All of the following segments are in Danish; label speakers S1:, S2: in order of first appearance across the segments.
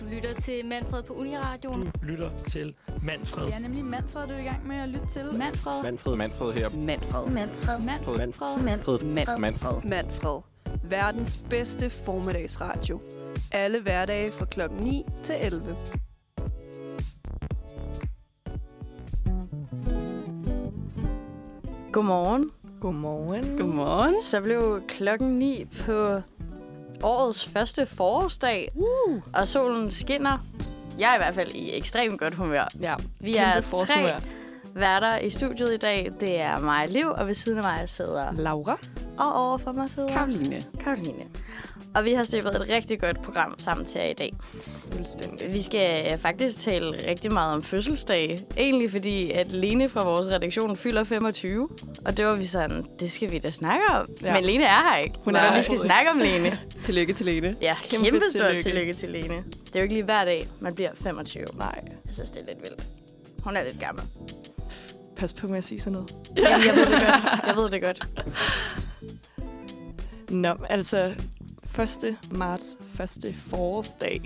S1: Du lytter til Manfred på Uniradioen.
S2: Du lytter til Manfred.
S3: Det er nemlig Manfred, du er i gang med at lytte til.
S1: Manfred.
S4: Manfred. Manfred her.
S1: Manfred.
S3: Manfred. Manfred.
S4: Manfred.
S1: Manfred. Manfred.
S4: Manfred.
S5: Manfred. Verdens bedste formiddagsradio. Alle hverdage fra klokken 9 til 11.
S6: Godmorgen.
S3: Godmorgen.
S5: Godmorgen.
S6: Så blev klokken 9 på årets første forårsdag,
S3: Uh.
S6: og solen skinner. Jeg er i hvert fald i ekstremt godt humør.
S3: Ja,
S6: Vi er tre værter i studiet i dag. Det er mig, Liv, og ved siden af mig sidder...
S3: Laura.
S6: Og over for mig sidder...
S5: Karoline.
S6: Karoline. Og vi har støbet et rigtig godt program sammen til jer i dag.
S3: Fuldstændig.
S6: Vi skal øh, faktisk tale rigtig meget om fødselsdag. Egentlig fordi, at Lene fra vores redaktion fylder 25. Og det var vi sådan, det skal vi da snakke om.
S3: Ja.
S6: Ja. Men Lene er her ikke. Hun
S3: er
S6: er
S3: her
S6: vi skal
S3: overhovedet
S6: snakke om Lene.
S3: Tillykke til Lene.
S6: Ja,
S3: Kæmpe
S6: kæmpe, kæmpe stort
S3: tillykke.
S6: tillykke. tillykke til Lene. Det er jo ikke lige hver dag, man bliver 25.
S3: Nej,
S6: Jeg synes, det er lidt vildt. Hun er lidt gammel.
S3: pas på med at sige sådan noget.
S6: Jamen, jeg ved det godt. Jeg ved det godt.
S3: Nå, altså 1. marts, første forårsdag.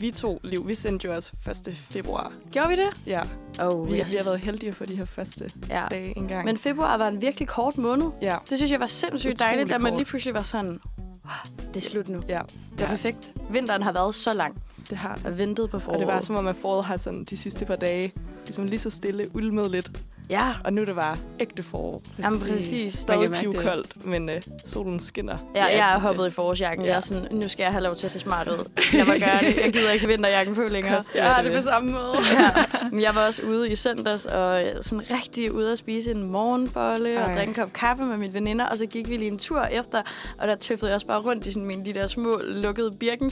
S3: Vi to, Liv, vi sendte jo også 1. februar.
S6: Gjorde vi det?
S3: Ja,
S6: Oh,
S3: vi, vi har været heldige for de her første
S6: ja.
S3: dage engang.
S6: Men februar var en virkelig kort måned.
S3: ja,
S6: Det synes jeg var sindssygt
S3: Utrolig
S6: dejligt, da man
S3: kort.
S6: lige pludselig var sådan, "Ah, det er slut nu.
S3: ja,
S6: Det var perfekt. Vinteren har været så lang
S3: det har det.
S6: og ventet på foråret.
S3: Og det var som om, at foråret har sådan de sidste par dage ligesom lige så stille ulmet lidt.
S6: Ja,
S3: Og nu er det bare ægte forår.
S6: Jamen, præcis.
S3: Stadig pivkoldt, men øh, solen skinner.
S6: ja jeg er hoppet i forårsjakken.
S3: Ja.
S6: Ja. Jeg er sådan, nu skal jeg have lov til at se smart ud. Jeg må gøre det. Jeg gider ikke vinterjakken på længere.
S3: Koster Ja, det det på lidt.
S6: samme måde. ja. Men jeg var også ude i søndags og øh, sådan rigtig ude at spise en morgenbolle Ej.
S3: Ej.
S6: og drikke en kop kaffe med mine veninder. Og så gik vi lige en tur efter, og der tøffede jeg også bare rundt i sådan mine, de der små lukkede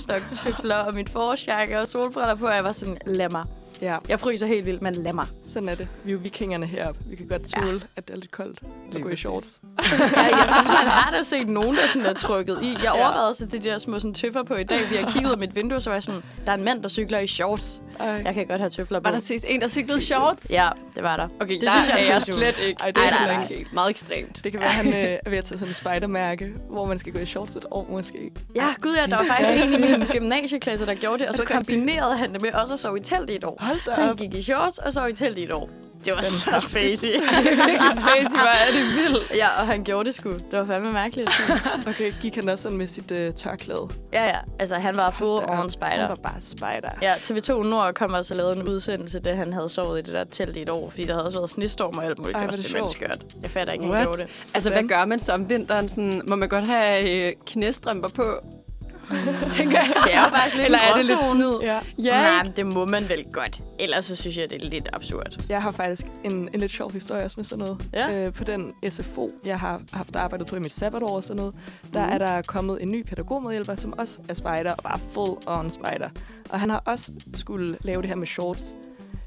S6: birkenstok-tøfler og min forårsjakke og solbriller på. Og jeg var sådan, lad mig.
S3: Ja,
S6: Jeg fryser helt vildt, men lad mig.
S3: sådan er det. Vi er jo vikingerne heroppe. Vi kan godt tåle, ja. at det er lidt koldt at gå i shorts.
S6: Ja, jeg synes, man har da set nogen, der sådan er trykket i. Jeg overvejede også til de der små sådan, tøffer på i dag. Vi har kigget ud af mit vindue, så var jeg sådan, der er en mand, der cykler i shorts.
S3: Ej,
S6: Jeg kan godt have tøfler på.
S7: Var der seriøst en, der cyklede shorts?
S6: Ja, det var der.
S7: Okay,
S6: Det
S7: det der
S6: synes
S7: synes
S6: jeg
S7: jeg
S6: er
S7: er jeg
S6: sjovt.
S7: slet ikke.
S3: Ej det er
S6: Ej, nej,
S3: heller
S6: nej.
S3: ikke helt.
S7: Meget ekstremt.
S3: Det kan være, han øh, er ved at tage sådan et spidermærke, hvor man skal gå i shorts et år måske.
S6: Ja, gud ja, der var faktisk en i min gymnasieklasse, der gjorde det, og så kombinerede han det med også at sove i telt i et år.
S3: Hold da
S6: Så han
S3: op.
S6: gik i shorts og sov i telt i et år. Det var så spacey.
S7: Det er virkelig spacey, hvor er det vildt.
S6: ja, og han gjorde det sgu. Det var fandme mærkeligt.
S3: Og det gik han også sådan med sit øh, tørklæde.
S6: Ja, ja. Altså, han var full on
S3: Han
S6: spider.
S3: var bare spider.
S6: Ja, TV2 Nord kom også og lavede en udsendelse, da han havde sovet i det der telt i et år, fordi der havde også været snestorm og alt muligt.
S3: Ej,
S6: Ej, det
S3: hvor
S6: var
S3: er det
S6: simpelthen
S3: sjovt.
S6: skørt. Jeg fatter ikke, han
S7: What?
S6: gjorde det.
S7: Altså, hvad gør man så om vinteren? Sådan, må man godt have øh, knæstrømper på? Tænker jeg.
S6: Det er jo faktisk lidt
S7: Eller
S6: en
S7: er det lidt
S6: gråzone.
S7: snyd?
S3: Ja.
S7: Ja,
S6: Nej,
S7: ikke?
S6: men det må man vel godt. Ellers så synes jeg, det er lidt absurd.
S3: Jeg har faktisk en, en lidt sjov historie også med sådan noget.
S6: Ja.
S3: Øh, på den SFO, jeg har haft arbejdet på i mit sabbatår og sådan noget, der mm. er der kommet en ny pædagogmedhjælper, som også er spejder og bare full on spejder. Og han har også skulle lave det her med shorts.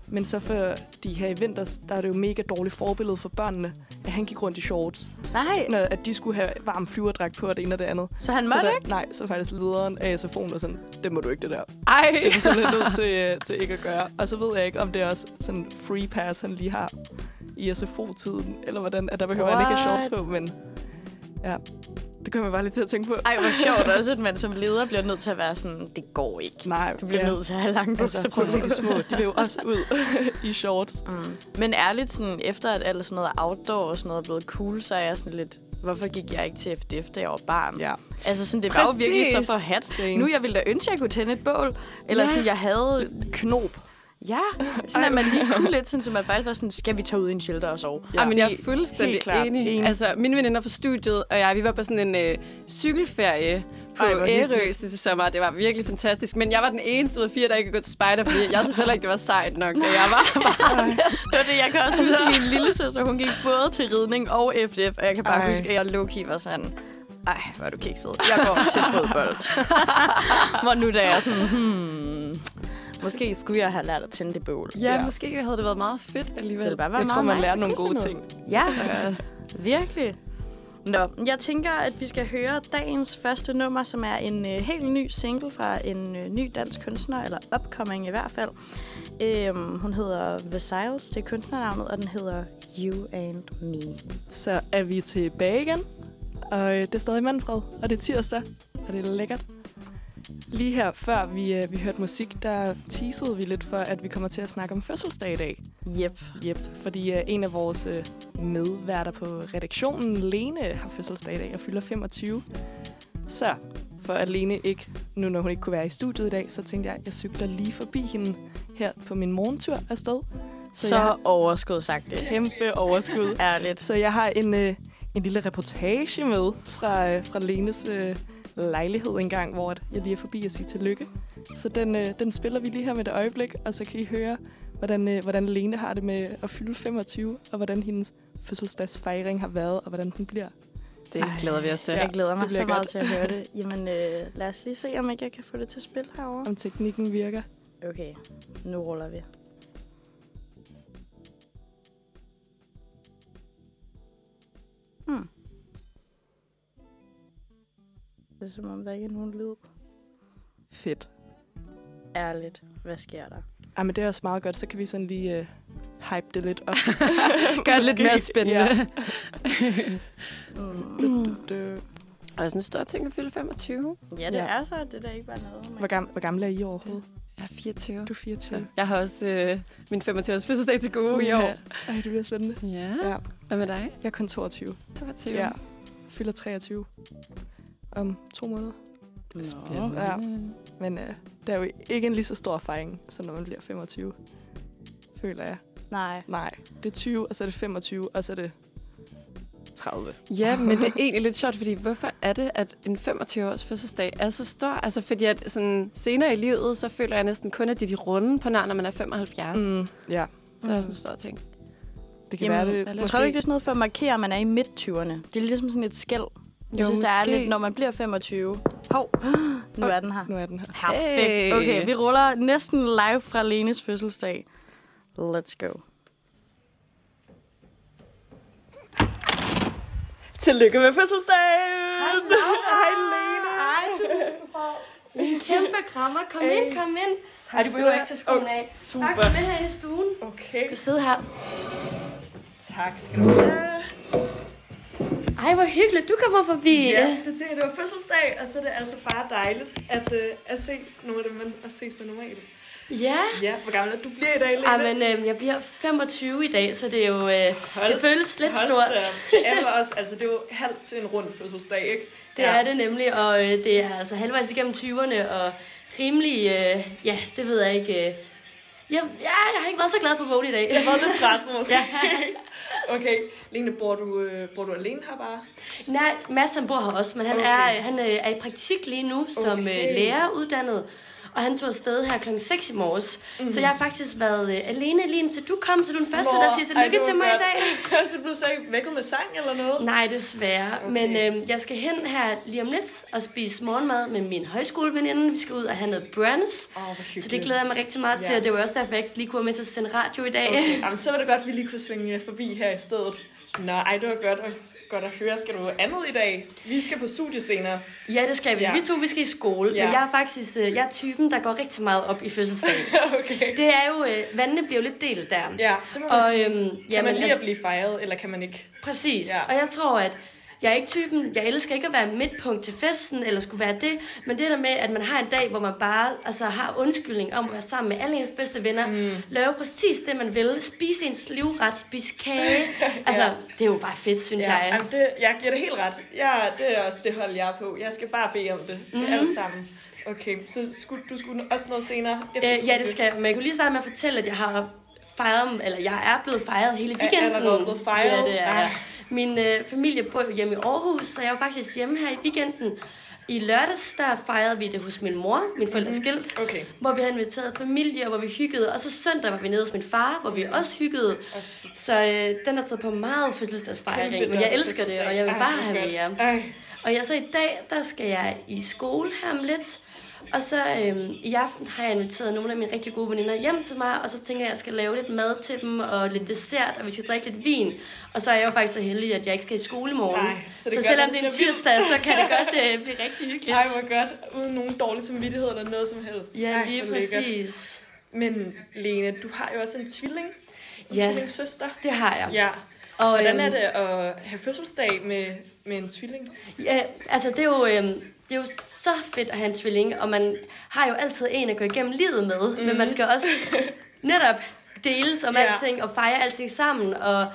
S3: Men så for de her i vinters, der er det jo mega dårligt forbillede for børnene, at han gik rundt i shorts.
S6: Nej,
S3: Når, at de skulle have varm flyverdragt på og det ene og det andet.
S6: så han
S3: så
S6: måtte
S3: der,
S6: ikke?
S3: Nej, så faktisk lederen af SFO'en og sådan, det må du ikke det der.
S7: Ej.
S3: Det er du simpelthen nødt til, øh, til ikke at gøre. Og så ved jeg ikke, om det er også sådan en free pass, han lige har i SFO-tiden, eller hvordan, at der behøver han ikke have shorts på, men ja, det kommer jeg bare lige til at tænke på.
S6: Ej, hvor sjovt også, at man som leder bliver nødt til at være sådan, det går ikke.
S3: Nej,
S6: Du bliver
S3: ja.
S6: ja. nødt til at have lange bukser
S3: Altså,
S6: på.
S3: prøv at se de små, de vil jo også ud i shorts.
S6: Mm. Men ærligt, sådan, efter at alt sådan noget outdoor og sådan noget er blevet cool, så er jeg sådan lidt, hvorfor gik jeg ikke til FDF, da jeg var barn?
S3: Ja,
S6: Altså, sådan, det var jo virkelig så
S7: Præcis.
S6: forhat.
S3: Same.
S6: Nu jeg ville da ønske, at jeg kunne tænde et bål. Eller
S7: Ja.
S6: sådan, jeg havde...
S3: knop.
S6: Ja, sådan at man lige kunne lidt, sådan, så man faktisk var sådan, skal vi tage ud i en shelter og sove?
S7: Ja, men jeg er
S3: helt
S7: fuldstændig
S3: klart
S7: enig.
S3: enig.
S7: enig. Altså, mine veninder fra studiet og jeg, vi var på sådan en øh, cykelferie på
S3: Ej, hvor
S7: Ærø
S3: hyggeligt.
S7: sidste sommer. Det var virkelig fantastisk. Men jeg var den eneste ud af fire, der ikke kunne gå til spejder, fordi jeg synes heller ikke, det var sejt nok, da jeg var.
S6: Det var det, jeg kan
S3: Altså,
S6: også huske, at min lille søster, hun gik både til ridning og FDF, og jeg kan bare
S3: Ej.
S6: Ej. huske, at jeg low-key var sådan, ej, hvor er du kikset. Jeg går til fodbold. Hvor nu da jeg er sådan, hmm, måske skulle jeg have lært at tænde det bål.
S7: Ja,
S3: Ja.
S7: ja, måske havde det været meget fedt alligevel.
S6: Det ville bare være
S3: Jeg tror,
S6: meget
S3: man
S6: nice
S3: lærer
S6: at
S3: nogle
S6: kunne
S3: gode
S6: sådan
S3: ting.
S6: Ja,
S7: Yes.
S6: virkelig. Nå, jeg tænker, at vi skal høre dagens første nummer, som er en øh, helt ny single fra en øh, ny dansk kunstner, eller upcoming i hvert fald. Øhm, hun hedder Vasiles, det er kunstnernavnet, og den hedder You and Me.
S3: Så er vi tilbage igen, og øh, det er stadig mandfred, og det er tirsdag, og det er lækkert. Lige her, før vi, øh, vi hørte musik, der teasede vi lidt for, at vi kommer til at snakke om fødselsdag i dag.
S6: Yep.
S3: Yep, fordi øh, en af vores øh, medværter på redaktionen, Lene, har fødselsdag i dag og fylder 25. Så for at Lene ikke, nu når hun ikke kunne være i studiet i dag, så tænkte jeg, at jeg cykler lige forbi hende her på min morgentur afsted.
S6: Så,
S3: Så, så jeg har
S6: overskud sagt det.
S3: kæmpe overskud.
S6: Ærligt.
S3: Så jeg har en, øh, en lille reportage med fra, øh, fra Lenes øh, lejlighed engang, hvor at jeg lige er forbi og sige tillykke. Så den, øh, den spiller vi lige her med et øjeblik, og så kan I høre, hvordan, øh, hvordan Lene har det med at fylde 25, og hvordan hendes fødselsdagsfejring har været, og hvordan den bliver.
S7: Det
S6: Ej.
S7: glæder vi os til.
S3: Ja.
S6: Jeg glæder mig
S3: det
S6: så
S3: bliver
S6: meget
S3: godt.
S6: til at høre det. Jamen, øh, lad os lige se, om ikke jeg kan få det til spil herovre.
S3: Om teknikken virker.
S6: Okay, nu ruller vi. Hmm. Det er som om, der ikke er nogen lyd.
S3: Fedt.
S6: Ærligt, hvad sker der?
S3: Ej, men det er også meget godt. Så kan vi sådan lige øh, hype det lidt op.
S7: Gør det lidt
S3: Måske.
S7: mere spændende.
S3: Ja.
S7: Ja.
S6: Mm.
S3: Dø.
S7: Og sådan en stor ting at fylde 25.
S6: Ja, det
S3: Ja.
S6: er så, det der ikke bare noget. man-
S3: Hvor, gam- hvor gammel er I overhovedet?
S7: Jeg er 24.
S3: Du er 24.
S7: Så jeg har også øh, min 25-års fødselsdag til gode i år.
S3: Ja. Ej, det bliver spændende.
S7: Ja.
S3: Ja.
S7: Hvad med dig?
S3: Jeg er kun 22.
S7: 22.
S3: Ja. Fylder 23 om to måneder.
S7: Det er
S6: Nå.
S7: spændende.
S3: Ja. Men øh, der er jo ikke en lige så stor fejring, som når man bliver 25. Føler jeg.
S6: Nej.
S3: Nej, det er 20, og så er det 25, og så er det 30.
S7: Ja, men det er egentlig lidt sjovt, fordi hvorfor er det, at en 25-års fødselsdag er så stor? Altså, fordi at sådan, senere i livet, så føler jeg næsten kun, at det er de runde på nær, når man er 75. Mm.
S3: ja,
S7: Så er det også en stor ting.
S3: det kan
S6: Jamen,
S3: være det.
S7: eller-
S6: Jeg tror du ikke, det er sådan noget for at markere, at man er i midt-20'erne. Det er ligesom sådan et skæld. Jeg
S7: Jo,
S6: synes, det er
S7: måske.
S6: ærligt, når man bliver 25. Hov, nu er den her.
S3: Nu er den her.
S6: Perfekt. Okay, vi ruller næsten live fra Lenes fødselsdag. Let's go.
S3: Tillykke med fødselsdagen! Hej, Lene!
S4: Hej, tusind tak. En kæmpe krammer. Kom ind, kom ind. Ej, du behøver ikke tage skoen af. Tak for med herinde i stuen.
S3: Okay,
S4: Du kan sidde her.
S3: tak skal du have.
S4: Ej, hvor hyggeligt, du kommer forbi.
S3: Ja, det tænker jeg, det var fødselsdag, og så er det altså bare dejligt at, øh, at se nogle af dem, man at ses med normalt.
S4: Ja.
S3: Ja, hvor gammel er du bliver i dag, Lene?
S4: Ej, men øhm, jeg bliver 25 i dag, så det er jo... Øh, det føles lidt
S3: Hold
S4: stort.
S3: da op. Det er for os, altså det er jo halvt til en rund fødselsdag, ikke?
S4: Det er det nemlig, og øh, det er altså halvvejs igennem 20'erne, og rimelig... Øh, ja, det ved jeg ikke... Øh, jeg, ja, jeg har ikke været så glad for Vogue i dag.
S3: Jeg var lidt presset måske.
S4: Ja.
S3: Okay, Lene, bor du, øh, bor du alene her bare?
S4: Nej, Mads han bor her også, men han,
S3: Okay.
S4: okay. er, han øh, er i praktik lige nu som
S3: Okay.
S4: okay. lærer uddannet. Og han tog afsted her klokken 6 i morges. Mm. Så jeg har faktisk været øh, alene lige indtil du kom, så du er den første,
S3: Mhm. Nå,
S4: der siger
S3: ej,
S4: tillykke
S3: det var
S4: til mig
S3: godt.
S4: i dag.
S3: så blev du så ikke vækket med sang eller noget?
S4: Nej, desværre. Okay. Men øh, jeg skal hen her lige om lidt og spise morgenmad med min højskoleveninde. Vi skal ud og have noget brownies.
S3: Åh, hvor
S4: så det
S3: hyggeligt.
S4: glæder jeg mig rigtig meget til,
S3: Ja.
S4: og det var også derfor, jeg ikke lige kunne være med til at sende radio i dag.
S3: Okay. Jamen, så var det godt, at vi lige kunne svinge øh, forbi her i stedet. Nå, ej, det var godt at, godt at høre. Skal du andet i dag? Vi skal på studie senere.
S4: Ja, det skal vi.
S3: Ja.
S4: Ja. Vi to, vi skal i skole.
S3: Ja.
S4: Ja. Men jeg er faktisk øh, jeg er typen, der går rigtig meget op i fødselsdagen.
S3: okay.
S4: Det er jo, øh, vandene bliver jo lidt delt der.
S3: Ja, det må man
S4: Og,
S3: sige.
S4: øhm,
S3: kan
S4: jamen,
S3: man lige at
S4: altså-
S3: blive fejret, eller kan man ikke?
S4: Præcis.
S3: Ja.
S4: Ja. Og jeg tror, at jeg er ikke typen, jeg elsker ikke at være midtpunkt til festen, eller skulle være det, men det der med, at man har en dag, hvor man bare altså, har undskyldning om at være sammen med alle ens bedste venner, mm. lave præcis det, man vil, spise ens livret, spise kage. Altså, ja. det er jo bare fedt, synes ja. jeg.
S3: jamen, det, jeg giver det helt ret. Ja, det er også det hold, jeg er på. Jeg skal bare bede om det. Mm-hmm.
S4: Mhm.
S3: Alle sammen. Okay, så skulle, du skulle også noget senere? Efter
S4: Øh, ja,
S3: studie?
S4: det skal jeg. Men jeg kunne lige starte med at fortælle, at jeg har fejret, eller jeg er blevet fejret hele
S3: Er- er der
S4: weekenden.
S3: noget blevet fejret?
S4: Ja, det er
S3: Ah.
S4: jeg. Min øh, familie bor jo hjemme i Aarhus, så jeg var faktisk hjemme her i weekenden. I lørdags, der fejrede vi det hos min mor, min forældres skilt,
S3: Mhm. Okay.
S4: hvor vi havde inviteret familie, og hvor vi hyggede. Og så søndag var vi nede hos min far, hvor vi også hyggede.
S3: Også hyggeligt.
S4: Så øh, den har taget på meget fødselsdagsfejring, men jeg elsker det, og jeg vil bare
S3: Ah,
S4: have mere.
S3: Ej,
S4: Og jeg så i dag, der skal jeg i skole her om lidt. Og så øhm, i aften har jeg inviteret nogle af mine rigtig gode veninder hjem til mig, og så tænker jeg, at jeg skal lave lidt mad til dem, og lidt dessert, og vi skal drikke lidt vin. Og så er jeg jo faktisk så heldig, at jeg ikke skal i skole i morgen.
S3: Nej, så
S4: så,
S3: det
S4: så
S3: gør,
S4: selvom
S3: den
S4: det er en
S3: bliver vild.
S4: tirsdag, så kan det godt øh, blive rigtig hyggeligt.
S3: ej, hvor godt. Uden nogen dårlig samvittighed eller noget som helst.
S4: ja,
S3: Ej,
S4: lige
S3: hvor lækkert.
S4: præcis.
S3: Men Lene, du har jo også en tvilling. En
S4: Ja.
S3: tvillingssøster.
S4: Det har jeg.
S3: Ja.
S4: Og,
S3: Hvordan
S4: øhm,
S3: er det at have fødselsdag med, med en tvilling?
S4: Ja, altså det er jo... Øhm, det er jo så fedt at have en tvilling, og man har jo altid en at gå igennem livet med, mm. men man skal også netop deles om
S3: Mhm. Ja.
S4: yeah. alting og fejre alting sammen, og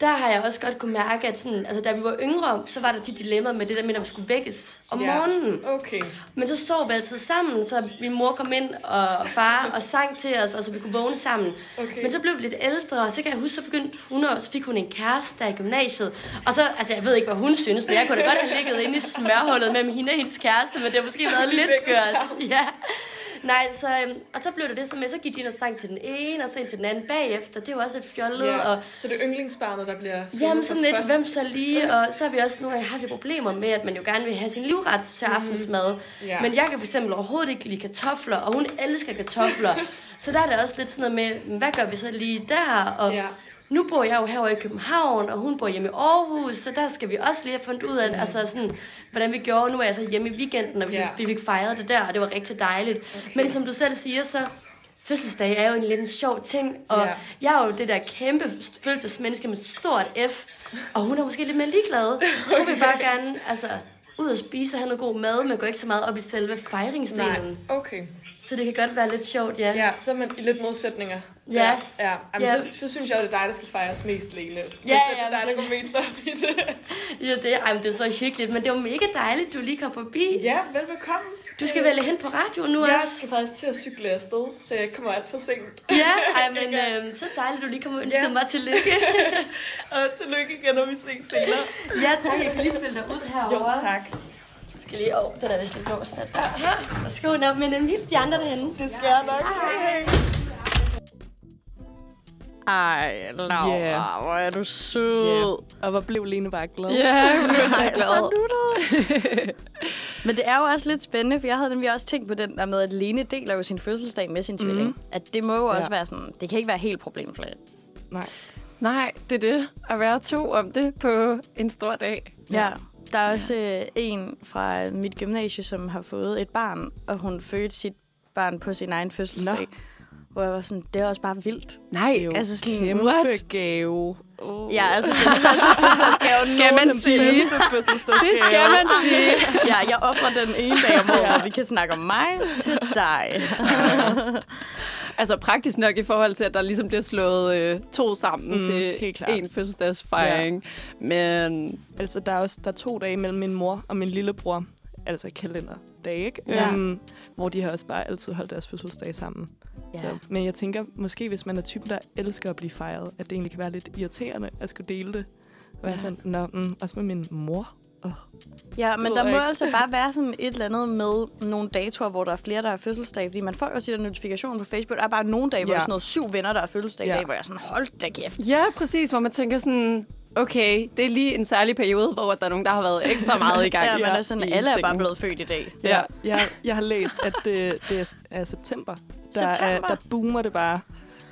S4: der har jeg også godt kunne mærke, at sådan, altså, da vi var yngre, så var der de dilemmaer med det der med, at man skulle vækkes om
S3: Ja.
S4: morgenen.
S3: Okay.
S4: Men så sov vi altid sammen, så min mor kom ind og far og sang til os, og så vi kunne vågne sammen.
S3: Okay.
S4: Men så blev vi lidt ældre, og så kan jeg huske, så begyndte hun og så fik hun en kæreste der i gymnasiet. Og så, altså jeg ved ikke, hvad hun synes, men jeg kunne da godt have ligget inde i smørhullet mellem hende og hendes kæreste, men det har måske været lidt skørt. Ja. Nej, så, øhm, og så blev det det sådan med, så gik de ind og sang til den ene, og så ind til den anden bagefter. Det var også lidt fjollet,
S3: Ja.
S4: og
S3: Så det er yndlingsbarnet, der bliver sunget
S4: Jamen
S3: for
S4: sådan lidt,
S3: først.
S4: hvem så lige, og så har vi også nogle gange haft lidt problemer med, at man jo gerne vil have sin livret til aftensmad.
S3: Ja.
S4: Men jeg kan for eksempel overhovedet ikke lide kartofler, og hun elsker kartofler. så der er det også lidt sådan noget med, hvad gør vi så lige der? Og
S3: Ja.
S4: nu bor jeg jo herovre i København, og hun bor hjemme i Aarhus, så der skal vi også lige have fundet ud af, mm. altså sådan, hvordan vi gjorde. Nu er jeg så hjemme i weekenden, og vi,
S3: Ja.
S4: vi fik fejret det der, og det var rigtig dejligt. Okay. Men som du selv siger, så fødselsdag er jo en lidt en sjov ting, og
S3: Ja.
S4: ja. Jeg er jo det der kæmpe følelsesmenneske med stort F, og hun er måske lidt mere ligeglad. Hun vil bare gerne altså, ud og spise og have noget god mad, men går ikke så meget op i selve fejringsdelen.
S3: Nej, okay.
S4: Så det kan godt være lidt sjovt, ja.
S3: Ja, så er man i lidt modsætninger.
S4: Ja.
S3: Ja, ja. Jamen,
S4: Ja.
S3: Så, så synes jeg, at det er dig, der skal fejres mest, Lene. Ja,
S4: ja,
S3: det er dig, der
S4: men-
S3: går mest op i det.
S4: ja det, ej, men det er så hyggeligt, men det er jo mega dejligt, du lige kom forbi.
S3: Ja, velbekomme.
S4: Du skal vælge hen på radio nu
S3: Jeg
S4: også.
S3: skal faktisk til at cykle afsted, så jeg kommer alt for sent.
S4: Ja, ej, men øh, så dejligt, du lige kom og ønskede
S3: Ja.
S4: mig tillykke.
S3: Og tillykke igen, når vi ses senere.
S4: Ja, tak. Jeg kan lige fælde dig ud
S3: Jo,
S4: herovre.
S3: tak.
S4: Jeg skal lige, åh, den er vist lidt låst. Den der. Her. Værsgo, nå, men en hils de andre derhenne.
S3: Det skal jeg nok. Hej, hej.
S6: Ej, Laura,
S3: Ja.
S6: yeah. hvor er du sød.
S3: Og hvor blev Lene bare glad.
S6: Ja, jeg blev så glad. Men det er jo også lidt spændende, for jeg havde nemlig også tænkt på den der med, at Lene deler jo sin fødselsdag med sin tvilling. At det må jo også
S3: Ja.
S6: Mm-hmm. ja. være sådan, det kan ikke være helt problemfrit.
S3: Nej.
S7: Nej, det er det. At være to om det på en stor dag.
S6: Ja. Der er også øh, en fra mit gymnasie, som har fået et barn, og hun fødte sit barn på sin egen fødselsdag. Nå. Hvor jeg var sådan, det er også bare vildt.
S7: Nej,
S3: jo
S7: altså sådan,
S3: Kæmpe
S7: what?
S3: gave. Oh.
S6: Ja, altså, den første fødselsdagsgave
S7: Skal man sige? Det skal man sige.
S6: Ja, jeg offrer den ene dag om året, vi kan snakke om mig til dig.
S7: Altså praktisk nok i forhold til, at der ligesom bliver slået øh, to sammen
S3: Mm,
S7: mm,
S3: helt
S7: til
S3: klart.
S7: en fødselsdagsfejring. Ja. Men
S3: Altså, der er også der er to dage mellem min mor og min lillebror. Altså kalenderdage, ikke?
S6: Ja.
S3: Um, hvor de har også bare altid holdt deres fødselsdag sammen. Ja. Så, men jeg tænker, måske hvis man er typen, der elsker at blive fejret, at det egentlig kan være lidt irriterende at skulle dele det. Og være ja. sådan, Nå, mm, også med min mor.
S6: Ja,
S3: ved
S6: men
S3: jeg
S6: der må
S3: ikke.
S6: altså bare være sådan et eller andet med nogle datoer, hvor der er flere, der har fødselsdag. Fordi man får jo sit notifikation på Facebook. Der er bare nogle dage, hvor
S3: Ja.
S6: der er sådan noget syv venner, der har fødselsdag
S3: Ja.
S6: ja. dag, hvor jeg er sådan, hold da kæft.
S7: ja, præcis, hvor man tænker sådan, okay, det er lige en særlig periode, hvor der er nogen, der har været ekstra meget i gang.
S6: Ja,
S3: ja,
S6: man er sådan,
S7: i
S6: alle er bare
S7: sengen.
S6: blevet født i dag.
S7: Ja.
S3: Jeg, jeg har læst, at det, det er, er september. Der, er,
S6: September?
S3: der boomer det bare.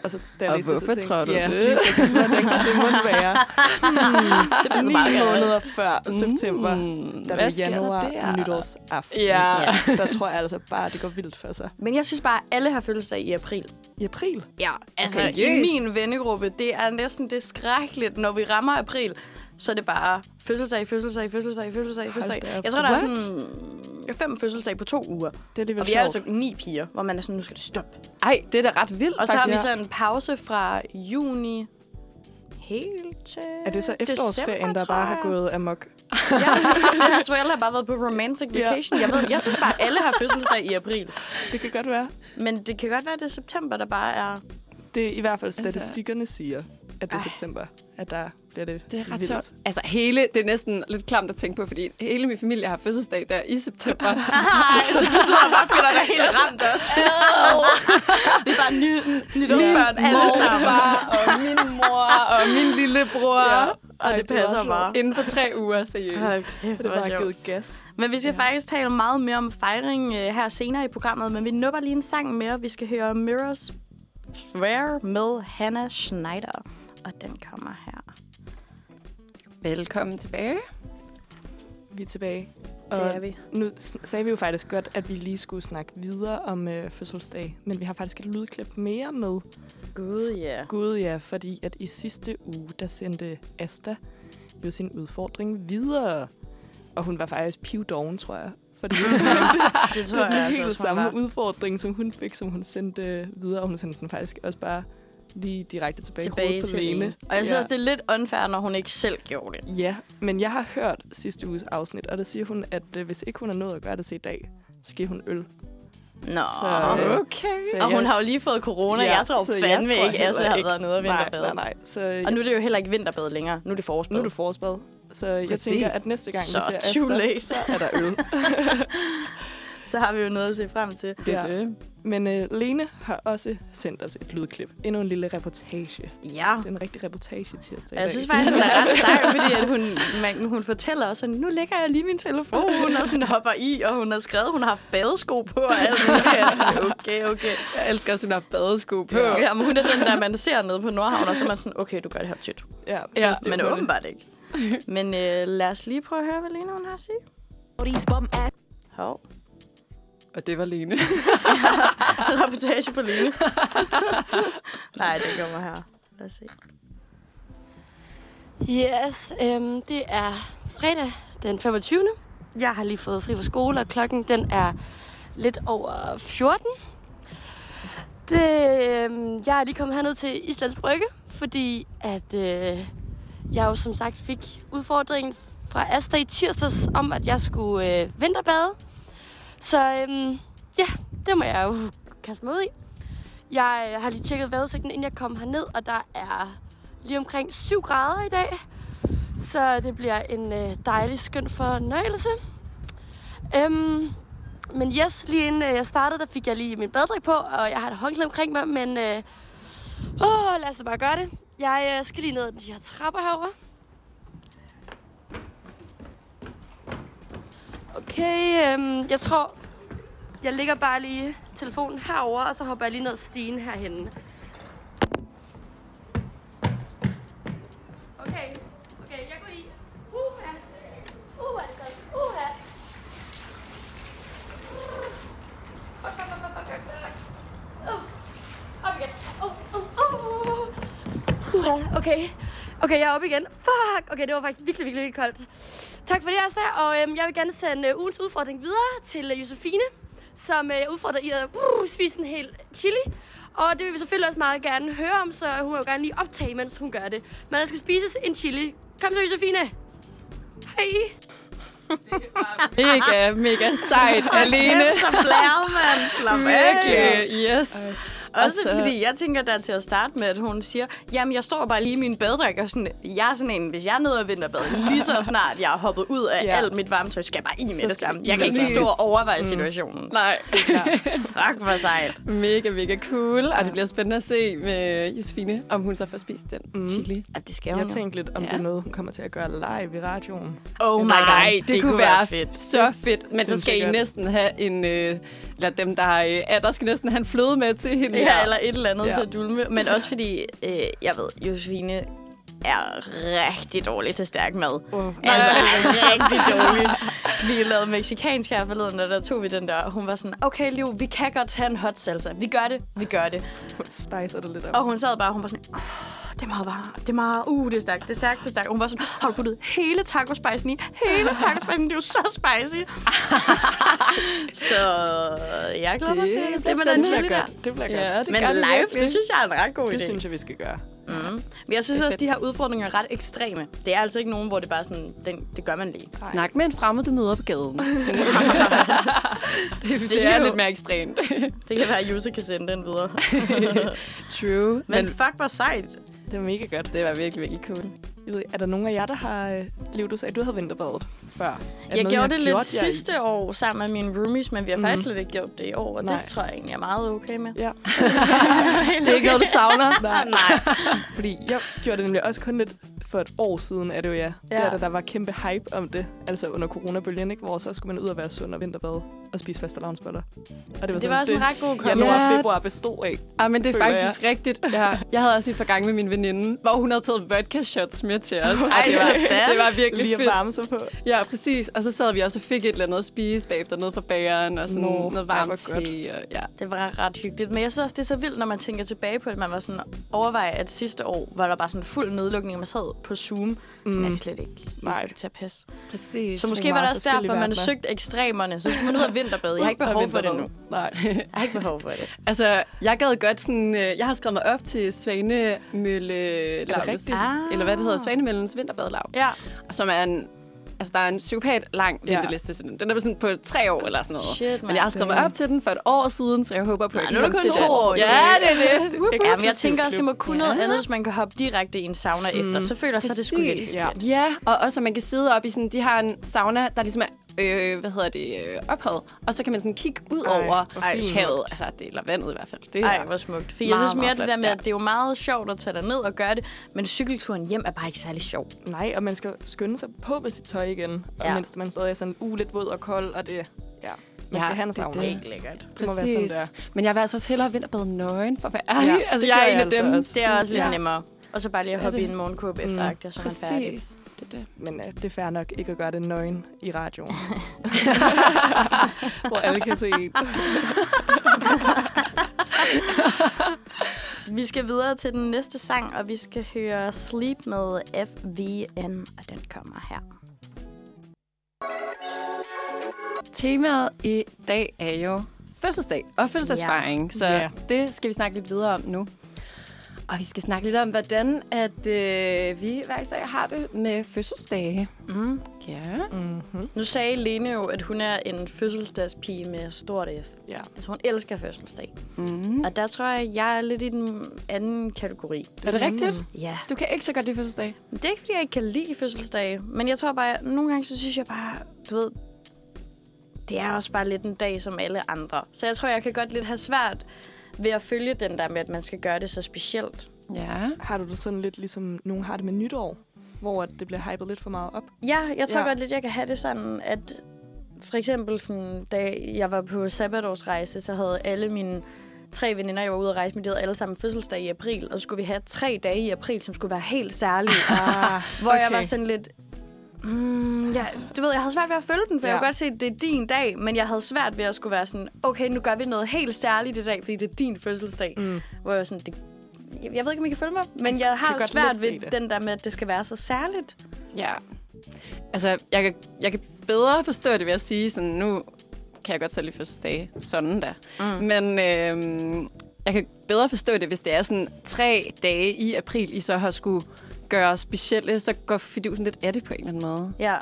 S3: Og, så, da jeg
S7: Og
S3: læste det, så
S7: hvorfor
S3: tænkte,
S7: tror du
S3: ja,
S7: det?
S3: lige præcis, hvor jeg tænkte, det må det være.
S6: Det
S3: Ni måneder før september.
S7: Mm,
S3: Der
S7: hvad
S3: er
S7: sker
S3: januar
S7: der der?
S3: nytårsaften.
S7: Ja.
S3: Der tror jeg altså bare, at det går vildt for sig.
S6: Men jeg synes bare, at alle har fødselsdag i april.
S3: I april?
S6: Ja, altså i
S7: Seriøst?
S6: min vennegruppe, det er næsten det er skrækkeligt, når vi rammer april. Så er det bare fødselsdag, fødselsdag, fødselsdag, fødselsdag, fødselsdag.
S3: da op.
S6: Jeg tror, der er sådan fem fødselsdage på to uger.
S3: Det er alligevel
S6: Og vi er
S3: sjovt.
S6: altså ni piger, hvor man er sådan, nu skal det stoppe.
S7: Ej, det er da ret vildt,
S6: Og så har vi
S7: faktisk.
S6: så en pause fra juni helt til...
S3: Er det så efterårsferien,
S6: december,
S3: der bare
S6: tror
S3: har
S6: jeg?
S3: gået amok?
S6: Ja, så har forældre har bare været på romantic
S3: Ja.
S6: vacation. Jeg, ved, jeg synes bare, alle har fødselsdag i april.
S3: Det kan godt være.
S6: Men det kan godt være, at det er september, der bare er...
S3: Det er i hvert fald statistikkerne siger, at det er
S6: Altså- Ej.
S3: september, at der bliver det,
S7: Det er ret
S3: vildt.
S7: sjovt. Altså hele, det er næsten lidt klamt at tænke på, fordi hele min familie har fødselsdag der i september.
S6: Så du sidder bare og føler dig helt ramt også. Vi er bare ny, nytårsbørn alle sammen.
S7: far og min mor og min lillebror. Ja.
S6: Og det passer bare.
S7: Inden for tre uger, seriøst.
S6: Hold kæft,
S3: Det
S6: hvor
S3: er bare
S6: sjovt.
S3: givet gas.
S6: Men vi skal ja. faktisk tale meget mere om fejring øh, her senere i programmet, men vi nupper lige en sang mere. Vi skal høre Mirrors Swear med Hannah Schneider, og den kommer her.
S7: Velkommen tilbage.
S3: Vi er tilbage.
S6: Det
S3: Og
S6: er vi.
S3: nu sn- sagde vi jo faktisk godt, at vi lige skulle snakke videre om øh, fødselsdag, men vi har faktisk et lydklip mere med.
S6: Gud, ja. Yeah.
S3: Gud ja, fordi at i sidste uge, der sendte Asta jo sin udfordring videre. Og hun var faktisk pivdoven, tror jeg. Fordi
S6: Det
S3: det
S6: tror
S3: var
S6: jeg
S3: den
S6: altså
S3: helt
S6: også, hun
S3: samme
S6: var.
S3: udfordring, som hun fik, som hun sendte øh, videre. Og hun sendte den faktisk også bare lige direkte tilbage, i
S6: Tilbage
S3: hovedet på
S6: til
S3: Lene.
S6: Lene. Og jeg synes også, det er lidt unfair, når hun ikke selv gjorde det.
S3: Ja, men jeg har hørt sidste uges afsnit, og der siger hun, at øh, hvis ikke hun er nået at gøre det til i dag, så giver hun øl.
S6: Nå.
S3: Så, øh,
S7: Okay.
S3: Så
S6: og hun
S3: jeg-
S6: har jo lige fået corona.
S3: Ja,
S6: jeg tror
S3: så jeg
S6: fandme
S3: tror
S6: ikke, Astrid
S3: heller
S6: har
S3: ikke-
S6: været nede og
S3: nej,
S6: vinterbade.
S3: nej, nej. Så
S6: Og nu er det jo heller ikke vinterbad længere. Nu er det forårsbad.
S3: nu er det forårsbad. Så Præcis. jeg
S7: Præcis.
S3: tænker, at næste gang,
S6: Så
S3: vi ser
S6: too
S3: Asta,
S6: late.
S3: så er der øl.
S6: Så har vi jo noget at se frem til.
S7: Det er det.
S3: Men øh, Lene har også sendt os et lydklip. Endnu en lille reportage.
S6: Ja.
S3: Det er en rigtig reportage tirsdag i
S6: Og jeg
S3: dag.
S6: synes faktisk, hun er ret sej, fordi at hun, man, hun fortæller også, at nu lægger jeg lige min telefon, og sådan hopper i, og hun har skrevet, hun har haft badesko på, og alt muligt. Og jeg er sådan, okay, okay.
S7: Jeg elsker også, at hun har haft badesko på.
S6: Ja. ja, men hun er den der, man ser nede på Nordhavn, og så er man sådan, okay, du gør det her tit.
S3: ja,
S6: Ja,
S3: positivt
S6: men
S3: på det.
S6: åbenbart ikke. Men øh, lad os lige prøve at høre, hvad Lena hun har at sige. Hov.
S7: Og det var Lene.
S6: Reportage på Lene. Nej, det kommer her. Lad os se.
S4: Yes, øhm, det er fredag den 25. Jeg har lige fået fri fra skole, og klokken den er lidt over 14. Det, øhm, jeg er lige kommet herned til Islands Brygge, fordi at øh, jeg jo som sagt fik udfordringen fra Asta i tirsdags om, at jeg skulle øh, vinterbade. Så øhm, ja, det må jeg jo kaste mig ud i. Jeg øh, har lige tjekket vejrudsigten, inden jeg kom herned, og der er lige omkring 7 grader i dag. Så det bliver en øh, dejlig, skøn fornøjelse. Øhm, men yes, lige inden øh, jeg startede, der fik jeg lige min baddrik på, og jeg har et håndklæde omkring mig, men øh, åh, lad os da bare gøre det. Jeg øh, skal lige ned ad de her trapper herovre. Okay, øhm, jeg tror, jeg ligger bare lige telefonen herover og så hopper jeg lige ned ad stigen herhenne. Okay, okay, jeg går i. Uha, uha, det er godt. uha. Fuck, fuck, fuck, fuck, fuck, fuck. Uh. Op igen. Uh, uh, uh. Uha, okay. Okay, jeg er oppe igen. Fuck! Okay, det var faktisk virkelig, virkelig, virkelig koldt. Tak for det, Asta. Og øhm, jeg vil gerne sende øh, ugens udfordring videre til øh, Josefine, som øh, jeg udfordrer i at uh, spise en hel chili. Og det vil vi selvfølgelig også meget gerne høre om, så hun må jo gerne lige optage, mens hun gør det. Men der skal spises en chili. Kom så, Josefine. Hej.
S7: Mega, mega sejt. Alene.
S6: Så blærer man. Slap af.
S7: Virkelig. Yes.
S6: Også
S7: Og så-
S6: fordi, jeg tænker der til at starte med, at hun siger, jamen jeg står bare lige i min badedrik, og sådan, jeg er sådan en, hvis jeg er nede og vinterbad, lige så snart jeg er hoppet ud af
S3: Ja.
S6: ja. alt mit varmetøj, skal jeg bare i med
S3: Så
S6: det
S3: skal
S6: samme.
S3: du
S6: Jeg kan
S3: i med
S6: ikke lige
S3: det
S6: stå
S3: samme.
S6: og overveje situationen. Mm.
S7: Nej.
S6: Fuck, hvor sejt.
S7: Mega, mega cool. Og det bliver spændende at se med Josefine, om hun så får spist den mm. chili.
S6: Ja, det skal
S3: Jeg tænkte lidt, om ja. det
S7: Ja.
S3: er noget, hun kommer til at gøre live i radioen.
S6: oh my
S7: Nej,
S6: god,
S7: det, det kunne, kunne være fedt. så fedt. Men så
S3: Synes
S7: skal
S3: jeg
S7: I
S3: godt.
S7: næsten have en... Øh, eller dem, der har... Øh, er, der skal næsten have en fløde med til hende.
S6: Ja, eller et eller andet
S3: Ja.
S6: ja. til at dulme. Men også fordi, øh, jeg ved, Josefine er rigtig dårlig til stærk mad.
S3: Uh.
S6: Altså, rigtig dårlig. Vi lavede mexikansk her forleden, og der tog vi den der, og hun var sådan, okay, Liv, vi kan godt tage en hot salsa. Vi gør det, vi gør det.
S3: Hun spicer det lidt op.
S6: Og hun sad bare, og hun var sådan, åh, det er meget varmt, det er meget, uh, det er stærkt, det er stærkt, det er stærkt. Og hun var sådan, har du puttet hele tacospejsen i? Hele tacospejsen, det er jo så spicy. så jeg glæder mig til,
S7: Det
S6: at
S7: bliver
S6: det med den
S7: spændende.
S6: chili der.
S3: Det bliver godt.
S7: Ja, det
S6: Men
S7: gør vi
S6: live,
S7: virkelig.
S6: det synes jeg er en ret god
S3: Det
S6: idé.
S3: synes jeg, vi skal gøre.
S6: Mm. Men jeg synes også, at de her udfordringer er ret ekstreme. Det er altså ikke nogen, hvor det bare er sådan, den, det gør man lige.
S7: Snak med en fremmed, du møder på gaden. det, det,
S6: Det
S7: det
S6: er
S7: er
S6: jo-
S7: lidt mere ekstremt.
S6: Det kan være, at Jussi kan sende den videre.
S7: True. Men,
S6: Men
S7: men
S6: fuck, hvor sejt.
S3: Det er mega godt.
S7: det var virkelig, virkelig cool.
S3: Jeg ved, ikke, er der nogen af jer, der har... øh, Liv, du sagde, at du havde vinterbadet før. Er
S6: Jeg
S3: noget, I
S6: gjorde
S3: har
S6: det
S3: gjort
S6: lidt
S3: jer i?
S6: sidste år sammen med mine roomies, men vi har
S3: Mhm.
S6: mm. faktisk slet ikke gjort det i år, og Nej.
S3: Nej.
S6: det tror jeg egentlig, jeg er meget okay med.
S3: Ja,
S7: Det er ikke noget, du savner.
S3: nej.
S6: Nej.
S3: Fordi jeg gjorde det nemlig også kun lidt for et år siden, er det jo ja. ja.
S6: Ja.
S3: Der, da der var kæmpe hype om det, altså under coronabølgen, ikke? hvor så skulle man ud og være sund og vinterbade og spise faste lavnsboller. Og det var
S6: Det var også en ret god kombo.
S3: januar og
S7: Ja.
S3: februar bestod af.
S7: Ah, men det er
S3: Føler
S7: faktisk jeg. rigtigt. Ja. Jeg havde også et par gange med min veninde, hvor hun havde taget vodka shots med til os. Ej, det, var,
S6: sådan.
S7: det var virkelig
S3: Lige at
S7: fedt.
S3: varme sig på.
S7: Ja, præcis. Og så sad vi også og fik et eller andet at spise bagefter nede fra bageren og sådan
S3: Nå,
S7: Nå, noget
S3: ej,
S7: varmt
S3: hvor godt.
S7: te. Og, ja.
S6: Det var ret hyggeligt. Men jeg synes også, det er så vildt, når man tænker tilbage på det. Man var sådan overvej, at sidste år var der bare sådan fuld nedlukning, og man sad på Zoom. Mm. Sådan er det slet ikke.
S3: Mhm. Nej.
S6: Nej. Til at passe.
S7: Præcis.
S6: Så
S3: nogle
S6: måske var
S3: meget
S6: det også
S3: forskellige
S6: derfor, man
S3: verdener.
S6: søgte ekstremerne. Så skulle man ud og vinterbade. Jeg har ikke behov for det nu.
S3: Nej.
S6: Jeg har ikke behov for det.
S7: Altså, jeg gad godt sådan... øh, Jeg har skrevet mig op til Svanemølle...
S3: Er det rigtigt?
S6: Ah.
S7: Eller hvad det hedder, Svanemøllens vinterbadelav.
S6: Ja.
S7: Som er en... Altså, der er en psykopat lang
S3: Ja.
S7: venteliste til den. Den er sådan på tre år eller sådan noget.
S6: Shit,
S7: Men jeg har skrevet mig op til den for et år siden, så jeg håber på, at jeg
S6: nu er
S7: kan
S6: du
S7: komme til
S6: kun to
S7: den.
S6: år
S7: Ja, det er det. Uhuh. Whoop, whoop.
S6: Ja, men jeg tænker også, det må kunne
S7: Ja.
S6: ja. noget andet, hvis man kan hoppe direkte i en sauna mm. efter. Så føler jeg, så er det sgu lidt
S7: Præcis. Ja. ja, og også at man kan sidde op i sådan, de har en sauna, der ligesom er, øh, hvad hedder det, øh, ophavet, og så kan man sådan kigge ud
S3: Ej,
S7: over
S3: hvor fint.
S7: havet, altså det, eller vandet i hvert fald. Det
S6: Ej,
S7: er-
S6: hvor smukt. For jeg
S7: Meget,
S6: synes mere
S7: meget
S6: det
S7: flot,
S6: der med,
S7: ja.
S6: at det er jo meget sjovt at tage dig ned og gøre det, men cykelturen hjem er bare ikke særlig sjov.
S3: Nej, og man skal skynde sig på med sit tøj igen. Og
S6: Ja.
S3: mens man stadig er sådan uh, lidt våd og kold, og det... Ja, man
S7: Ja,
S3: skal have en
S7: det er
S3: sauna.
S7: det.
S6: Ikke lækkert.
S3: Det må være sådan,
S7: Præcis.
S3: der.
S7: Men jeg vil altså også hellere vinterbade nøgen, for at være ærlig. Ja,
S3: Ja,
S7: altså,
S3: det
S7: jeg
S3: gør
S7: er en
S3: jeg
S7: af
S3: altså
S7: dem.
S3: også.
S6: Det er også lidt
S7: Ja.
S6: nemmere. Og så bare lige at
S7: Er
S6: hoppe i
S7: det?
S6: en morgenkåb efter mm. og så er man færdig.
S7: Præcis. Det er det.
S3: Men øh, det er fair nok ikke at gøre det nøgen i radioen. Hvor alle kan se en.
S6: Vi skal videre til den næste sang, og vi skal høre Sleep med FVN, og den kommer her.
S7: Temaet i dag er jo fødselsdag og fødselsdagsfejring, så
S3: Ja.
S7: det skal vi snakke lidt videre om nu. Og vi skal snakke lidt om, hvordan at, øh, vi hver især har det med fødselsdage.
S6: Mm.
S7: Ja.
S3: Mm-hmm.
S6: Nu sagde Lene jo, at hun er en fødselsdagspige med stort F.
S3: Ja.
S6: Altså, hun elsker fødselsdag.
S7: Mm.
S6: Og der tror jeg, jeg er lidt i den anden kategori.
S7: Er det rigtigt?
S6: Ja.
S7: Du kan ikke så godt lide fødselsdag.
S6: Det er ikke, fordi jeg ikke kan lide fødselsdage, men jeg tror bare, at nogle gange så synes jeg bare, du ved, det er også bare lidt en dag som alle andre. Så jeg tror, jeg kan godt lidt have svært ved at følge den der med, at man skal gøre det så specielt.
S7: Ja.
S3: Har du det sådan lidt ligesom nogen har det med nytår? Hvor at det bliver hypet lidt for meget op.
S6: Ja, jeg tror
S3: Ja.
S6: ja. godt lidt, jeg kan have det sådan, at for eksempel, sådan, da jeg var på sabbatårsrejse, så havde alle mine tre veninder, jeg var ude at rejse med, de havde alle sammen fødselsdag i april, og så skulle vi have tre dage i april, som skulle være helt særlige.
S3: Ah,
S6: Hvor okay. jeg var sådan lidt... Mm, ja, du ved, jeg havde svært ved at følge den, for ja. jeg
S3: Ja.
S6: kunne godt se, at det er din dag, men jeg havde svært ved at skulle være sådan, okay, nu gør vi noget helt særligt i dag, fordi det er din fødselsdag.
S3: Mm.
S6: Hvor jeg var sådan, det, jeg, jeg ved ikke, om I kan følge mig, men jeg har
S3: godt
S6: svært
S3: lidt se
S6: ved
S3: det.
S6: den der med, at det skal være så særligt.
S7: Ja. Altså, jeg kan, jeg kan bedre forstå det ved at sige sådan, nu kan jeg godt så lide fødselsdage, sådan der. Mm. Men øhm, jeg kan bedre forstå det, hvis det er sådan tre dage i april, I så har skulle gøre specielle, så går fidusen lidt af det på en eller anden måde.
S6: Ja.
S7: Jeg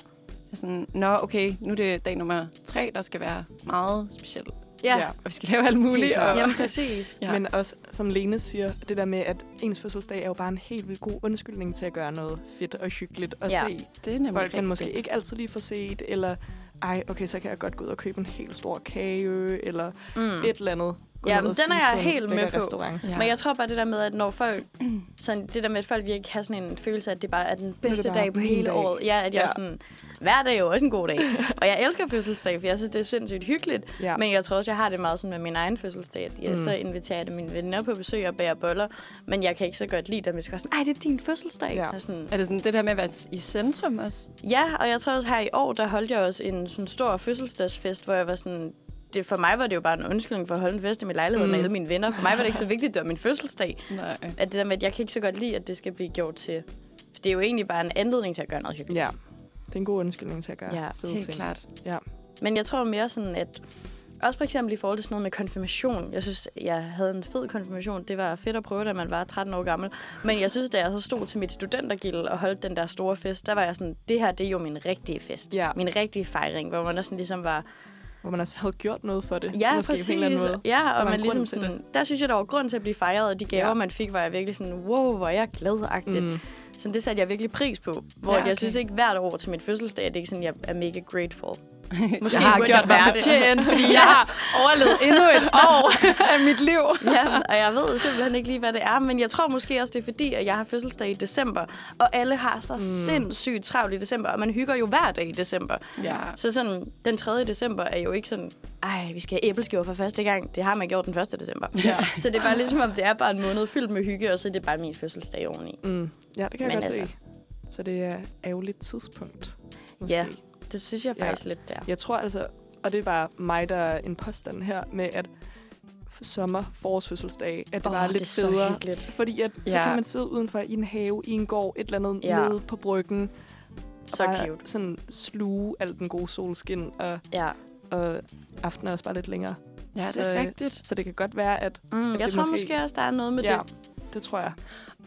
S7: er Sådan, Nå, okay, nu er det dag nummer tre, der skal være meget speciel.
S6: Ja,
S3: Ja.
S6: ja.
S7: Og vi skal lave alt muligt. Og...
S6: Jamen, præcis.
S7: Ja.
S3: Ja. Men også, som Lene siger, det der med, at ens fødselsdag er jo bare en helt vildt god undskyldning til at gøre noget fedt og hyggeligt og
S6: Ja.
S3: ja. se
S7: det er nemlig
S3: folk, man
S7: rigtigt.
S3: måske ikke altid lige får set, eller ej, okay, så kan jeg godt gå ud og købe en helt stor kage, eller
S6: Mm.
S3: et eller andet. Gå
S6: Ja,
S3: ned og
S6: men den
S3: spise
S6: er jeg
S3: på en
S6: helt med
S3: lækker
S6: på.
S3: Restaurant.
S7: Ja.
S6: Men jeg tror bare det der med, at når folk, sådan, det der med, at folk virkelig har sådan en følelse af, at det bare er den bedste
S3: det bare
S6: dag på
S3: min
S6: hele
S3: dag.
S6: året. Ja, at jeg
S3: Ja.
S6: ja. sådan, hver dag er jo også en god dag. og jeg elsker fødselsdag, for jeg synes, det er sindssygt hyggeligt.
S3: Ja.
S6: Ja. Men jeg tror også, jeg har det meget sådan med min egen fødselsdag. At jeg,
S3: Mm.
S6: mm. Så inviterer jeg da mine venner på besøg og bærer boller. Men jeg kan ikke så godt lide dem. Jeg skal være sådan, ej, det er din fødselsdag.
S3: Ja.
S6: Ja. Og sådan,
S7: Er det sådan det der med at være i centrum også?
S6: ja, og jeg tror også her i år, der holdt jeg også en sådan stor fødselsdagsfest, hvor jeg var sådan, det, for mig var det jo bare en undskyldning for at holde en fest i min lejlighed mm. med alle mine venner. For mig var det ikke så vigtigt, at det var min fødselsdag
S7: Nej.
S6: at det der med, at jeg kan ikke så godt lide, at det skal blive gjort til... For det er jo egentlig bare en anledning til at gøre noget hyggeligt.
S3: ja, det er en god undskyldning til at gøre
S6: Ja,
S3: fede
S7: Helt
S3: ting.
S7: klart.
S6: Men jeg tror mere sådan, at... Også for eksempel i forhold til sådan noget med konfirmation. Jeg synes, jeg havde en fed konfirmation. Det var fedt at prøve, da man var 13 år gammel. Men jeg synes, da jeg så stod til mit studentergild og holdt den der store fest, der var jeg sådan, det her, det er jo min rigtige fest.
S3: Ja.
S6: Min rigtige fejring, hvor man også sådan ligesom var...
S3: Hvor man også havde gjort noget for det.
S6: Ja,
S3: måske
S6: præcis.
S3: På en eller anden måde.
S6: Ja, og
S3: en
S6: man
S3: grund
S6: ligesom
S3: til det.
S6: sådan, der synes jeg, der var grund til at blive fejret, og de gaver,
S3: Ja.
S6: ja. man fik, var jeg virkelig sådan, wow, hvor er jeg glad
S3: Mm.
S6: Så det satte jeg virkelig pris på. Hvor
S7: Ja,
S6: ja,
S7: okay.
S6: okay. jeg synes ikke hvert år til min fødselsdag, at det ikke sådan, jeg er mega grateful.
S7: Måske jeg har
S6: burde
S7: gjort
S6: jeg
S7: mig
S6: være det.
S7: fortjent, fordi jeg har overlevet endnu et år af mit liv.
S6: ja, og jeg ved simpelthen ikke lige, hvad det er, men jeg tror måske også, det er fordi, at jeg har fødselsdag i december, og alle har så mm. sindssygt travlt i december, og man hygger jo hver dag i december.
S7: Ja.
S6: Så sådan, den 3. december er jo ikke sådan, ej, vi skal have æbleskiver for første gang. Det har man gjort den 1. december. Ja. Så det er bare ligesom, om det er bare en måned fyldt med hygge, og så er det bare min fødselsdag oveni.
S3: Mm. Ja, det kan jeg
S6: Men
S3: godt
S6: altså-
S3: se. Så det er ærgerligt tidspunkt. Måske.
S6: Ja. Det synes jeg
S3: Ja.
S6: faktisk ja. lidt der.
S3: Jeg tror altså, og det er bare mig, der er en påstand her, med at sommer forårsfødselsdage, at det
S6: Åh,
S3: oh, var lidt
S6: det er så
S3: federe.
S6: hyggeligt.
S3: Fordi at, ja. så
S7: Ja.
S3: kan man sidde udenfor i en have, i en gård, et eller andet
S6: Ja.
S3: ja. nede på bryggen. og
S6: Så
S3: bare
S6: cute.
S3: Sådan sluge al den gode solskin, og,
S6: Ja.
S3: og aftenen er også bare lidt længere.
S7: Ja,
S3: Så, øh,
S7: rigtigt.
S3: Så det kan godt være, at...
S6: Mm,
S3: det
S6: jeg tror måske...
S3: måske-
S6: også, der er noget med
S3: ja,
S6: det.
S3: det tror jeg.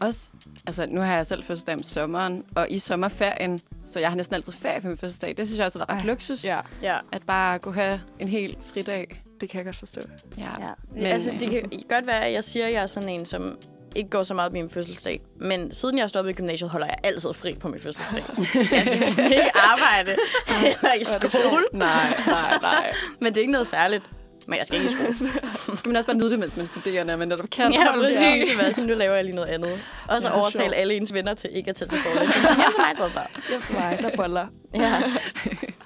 S7: Også, altså, nu har jeg selv fødselsdag om sommeren, og i sommerferien, så jeg har næsten altid ferie på min fødselsdag. Det synes jeg også har været ret
S3: Ej,
S7: luksus,
S3: Ja,
S6: Ja.
S7: at bare kunne have en hel fridag.
S3: det kan jeg godt forstå.
S7: Ja.
S6: ja. Men,
S7: Men,
S6: altså, det
S7: øh,
S6: kan godt være, at jeg siger, at jeg er sådan en, som ikke går så meget op i min fødselsdag. Men siden jeg er stoppet i gymnasiet, holder jeg altid fri på min fødselsdag. jeg skal ikke arbejde eller i skole.
S7: Nej, nej, nej.
S6: Men det er ikke noget særligt. Men jeg skal ikke i skole.
S7: Så skal man også bare nyde det, mens man studerer, når man netop kan.
S6: Ja,
S7: holde fri.
S6: præcis. Ja. Så nu laver jeg lige noget andet. Og så
S3: Ja,
S6: overtale
S3: sjovt.
S6: alle ens venner til ikke at tage til forelæsning. Hjem til mig i stedet for.
S3: Hjem til mig, der boller.
S6: Ja.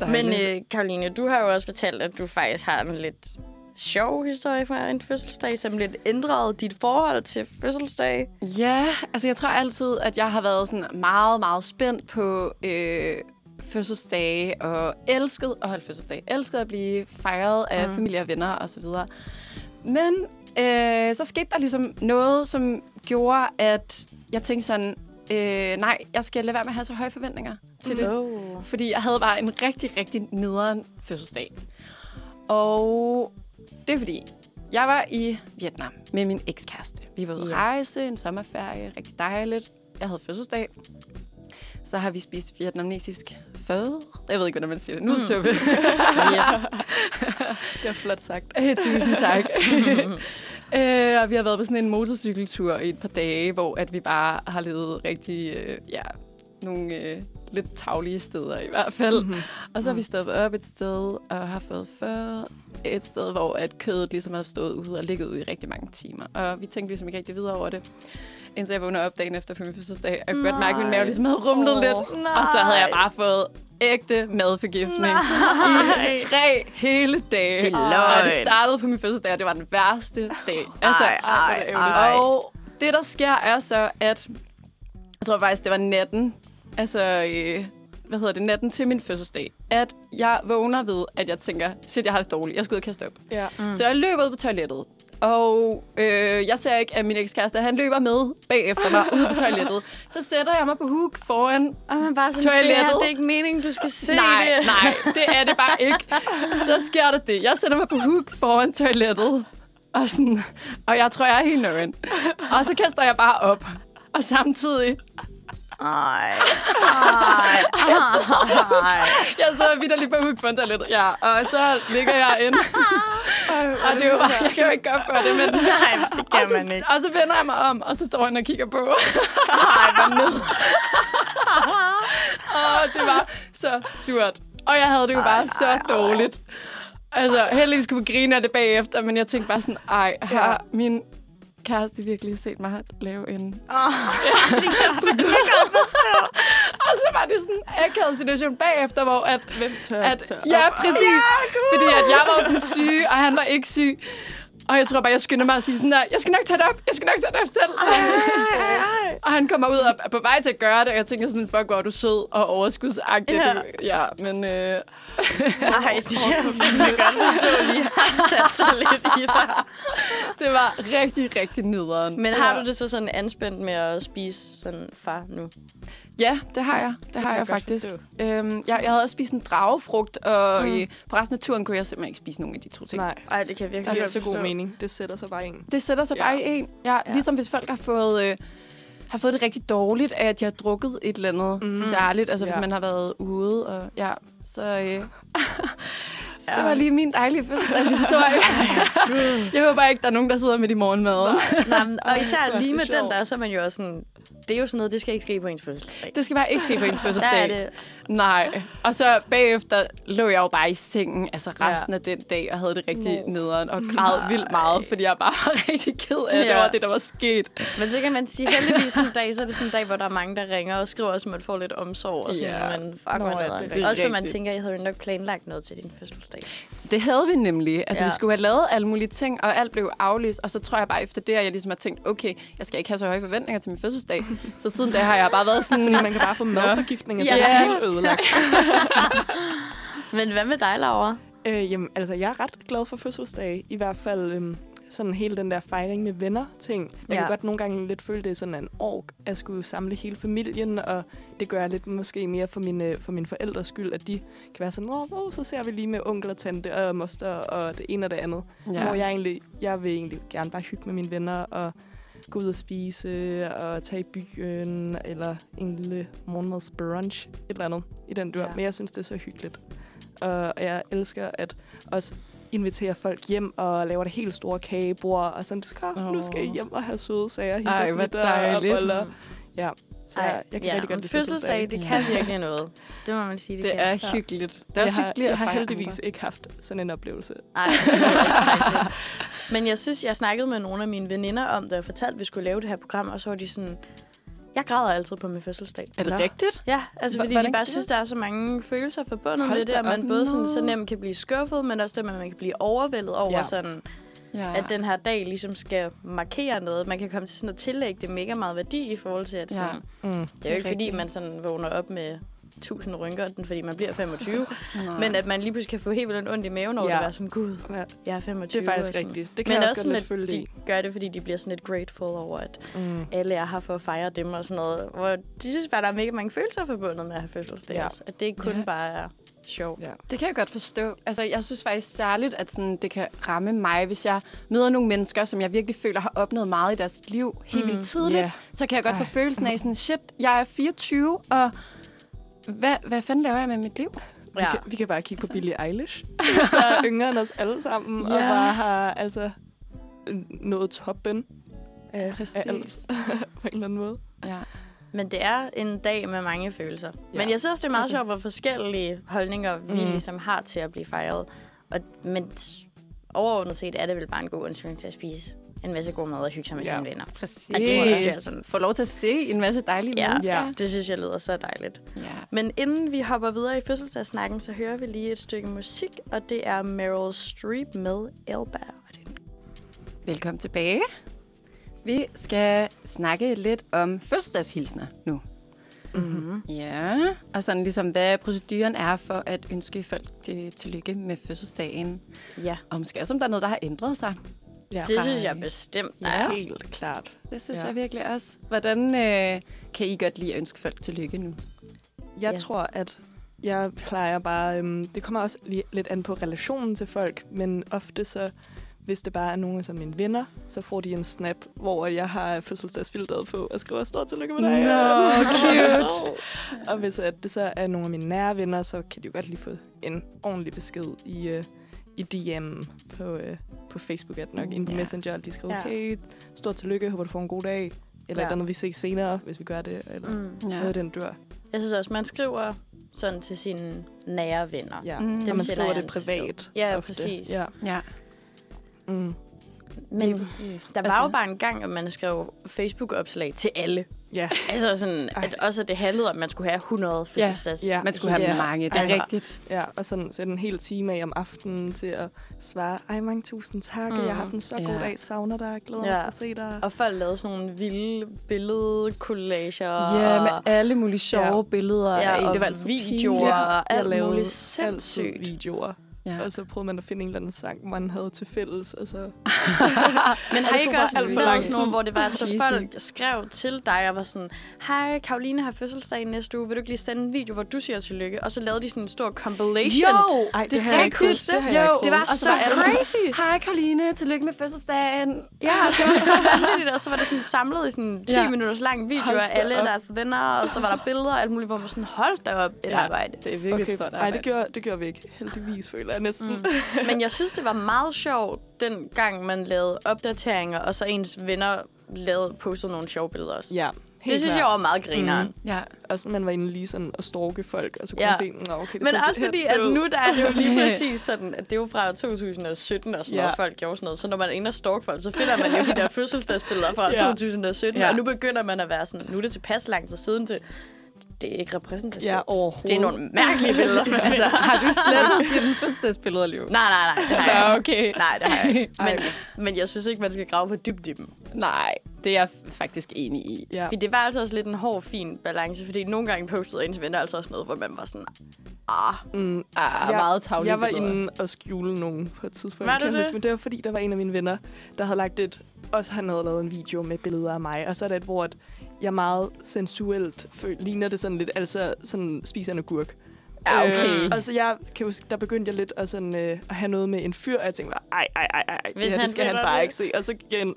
S6: Men
S7: Dejligt.
S6: øh, Karoline, du har jo også fortalt, at du faktisk har en lidt sjov historie fra en fødselsdag, som lidt ændrede dit forhold til fødselsdag.
S7: Ja, altså jeg tror altid, at jeg har været sådan meget, meget spændt på øh, fødselsdage, og elsket at holde fødselsdag, elsket at blive fejret af mm. familie og venner osv. Men øh, så skete der ligesom noget, som gjorde, at jeg tænkte sådan, øh, nej, jeg skal lade være med at have så høje forventninger til det.
S6: Oh.
S7: Mm. Fordi jeg havde bare en rigtig, rigtig nederen fødselsdag. Og det er fordi, jeg var i Vietnam med min ekskæreste. Vi var ude at rejse, en sommerferie, rigtig dejligt. Jeg havde fødselsdag. Så har vi spist vietnamesisk føde. Jeg ved ikke, hvordan man siger det. Nudelsuppe.
S3: Det er flot sagt.
S7: Øh, Tusind tak. øh, og vi har været på sådan en motorcykeltur i et par dage, hvor at vi bare har levet rigtig, øh, ja, nogle øh, lidt tavlige steder i hvert fald. Mm-hmm. Og så har vi stoppet op et sted og har fået før et sted, hvor at kødet ligesom har stået ude og ligget ude i rigtig mange timer. Og vi tænkte ligesom ikke rigtig videre over det. Indtil jeg vågnede op dagen efter på min fødselsdag, og jeg kunne godt mærke, at min mave ligesom havde rumlet
S6: Åh,
S7: oh, lidt. Og så havde jeg bare fået ægte madforgiftning i tre hele dage.
S6: Det er
S7: Og det
S6: løgn.
S7: startede på min fødselsdag, og det var den værste dag. Altså,
S6: Ej, ej, ej.
S7: Og det, der sker, er så, at... Jeg tror faktisk, det var natten. Altså, øh, hvad hedder det? Natten til min fødselsdag. At jeg vågner ved, at jeg tænker, shit, jeg har det dårligt. Jeg skal ud og kaste op.
S3: Ja.
S7: Mm. Så jeg løber ud på toilettet. Og øh, jeg ser ikke, at min ekskæreste, han løber med bagefter mig ude på toilettet. Så sætter jeg mig på huk foran
S6: Og man bare sådan,
S7: Toilettet.
S6: det, her, det er ikke meningen, du skal se
S7: nej,
S6: det.
S7: Nej, det er det bare ikke. Så sker der det. Jeg sætter mig på hook foran toilettet, og, sådan, og jeg tror, jeg er helt nøgen. Og så kaster jeg bare op. Og samtidig,
S6: Ej, ej, ej.
S7: jeg sidder vidt lige på hook foran toilettet. Ja, og så ligger jeg ind. Og det er jo bare, jeg
S6: altså.
S7: kan jo ikke gøre for det, men...
S6: Nej, det
S7: Og
S6: kan man
S7: så,
S6: ikke.
S7: og så vender jeg mig om, og så står han og kigger på.
S6: Ej, hvor ned.
S7: og det var så surt. Og jeg havde det jo bare ej, så ej, dårligt. Altså, heldigvis kunne vi grine af det bagefter, men jeg tænkte bare sådan, ej, har ja. min kæreste virkelig set mig lave en... Oh, ja, det kan jeg godt forstå. og så var det sådan en akavet situation bagefter, hvor at...
S3: Hvem tør,
S7: at
S3: tør
S7: ja, præcis. Ja, fordi at jeg var jo den syge, og han var ikke syg. Og jeg tror bare, jeg skynder mig at sige sådan der, jeg skal nok tage det op, jeg skal nok tage det op selv. og han kommer ud og er på vej til at gøre det, og jeg tænker sådan, fuck, hvor er du sød og overskudsagtig.
S6: Ja.
S7: Ja, ja men øh,
S6: Nej, det kan jeg fandme godt forstå, lige har sat sig lidt i sig.
S7: det var rigtig, rigtig nederen.
S6: Men altså- har du det så sådan anspændt med at spise sådan far nu?
S7: Ja, det har jeg. Det, det har jeg,
S3: jeg godt
S7: faktisk.
S3: forstå.
S7: Øhm, jeg, jeg havde også spist en dragefrugt, og mm. på resten af turen kunne jeg simpelthen ikke spise nogen af de to ting.
S3: Nej,
S6: Nej, det kan jeg
S3: det
S6: virkelig
S3: giver
S6: godt
S3: så god
S6: forstå.
S3: mening. Det sætter sig bare en.
S7: Det sætter sig
S3: Ja.
S7: ja. bare i en. Ja, ja. Ligesom hvis folk har fået... Øh, har fået det rigtig dårligt af, at de har drukket et eller andet
S6: Mhm.
S7: mm. særligt. Altså,
S3: Ja.
S7: hvis man har været ude. Og, ja, så, øh, så
S6: Ja.
S7: det var lige min dejlige fødselsdagshistorie. jeg håber ikke, der er nogen, der sidder med i morgenmaden.
S6: Nej, men, og
S3: det
S6: især
S3: er
S6: lige
S3: så
S6: med den
S3: sjovt.
S6: der, så er man jo også sådan, det er jo sådan noget, det skal ikke ske på ens fødselsdag.
S7: Det skal bare ikke ske på ens
S6: Der er
S7: fødselsdag.
S6: det.
S7: Nej. Og så bagefter lå jeg jo bare i sengen, altså resten ja. af den dag, og havde det rigtig no. nederen, og græd Nej. vildt meget, fordi jeg bare var rigtig ked af, ja. det
S6: Ja.
S7: var det, der var sket.
S6: Men så kan man sige, heldigvis sådan en dag, så er det sådan en dag, hvor der er mange, der ringer og skriver, som man får lidt omsorg. Og sådan,
S7: Ja.
S6: yeah. men fuck,
S3: Nå,
S6: Nå, man
S3: ja, det er
S6: er det
S3: rigtigt.
S6: Også fordi man
S7: Rigtigt.
S6: tænker, jeg havde jo nok planlagt noget til din fødselsdag.
S7: Det havde vi nemlig. Altså,
S6: Ja.
S7: ja. vi skulle have lavet alle mulige ting, og alt blev aflyst. Og så tror jeg bare efter det, at jeg ligesom har tænkt, okay, jeg skal ikke have så høje forventninger til min fødselsdag. så siden da har jeg bare været sådan...
S3: Fordi man kan bare få madforgiftning, og så er
S7: Ja.
S3: det helt ødelagt.
S6: Men hvad med dig, Laura?
S3: Øh, jamen, altså, jeg er ret glad for fødselsdage. I hvert fald øhm, sådan hele den der fejring med venner-ting. Jeg ja.
S6: Ja.
S3: kan godt nogle gange lidt føle, det er sådan en ork at skulle samle hele familien, og det gør jeg lidt måske mere for mine, for mine forældres skyld, at de kan være sådan, åh, oh, så ser vi lige med onkel og tante og moster og det ene og det andet. Ja. Hvor jeg egentlig, jeg vil egentlig gerne bare hygge med mine venner og gå ud og spise og tage i byen, eller en lille morgenmadsbrunch, et eller andet i den dør.
S6: Ja.
S3: Ja. Men jeg synes, det er så hyggeligt. Og jeg elsker at også invitere folk hjem og laver det helt store kagebord, og sådan, så kom, nu skal I
S7: Åh.
S3: hjem og have søde sager. hygge
S7: Ej,
S3: os
S7: hvor
S3: lidt og- og
S7: dejligt.
S3: boller. Ja, så
S6: Ej,
S3: jeg, jeg kan
S6: ja,
S3: rigtig godt
S6: men
S3: lide
S6: fødselsdag. det kan
S7: Ja.
S6: virkelig noget. Det må man sige, det,
S7: Det
S6: kan.
S7: er
S6: Så-
S7: hyggeligt. Det er også
S3: jeg har,
S7: hyggeligt
S3: jeg
S7: at
S3: har
S7: fejre
S3: heldigvis
S7: andre.
S3: ikke haft sådan en oplevelse.
S6: Ej, det var også skrækkeligt. Men jeg synes, jeg snakkede med nogle af mine veninder om det, og fortalte, at vi skulle lave det her program, og så var de sådan, jeg græder altid på min fødselsdag.
S7: Er det
S3: Nå.
S7: rigtigt?
S6: Ja, altså
S7: Hvor-
S6: fordi
S7: hvordan
S6: de bare
S7: kan
S6: synes, der er så mange følelser forbundet
S3: Hold
S6: med det,
S3: da
S6: at man
S3: op.
S6: både sådan,
S7: Nå.
S6: så nemt kan blive skuffet, men også det, at man kan blive overvældet over
S3: Ja.
S6: sådan,
S7: Ja.
S6: at den her dag ligesom skal markere noget. Man kan komme til sådan at tillægge det mega meget værdi i forhold til, at
S7: Ja.
S6: sådan,
S3: Mm.
S6: det er jo ikke fordi,
S7: rigtigt.
S6: man sådan vågner op med tusind rynker, den, fordi man bliver 25,
S7: Nej.
S6: men at man lige pludselig kan få helt vildt ondt i maven over ja.
S3: Ja.
S6: det, og være sådan, gud,
S3: Ja,
S6: jeg er 25.
S3: det er faktisk
S6: og sådan.
S3: rigtigt. Det kan
S6: Men
S3: jeg
S6: også
S3: også godt
S6: sådan,
S3: lidt
S6: at
S3: følge
S6: de
S3: i.
S6: gør det, fordi de bliver sådan lidt grateful over, at
S3: Mm.
S6: alle er her for at fejre dem og sådan noget. Hvor de synes bare, der er mega mange følelser forbundet med at have fødselsdag.
S3: Ja.
S6: Ja. At det ikke kun
S7: Ja.
S6: ja. bare er sjov.
S3: Ja.
S7: Det kan jeg godt forstå. Altså, jeg synes faktisk særligt, at sådan, det kan ramme mig, hvis jeg møder nogle mennesker, som jeg virkelig føler har opnået meget i deres liv helt vildt tidligt.
S3: Mm, ja.
S7: Så kan jeg godt få
S3: Ej.
S7: følelsen af sådan, shit, jeg er 24, og hvad, hvad fanden laver jeg med mit liv?
S3: Vi, kan, vi kan bare kigge på Billie Eilish, der er yngre end os alle sammen, og
S7: Altså. Ja.
S3: bare har altså øh, nået toppen af, af alt
S7: Præcis.
S3: på en eller anden måde.
S7: Ja.
S6: Men det er en dag med mange følelser. Ja.
S3: Ja.
S6: Men jeg synes også, det er meget sjovt, hvor forskellige holdninger vi mm. ligesom har til at blive fejret. Og, men s- overordnet set er det vel bare en god undskyldning til at spise en masse god mad og hygge sig med
S3: Ja.
S6: sine venner.
S7: Præcis.
S6: Og det synes jeg sådan-
S7: Få lov til at se en masse dejlige
S6: Ja,
S7: mennesker.
S6: ja, det synes jeg lyder så dejligt.
S7: ja.
S6: Men inden vi hopper videre i fødselsdagssnakken, så hører vi lige et stykke musik, og det er Meryl Streep med Elba. Og det er en
S7: Velkommen tilbage. Vi skal snakke lidt om fødselsdagshilsner nu. Mm-hmm. Ja, og sådan ligesom, hvad proceduren er for at ønske folk til, tillykke med fødselsdagen.
S6: Ja.
S7: Og måske også, om der er noget, der har ændret sig.
S3: Ja.
S6: Det synes jeg bestemt, der er.
S3: Helt klart.
S7: Det synes ja.
S3: Ja.
S7: jeg virkelig også. Hvordan øh, kan I godt lide at ønske folk tillykke nu?
S3: Jeg
S6: Ja.
S3: ja. tror, at jeg plejer bare... Øhm, det kommer også lige lidt an på relationen til folk, men ofte så, hvis det bare er nogen som mine venner, så får de en snap, hvor jeg har fødselsdagsfilteret på og skriver stort tillykke med dig.
S7: Nå, cute.
S3: og hvis at det så er nogle af mine nære venner, så kan de jo godt lige få en ordentlig besked i, øh, i DM på, øh, på Facebook, er det nok, inde på
S7: Ja.
S3: Messenger, og de skriver,
S6: Ja.
S3: okay, stort tillykke, håber du får en god dag, eller
S6: Ja.
S3: ja. et eller andet, vi ses senere, hvis vi gør det, eller mm.
S6: Mm.
S3: noget af den dør.
S6: Jeg synes også, man skriver sådan til sine nære venner.
S3: Ja.
S7: Mm.
S3: Når
S6: Dem
S3: man
S6: sender
S3: skriver
S6: jeg
S3: det
S6: en besked.
S3: privat.
S6: Ja, præcis.
S3: Ja.
S7: Ja, lige
S3: Mm.
S6: Men
S7: præcis. Altså-
S6: der var jo bare en gang, at man skrev Facebook-opslag til alle.
S3: ja.
S6: Altså sådan,
S3: Ej.
S6: at også at det handlede om, at man skulle have 100 fødselsdags...
S3: Ja.
S7: Man skulle have
S3: Ja.
S7: mange, det er
S6: Altså,
S7: rigtigt.
S3: Ja, og sådan sætte en hel time af om aftenen til at svare, ej, mange tusind tak, mm. jeg har haft en så god
S7: Ja.
S3: dag, savner dig, glæder
S6: Ja.
S3: mig til at se dig.
S6: Og folk lavede sådan nogle vilde billedcollager.
S7: Ja, med alle mulige sjove
S3: Ja.
S7: ja. billeder.
S6: Ja,
S7: af en.
S6: og
S7: det var altid
S6: videoer
S7: pinligt.
S6: og
S3: Jeg
S6: alt
S3: lavede
S6: muligt
S3: altid
S6: sindssygt.
S3: videoer.
S7: Ja.
S3: Og så prøvede man at finde en eller anden sang, man havde til fælles. Og så,
S6: Men har I
S3: det
S6: ikke
S3: tog
S6: også
S3: bare alt for
S6: lavet
S3: lang
S6: sådan nogle,
S3: tid.
S6: hvor det var, så
S7: Cheesy.
S6: folk skrev til dig og var sådan, hej, Karoline har fødselsdag i næste uge, vil du ikke lige sende en video, hvor du siger tillykke? Og så lavede de sådan en stor compilation.
S7: Jo,
S3: Ej,
S7: Ej, det,
S3: det
S7: det
S3: har
S7: er
S3: jeg ikke
S7: rigtigt.
S3: husket. Det har jeg
S7: jo,
S3: ikke
S6: Det var
S7: og
S6: så
S7: var alle sådan,
S6: crazy.
S7: Hej Karoline, tillykke med fødselsdagen.
S6: Ja, det var så vanvittigt, og så var det sådan samlet i sådan en 10 ja.
S7: Ja.
S6: minutters lang video
S3: Hold
S6: af
S3: da
S6: alle
S3: op.
S6: deres venner, og så var der billeder og alt muligt, hvor man sådan holdt derop et ja. arbejde.
S7: det er virkelig okay. stort
S3: nej,
S7: arbejde.
S3: det gjorde, det gjorde vi ikke. Heldigvis, føler jeg næsten. Mm.
S6: Men jeg synes, det var meget sjovt, den gang man lavede opdateringer, og så ens venner lavede, postede nogle sjove billeder også.
S3: ja,
S6: det synes jeg var meget grineren. Mm.
S7: Ja,
S3: Og sådan, man var inde lige sådan og stalke folk, og så kunne
S6: Ja.
S3: ja. man se, "Nå, okay, det er
S6: Men
S3: sådan, det
S6: også
S3: her,
S6: fordi,
S3: det ser
S6: at
S3: ud."
S6: nu der er det jo lige præcis sådan, at det er jo fra 2017 og sådan
S3: Ja.
S6: noget, folk gjorde sådan noget. Så når man er inde og stalk folk, så finder man jo de der fødselsdagsbilleder fra
S3: Ja.
S6: 2017,
S7: Ja.
S6: og nu begynder man at være sådan, nu er det tilpas lang tid siden til, det er ikke repræsentativt.
S3: Ja, overhovedet.
S6: det er nogle mærkelige billeder. man
S7: Altså,
S6: finder.
S7: har du slettet dine fødselsdagsbilleder, Liv?
S6: nej, nej, nej. nej.
S7: Nå, okay.
S6: Nej, det har jeg ikke.
S3: Ej.
S6: Men, men jeg synes ikke, man skal grave for dybt i dem.
S7: Nej, det er jeg f- faktisk enig i.
S3: Ja.
S6: Fordi det var altså også lidt en hård, fin balance, fordi nogle gange postede ens venner altså også noget, hvor man var sådan, ah,
S3: Mm,
S7: Ah, ja, meget tavlige
S3: Jeg var
S7: billeder.
S3: inde og skjule nogen på et tidspunkt.
S6: Var du
S3: Kendis,
S6: det?
S3: Men det var fordi, der var en af mine venner, der havde lagt et... Også han havde lavet en video med billeder af mig. Og så er det et, hvor at jeg meget sensuelt føl, ligner det sådan lidt, altså sådan spiser en agurk.
S7: Ja, okay.
S3: Øh, altså jeg kan huske, der begyndte jeg lidt at, sådan, øh, at have noget med en fyr, og jeg tænkte bare, ej, ej, ej, ej, det,
S6: Hvis
S3: her,
S6: han
S3: det skal han
S6: finder
S3: bare
S6: det."
S3: ikke se. Og så gik jeg ind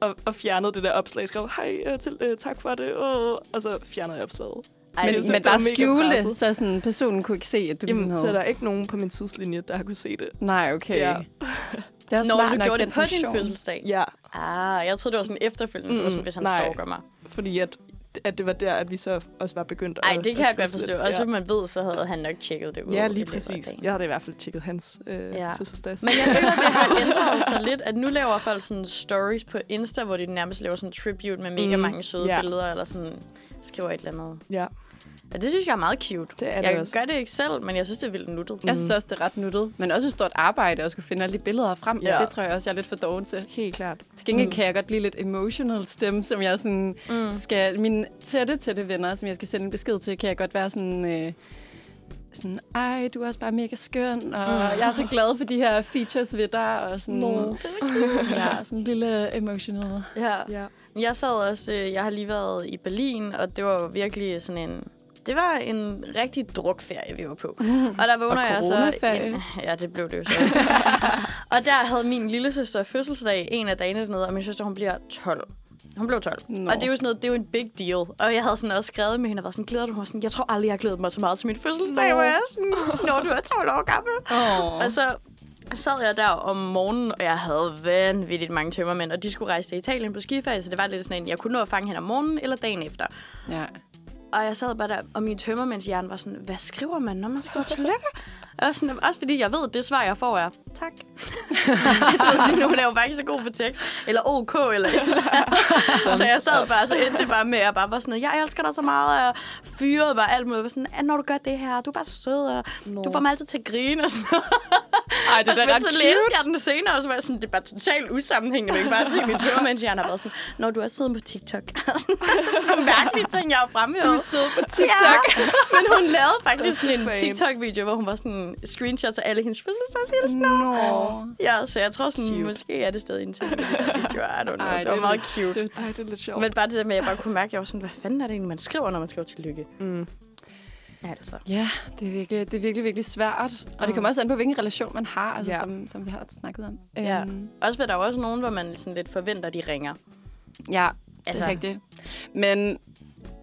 S3: og, og fjernede det der opslag, skrev, hej, øh, til, øh, tak for det, åh, og så fjernede jeg opslaget.
S6: ej,
S7: Men,
S3: jeg synes,
S7: men
S3: det var
S7: bare
S3: mega
S7: skjule det,
S3: presset.
S7: så sådan, personen kunne ikke se, at du
S3: Jamen,
S7: Jamen,
S3: så er
S7: sådan
S3: der
S7: havde...
S3: ikke nogen på min tidslinje, der har kunne se det.
S7: Nej, okay.
S3: Ja.
S7: Ja. Det er også
S6: Når
S7: smart
S6: du
S7: nok,
S6: gjorde det
S7: den
S6: på din
S7: funktion.
S6: fødselsdag.
S3: Ja,
S6: Ah, jeg troede, det var sådan efterfølgende, mm,
S3: Mm,
S6: var sådan, hvis han
S3: nej.
S6: stalker mig.
S3: fordi at, at det var der, at vi så også var begyndt
S6: Ej,
S3: at
S6: det kan jeg
S3: skrive
S6: godt
S3: sådan altså,
S6: forstå.
S3: lidt.
S6: Også
S3: ja.
S6: hvis man ved, så havde han nok tjekket det ud.
S3: Ja,
S6: i
S3: lige
S6: løbet af
S3: præcis.
S6: dagen.
S3: Jeg har da i hvert fald tjekket hans øh,
S6: Ja.
S3: ja. fødselsdags.
S6: Men jeg føler, det har ændret sig lidt, at nu laver folk sådan stories på Insta, hvor de nærmest laver sådan tribute med mega
S3: Mm,
S6: mange søde
S3: ja.
S6: billeder, eller sådan skriver et eller andet.
S3: Ja,
S6: Og det synes jeg er meget cute.
S3: det er det
S6: Jeg
S3: også. Mm.
S6: gør det ikke selv, men jeg synes, det er vildt nuttet. Altså,
S7: Jeg synes også, det er ret nuttet. Men også et stort arbejde at skulle finde alle de billeder frem. Ja.
S3: Ja.
S7: Det tror jeg også, jeg er lidt for dårlig til.
S3: Helt klart.
S7: Til gengæld kan jeg godt blive lidt emotional til dem, som jeg sådan mm. skal... Mine tætte, tætte venner, som jeg skal sende en besked til, kan jeg godt være sådan... Øh, sådan, ej, du er også bare mega skøn, og mm. jeg er så glad for de her features ved dig, og sådan...
S6: Nå,
S7: ja, sådan en lille emotional.
S6: Ja.
S3: Mm. Ja.
S6: Jeg sad også, øh, jeg har lige været i Berlin, og det var virkelig sådan en... Det var en rigtig drukferie, vi var på. Og der vågner
S7: Og
S6: jeg så...
S7: coronaferie.
S6: ja, det blev det jo så også. og der havde min lille søster fødselsdag en af dagene dernede, og min søster, hun bliver 12. Hun blev 12.
S7: Nå.
S6: Og det er jo sådan noget, det er jo en big deal. Og jeg havde sådan også skrevet med hende, og var sådan, glæder du mig? Hun var Sådan, jeg tror aldrig, jeg har glædet mig så meget til min fødselsdag,
S3: Nå.
S6: hvor jeg er sådan, når du er 12 år gammel.
S7: Oh.
S6: Og så sad jeg der om morgenen, og jeg havde vanvittigt mange tømmermænd, og de skulle rejse til Italien på skiferie, så det var lidt sådan en, jeg kunne nå at fange hende om morgenen eller dagen efter.
S7: Ja.
S6: Og jeg sad bare der, og min tømmermændshjerne var sådan, hvad skriver man, når man skriver tillykke? Og sådan, også fordi jeg ved, at det svar, jeg får, er tak. jeg troede sådan, hun er jo bare ikke så god på tekst. Eller ok, eller et eller andet. Så jeg sad bare, så endte det bare med, at jeg bare var sådan, noget, jeg elsker dig så meget, og jeg fyrede bare alt muligt. Jeg var sådan, "Ah, når du gør det her, du er bare så sød, og du får mig altid til at grine, og sådan noget.
S7: Ej, det er da
S6: Men
S7: ret
S6: så
S7: cute.
S6: læste jeg den senere, og så var jeg sådan, det er bare totalt usammenhængende. Man kan bare se, at min tømmermændshjerne har været sådan, når du er sød på TikTok. Sådan Nogle mærkelige ting, jeg har fremhævet.
S7: Du er sød på TikTok.
S6: Ja, men hun lavede faktisk sådan en
S3: fan.
S6: TikTok-video, hvor hun var sådan screenshots af alle hendes fødselsdagshilsner.
S7: Nå.
S6: Ja, så jeg tror sådan, cute. måske er det stadig en ting, de der videoer. I don't know. Ej, det var
S7: er
S6: meget
S7: lidt
S6: cute.
S7: sødt.
S3: Ej, det er lidt sjovt.
S6: Men bare det der med, at jeg bare kunne mærke, at jeg var sådan, hvad fanden er det egentlig, man skriver, når man skriver tillykke?
S3: Mm.
S6: Altså.
S7: Ja, det er virkelig, det er virkelig, virkelig svært. Og
S6: Mm.
S7: det kommer også an på, hvilken relation man har, altså,
S3: Ja.
S7: som, som vi har snakket om.
S6: Ja.
S7: Øhm,
S6: Også ved der er jo også nogen, hvor man sådan lidt forventer, at de ringer.
S7: ja altså. det
S6: Altså.
S7: er rigtigt. Men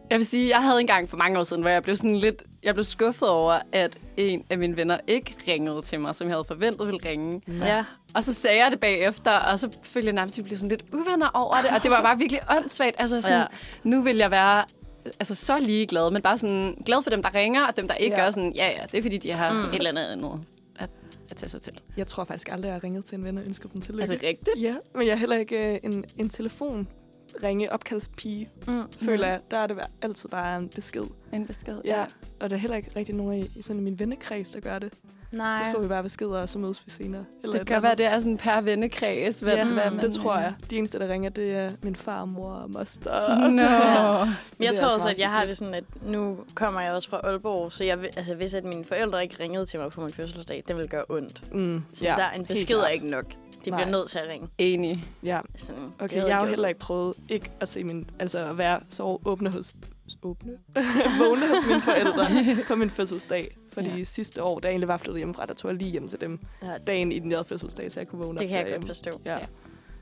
S7: jeg vil sige, jeg havde en gang for mange år siden, hvor jeg blev sådan lidt jeg blev skuffet over, at en af mine venner ikke ringede til mig, som jeg havde forventet ville ringe.
S6: Ja.
S7: Og så sagde jeg det bagefter, og så følte jeg nærmest, at vi blev sådan lidt uvenner over det. Og det var bare virkelig åndssvagt. Altså sådan,
S6: Ja.
S7: ja. nu vil jeg være altså, så ligeglad, men bare sådan glad for dem, der ringer, og dem, der ikke ja.
S3: Ja.
S7: gør sådan, ja, ja, det er fordi, de har mm. et eller andet andet at, at tage sig til.
S3: Jeg tror faktisk aldrig, jeg har ringet til en ven og ønsket dem
S7: Er
S3: tillykke.
S7: det rigtigt?
S3: Ja, men jeg er heller ikke øh, en, en telefon ringe opkaldspige,
S6: Mm.
S3: føler jeg. Der er det altid bare en besked.
S7: En besked.
S3: Ja. Og der er heller ikke rigtig nogen i, i sådan min vennekreds, der gør det.
S6: Nej.
S3: Så skriver vi bare beskeder, og så mødes vi senere. Eller
S7: Det
S3: et
S7: kan godt
S3: eller
S7: være,
S3: andet.
S7: det er sådan per vennekreds. Hvad,
S3: ja,
S7: hvad
S3: det
S7: man-
S3: tror jeg. De eneste, der ringer, det er min farmor og moster.
S7: Nå.
S6: Men jeg
S3: Det er
S6: tror
S3: altså
S6: også,
S3: meget
S6: at jeg har
S3: hyggeligt.
S6: det sådan, at nu kommer jeg også fra Aalborg, så jeg, vil- altså, hvis at mine forældre ikke ringede til mig på min fødselsdag, det ville gøre ondt.
S3: Mm,
S6: Så ja, der er en
S3: helt
S6: besked er
S3: klart.
S6: ikke nok. De
S3: Nej.
S6: bliver nødt til at ringe.
S7: Enig.
S3: Ja,
S6: Sådan, det
S3: okay.
S6: havde
S3: Jeg har jo
S6: gjort.
S3: heller ikke prøvet ikke at se min... Altså at være så åbne hos... Åbne? Vågne hos mine forældre på min fødselsdag. Fordi
S7: Ja.
S3: ja. sidste år, da jeg egentlig var flyttet hjemmefra, der tog jeg lige hjem til dem.
S6: Ja, det,
S3: Dagen i den der fødselsdag, så jeg kunne vågne
S6: det
S3: op
S6: kan jeg
S3: derhjemme.
S6: godt forstå.
S3: Ja.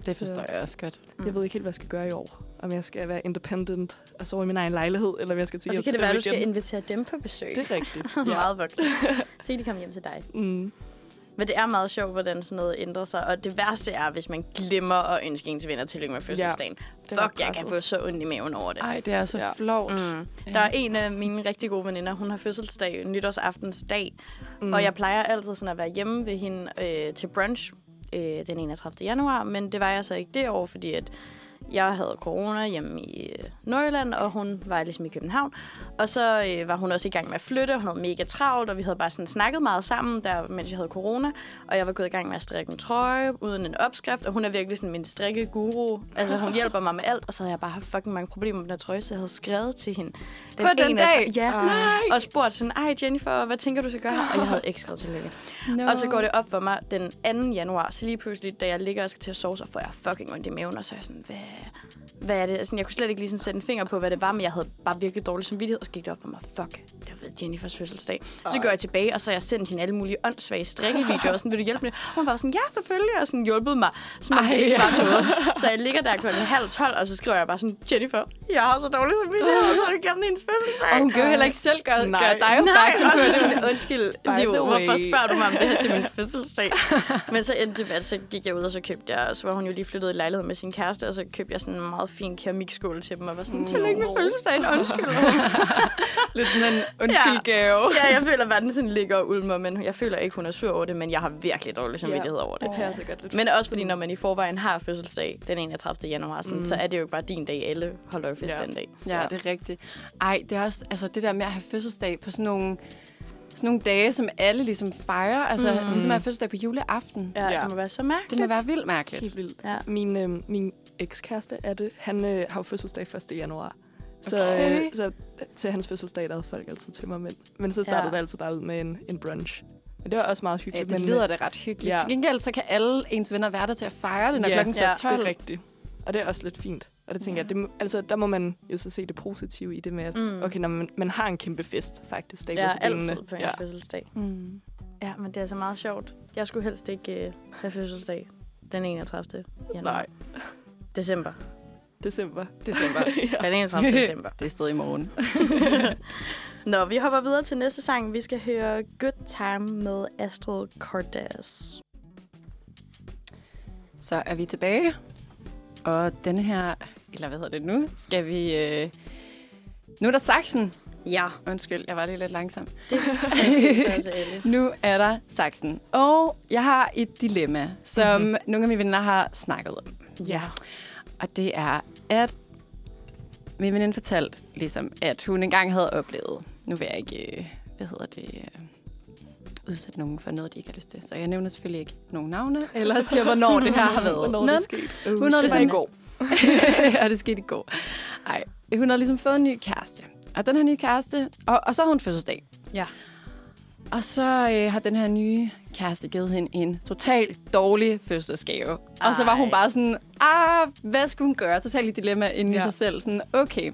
S7: Det
S3: forstår
S7: forstår jeg også godt.
S3: Jeg ved ikke helt, hvad jeg skal gøre i år. Om jeg skal være independent og sove i min egen lejlighed, eller om jeg skal til
S6: Og så
S3: hjem
S6: kan det
S3: til
S6: være, at
S3: dem
S6: du skal
S3: igen.
S6: invitere dem på besøg.
S3: Det er rigtigt.
S6: er meget voksen. Så kan de komme hjem til dig.
S3: Mm.
S6: Men det er meget sjovt, hvordan sådan noget ændrer sig. Og det værste er, hvis man glemmer at ønske ens venner tillykke med fødselsdagen.
S3: var
S6: Fuck, jeg kan
S3: presset.
S6: få så ondt i maven over det.
S7: Ej, det er så ja.
S3: Ja.
S7: flovt.
S6: Mm. Der er en af mine rigtig gode veninder, hun har fødselsdag nytårsaftens dag, Mm. Og jeg plejer altid sådan at være hjemme ved hende øh, til brunch øh, den 31. januar, men det var jeg så ikke det år, fordi at Jeg havde corona hjemme i øh, Nordjylland, og hun var ligesom i København. Og så øh, var hun også i gang med at flytte, og hun havde mega travlt, og vi havde bare sådan snakket meget sammen, der, mens jeg havde corona. Og jeg var gået i gang med at strikke en trøje uden en opskrift, og hun er virkelig sådan min strikkeguru. Altså, hun hjælper mig med alt, og så havde jeg bare haft fucking mange problemer med den her trøje, så jeg havde skrevet til hende.
S7: På den
S6: ene
S7: dag? Ah.
S6: af- Ja,
S3: Ah,
S6: og spurgt sådan, ej Jennifer, hvad tænker du skal gøre? Og jeg havde ikke skrevet til Lykke.
S7: No.
S6: Og så går det op for mig den 2. januar, så lige pludselig, da jeg ligger og skal til at sove, så får jeg fucking ondt i maven, og så er jeg sådan, hvad, hvad er det? Altså, jeg kunne slet ikke lige sådan sætte en finger på, hvad det var, men jeg havde bare virkelig dårlig samvittighed, og så gik det op for mig, fuck, det var Jennifers fødselsdag. Så går jeg tilbage, og så har jeg sendt hende alle mulige åndssvage strikkevideoer, og sådan, vil du hjælpe mig? Og hun var sådan, ja, selvfølgelig, og sådan hjulpet mig, som om det ikke var noget. Så jeg ligger der klokken halv tolv, og så skriver jeg bare sådan, Jennifer, jeg har så dårlig samvittighed, og så har du gennem hendes fødselsdag.
S7: Og hun kan jo heller ikke selv gøre,
S3: Nej.
S7: gøre dig opmærksom på
S6: Nej,
S7: det.
S6: sådan, undskyld,
S3: the
S6: Liv, hvorfor
S3: way.
S6: spørger du mig om det her til min fødselsdag? Men så endte det med, at så gik jeg ud, og så købte jeg, og så var hun jo lige flyttet i lejlighed med sin kæreste, og så købte jeg sådan en meget fin keramikskål til dem, og var sådan, Mm. tillykke med fødselsdagen, undskyld.
S7: Lidt sådan en undskyldgave.
S6: ja, jeg føler, at verden sådan ligger og ulmer, men jeg føler ikke, hun er sur over det, men jeg har virkelig dårlig samvittighed over det.
S3: Det kan jeg så godt lidt.
S6: Men også fordi, når man i forvejen har fødselsdag den 31. januar, sådan, så er det jo ikke bare din dag. Alle holder jo fest
S3: Ja.
S6: den dag.
S7: Ja,
S6: Mm. Ja.
S7: ja, det er rigtigt. Ej, det er også altså, det der med at have fødselsdag på sådan nogle, sådan nogle dage, som alle ligesom fejrer. Altså, mm. ligesom at have fødselsdag på juleaften. Ja.
S6: Ja,
S3: Ja.
S6: det må være så
S7: Det
S6: mærkeligt.
S7: må være vildt mærkeligt.
S3: Helt vildt.
S6: Ja.
S3: Min, øh, min ekskæreste er det. Han øh, har jo fødselsdag 1. januar. Så,
S7: Okay.
S3: øh, så til hans fødselsdag, der havde folk altid tømmermænd. Men så startede
S6: Ja.
S3: ja. det altid bare ud med en, en brunch. Men det var også meget
S7: Ja,
S3: hyggeligt.
S7: det
S3: men, øh,
S7: lyder da ret hyggeligt. Ja.
S3: Ja.
S7: Til gengæld så kan alle ens venner være der til at fejre det, når
S3: Ja.
S7: klokken så
S6: Ja,
S7: er
S6: det
S3: det
S7: 12.
S3: er rigtigt. Og det er også lidt fint. Og det tænker
S7: Ja.
S3: ja. jeg, det, må- altså, der må man jo så se det positive i det med, at
S6: Mm.
S3: mm. okay, når man, man har en kæmpe fest faktisk. Det
S6: Ja, altid på ens ja. fødselsdag.
S7: Mm.
S6: Ja, men det er altså meget sjovt. Jeg skulle helst ikke øh, have fødselsdag den 31. januar.
S3: Nej,
S6: December.
S3: december.
S7: December.
S3: ja.
S6: Den 31. december.
S7: det er stadig i morgen.
S6: Nå, vi hopper videre til næste sang. Vi skal høre Good Time med Astrid Cordes.
S7: Så er vi tilbage. Og den her, eller hvad hedder det nu, skal vi... Øh... Nu er der saksen. Ja, undskyld, jeg var lige lidt langsom.
S6: Det er altså alle.
S7: Nu er der saksen. Og jeg har et dilemma, som
S6: Mhm.
S7: mm-hmm. nogle af mine venner har snakket om.
S3: ja.
S7: Og det er, at min veninde fortalte, ligesom, at hun engang havde oplevet, nu vil jeg ikke, øh, hvad hedder det, øh, udsætte nogen for noget, de ikke har lyst til. Så jeg nævner selvfølgelig ikke nogen navne, eller siger, hvornår det her har været.
S3: Hvornår det
S7: Men
S3: er sket.
S7: hun havde ligesom
S3: i går.
S7: og det skete i går. Ej, hun har ligesom fået en ny kæreste. Og den her nye kæreste, og, og så har hun fødselsdag.
S6: Ja.
S7: Og så øh, har den her nye kæreste givet hende en total dårlig fødselsdagsgave. Og så var hun
S6: Ej.
S7: bare sådan, ah, hvad skulle hun gøre? Totalt et dilemma inde ja. i sig selv. Sådan, okay,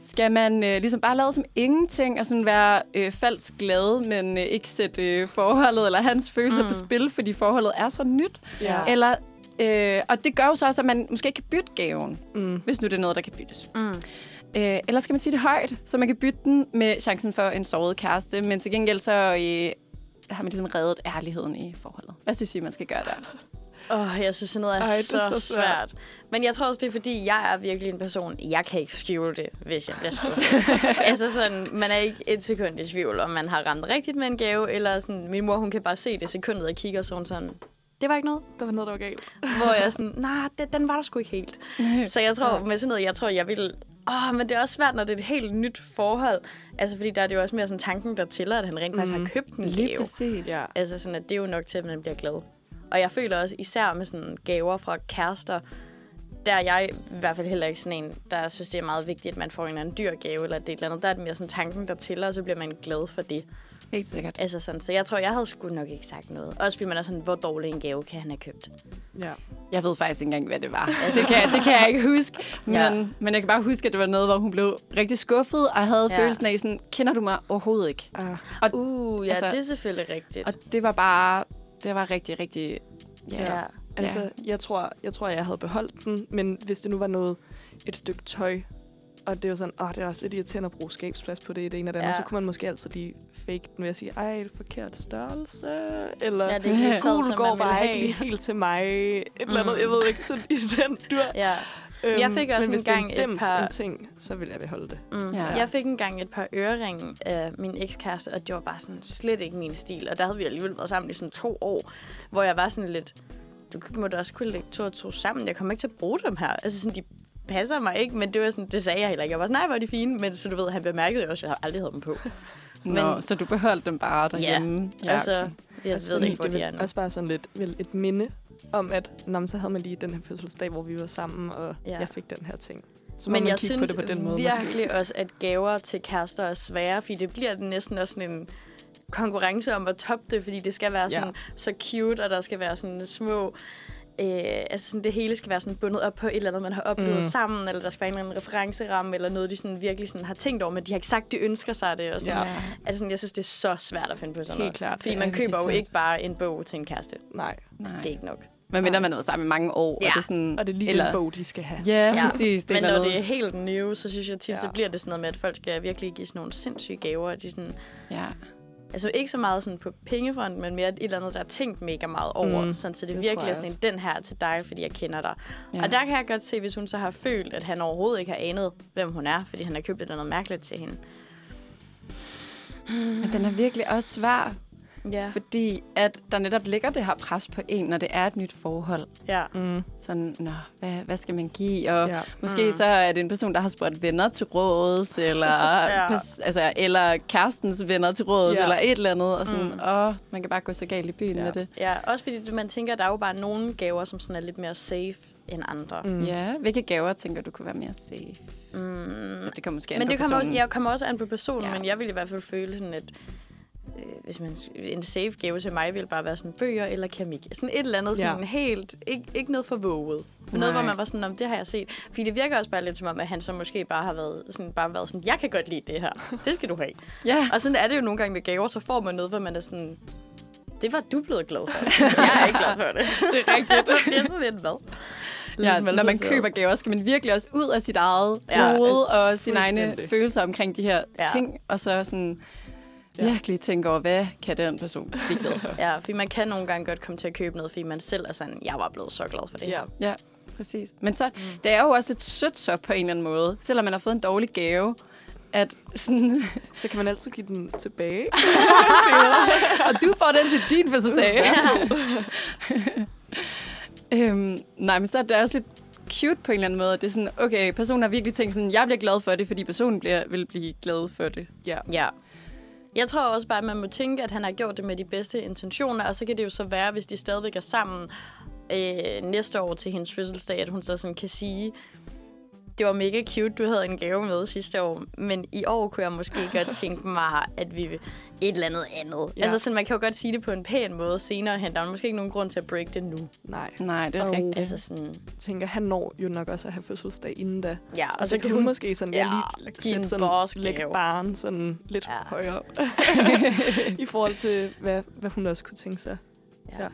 S7: skal man øh, ligesom bare lade som ingenting og sådan være øh, falsk glad, men øh, ikke sætte øh, forholdet eller hans følelser mm. på spil, fordi forholdet er så nyt?
S3: Ja.
S7: Eller, øh, og det gør jo så også, at man måske ikke kan bytte gaven,
S3: Mm.
S7: hvis nu det er noget, der kan byttes.
S6: Mm.
S7: Øh, eller skal man sige det højt, så man kan bytte den med chancen for en såret kæreste, men til gengæld så øh, har man ligesom reddet ærligheden i forholdet. Hvad synes I, man skal gøre der?
S6: Åh, oh, jeg synes, sådan noget er,
S3: Ej,
S6: Ej,
S3: det
S6: er
S3: er
S6: så, så
S3: så
S6: svært.
S3: svært.
S6: svært. Men jeg tror også, det er fordi, jeg er virkelig en person, jeg kan ikke skjule det, hvis jeg bliver skuffet. altså sådan, man er ikke et sekund i tvivl, om man har ramt rigtigt med en gave, eller sådan, min mor, hun kan bare se det sekundet og kigger sådan sådan, det var ikke noget.
S3: Der var noget, der var galt.
S6: Hvor jeg er sådan, nej, nah, den var der sgu ikke helt. Så jeg tror, med sådan noget, jeg tror, jeg ville... Åh, oh, men det er også svært, når det er et helt nyt forhold. Altså, fordi der er det jo også mere sådan tanken, der tæller, at han rent faktisk
S3: Mm,
S6: har købt en
S7: Lige
S6: gave.
S7: præcis.
S3: Ja.
S6: Altså sådan, at det er jo nok til, at man bliver glad. Og jeg føler også, især med sådan gaver fra kærester, der er jeg i hvert fald heller ikke sådan en, der synes, det er meget vigtigt, at man får en eller anden dyr gave eller det et eller andet. Der er det mere sådan tanken, der tæller, og så bliver man glad for det.
S7: Helt sikkert.
S6: Altså sådan, så jeg tror, jeg havde sgu nok ikke sagt noget. Også fordi man er sådan, hvor dårlig en gave kan han have købt?
S3: Ja.
S7: Jeg ved faktisk ikke engang, hvad det var. det, kan, det kan jeg ikke huske. Men,
S6: Ja.
S7: ja. men jeg kan bare huske, at det var noget, hvor hun blev rigtig skuffet og havde
S6: Ja.
S7: ja. følelsen af sådan, kender du mig overhovedet ikke?
S3: Ah.
S7: Og,
S6: Uh, ja, altså,
S7: Altså-
S6: det er selvfølgelig rigtigt.
S7: og det var bare, det var rigtig, rigtig...
S6: ja. ja.
S3: Altså, ja. jeg, tror, jeg tror, jeg havde beholdt den, men hvis det nu var noget, et stykke tøj, og det var sådan, åh, det er også lidt irriterende at bruge skabsplads på det i det ene og det andet,
S6: Ja.
S3: ja. så kunne man måske altid lige fake den ved at sige, ej, det er forkert størrelse, eller
S6: Ja,
S3: ja,
S6: det er ikke lige sådan,
S3: gul
S6: som
S3: går
S6: man
S3: bare
S6: ville
S3: ikke lige
S6: have.
S3: helt til mig, et eller andet, jeg ved ikke, sådan i den dur.
S6: Ja.
S3: Øhm,
S6: Jeg fik også
S3: men hvis
S6: engang et
S3: det er en, dims,
S6: par-
S3: en ting, så ville jeg beholde det.
S6: Mm. Ja.
S7: Ja.
S6: Jeg fik engang et par øreringe af min ekskæreste, og det var bare sådan slet ikke min stil. Og der havde vi alligevel været sammen i sådan to år, hvor jeg var sådan lidt... du må da også kunne lægge to og to sammen. Jeg kommer ikke til at bruge dem her. Altså, sådan, de passer mig ikke, men det var sådan, det sagde jeg heller ikke. Jeg var sådan, nej, hvor er de fine, men så du ved, han bemærkede jo også, at jeg aldrig havde dem på.
S7: Men,
S6: Men-
S7: Nå, så du beholdt dem bare derhjemme?
S6: Ja, altså,
S7: okay.
S6: jeg
S3: Også
S6: ved
S3: fordi
S6: ikke, hvor
S3: det
S6: de
S3: vil
S6: er nu.
S3: Også bare sådan lidt vel, et minde om, at nå, men så havde man lige den her fødselsdag, hvor vi var sammen, og
S6: Ja.
S3: ja. jeg fik den her ting. Så må man kigge på det på den måde måske.
S6: virkelig også, at gaver til kærester er svære, fordi det bliver næsten også sådan en konkurrence om, hvor top det er, fordi det skal være
S3: Ja.
S6: sådan så cute, og der skal være sådan små... Øh, altså sådan, det hele skal være sådan bundet op på et eller andet, man har oplevet
S3: Mm.
S6: mm. sammen, eller der skal være en eller anden referenceramme, eller noget, de sådan virkelig sådan har tænkt over, men de har ikke sagt, de ønsker sig det. Og sådan. Ja.
S3: Ja,
S6: Altså, sådan, jeg synes, det er så svært at finde på sådan
S3: Helt
S6: noget.
S3: klart.
S6: Fordi
S3: Det
S6: man
S3: er virkelig
S6: køber jo
S3: svært.
S6: ikke bare en bog til en kæreste.
S3: nej.
S6: Altså, det er ikke nok.
S7: Men mindre man har været sammen i mange år, ja.
S6: Ja.
S7: og det er sådan...
S3: Og det er lige Eller... den bog, de skal have.
S7: Ja,
S6: Ja.
S7: ja. præcis. Det
S6: Men
S7: er
S6: når det er
S7: noget.
S6: helt nye, så synes jeg tit, ja. så
S3: Ja.
S6: bliver det sådan noget med, at folk skal virkelig give sådan nogle sindssyge gaver. Og de sådan,
S7: Ja.
S6: altså ikke så meget sådan på pengefonden, men mere et eller andet, der er tænkt mega meget over. Mm.
S3: Mm.
S6: Sådan, så
S3: Det
S6: det, det
S3: tror
S6: virkelig er
S3: jeg
S6: sådan en, den her er til dig, fordi jeg kender dig. Ja.
S7: Ja.
S6: Og der kan jeg godt se, hvis hun så har følt, at han overhovedet ikke har anet, hvem hun er, fordi han har købt et eller andet mærkeligt til hende.
S7: Men den er virkelig også svær,
S6: Ja.
S7: fordi at der netop ligger det her pres på en, når det er et nyt forhold.
S6: ja.
S3: Mm,
S7: Sådan, nå, hvad, hvad skal man give? Og ja.
S3: ja.
S7: Måske
S6: Mm.
S7: så er det en person, der har spurgt venner til råds, eller,
S6: Ja.
S7: ja. altså, eller kærestens venner til råds,
S3: Ja.
S7: ja. eller et eller andet. Og sådan,
S6: Mm.
S7: mm. åh, man kan bare gå så galt i byen
S3: Ja.
S7: ja. med det.
S6: ja. Også fordi man tænker, at der er jo bare nogle gaver, som sådan er lidt mere safe end andre.
S3: Mm.
S7: Mm. Ja, hvilke gaver tænker du kunne være mere safe?
S6: Mm.
S7: Det kommer måske an
S6: Men
S7: på
S6: det kommer også,
S7: personen.
S6: jeg kommer også an på personen, ja.
S7: Ja.
S6: men jeg ville i hvert fald føle sådan, at øh, hvis man, en safe gave til mig ville bare være sådan bøger eller keramik. Sådan et eller andet, sådan
S3: Ja. helt...
S6: helt, ikke, ikke noget for våget.
S7: Nej.
S6: Noget, hvor man var sådan, om det har jeg set. Fordi det virker også bare lidt som om, at han så måske bare har været sådan, bare været sådan, jeg kan godt lide det her. Det skal du have.
S7: Ja,
S6: Og sådan er det jo nogle gange med gaver, så får man noget, hvor man er sådan, det var du blevet glad for. Jeg er ikke glad for det.
S7: det er rigtigt.
S6: det er sådan lidt hvad?
S7: ja,
S6: Lidt
S7: når man
S6: malplaceret.
S7: køber gaver, skal man virkelig også ud af sit eget
S6: Ja,
S7: ja, hoved og sine egne
S3: fuldstændig.
S7: følelser omkring de her
S6: Ja.
S7: ja. ting, og så sådan
S3: Ja.
S7: virkelig tænke over, hvad kan den person blive glad for?
S6: Ja, fordi man kan nogle gange godt komme til at købe noget, fordi man selv er sådan, jeg var blevet så glad for det
S3: Ja.
S6: her.
S7: Ja, præcis. Men så, det er jo også lidt sødt så på en eller anden måde, selvom man har fået en dårlig gave, at sådan,
S3: Så kan man altid give den tilbage.
S7: og du får den til din fødselsdag. øhm, nej, men så er det også lidt cute på en eller anden måde. at Det er sådan, okay, personen har virkelig tænkt sådan, jeg bliver glad for det, fordi personen bliver, vil blive glad for det.
S3: ja.
S6: Ja. Jeg tror også bare, at man må tænke, at han har gjort det med de bedste intentioner, og så kan det jo så være, hvis de stadigvæk er sammen øh, næste år til hendes fødselsdag, at hun så sådan kan sige, det var mega cute, du havde en gave med sidste år, men i år kunne jeg måske godt tænke mig, at vi vil et eller andet andet. Ja.
S3: Ja.
S6: Altså sådan, man kan jo godt sige det på en pæn måde senere hen. Der er måske ikke nogen grund til at break det nu. Ja.
S3: Nej.
S7: Nej, det er
S3: Og-
S7: oh, rigtigt.
S6: Altså sådan,
S3: tænker, han når jo nok også at have fødselsdag inden da. Og,
S6: ja.
S3: og så, kan hun, måske sådan, ja, lige
S6: give en
S3: sætte sådan,
S6: boss
S3: lægge
S6: gave.
S3: barn sådan lidt
S6: Ja.
S3: ja. højere op. I forhold til, hvad, hvad hun også kunne tænke sig.
S6: Ja.
S3: Ja.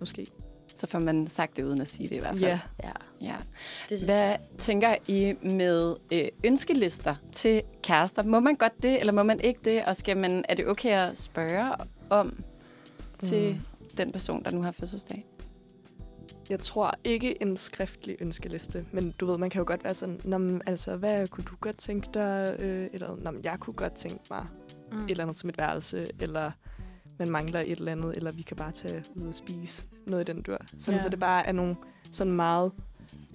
S3: Måske.
S7: Så får man sagt det uden at sige det i hvert fald.
S3: Ja.
S6: ja.
S7: ja.
S6: Det synes
S7: Hvad tænker I med øh, ønskelister til kærester? Må man godt det, eller må man ikke det? Og skal man, er det okay at spørge om til mm. den person, der nu har fødselsdag?
S3: Jeg tror ikke en skriftlig ønskeliste, men du ved, man kan jo godt være sådan, Nå, men, altså, hvad kunne du godt tænke dig? Øh, eller, Nå, men, jeg kunne godt tænke mig
S6: Mm.
S3: mm. et eller andet til mit værelse, eller man mangler et eller andet, eller vi kan bare tage ud og spise noget i den dør. Sådan,
S6: Ja.
S3: ja. Så det bare er nogle sådan meget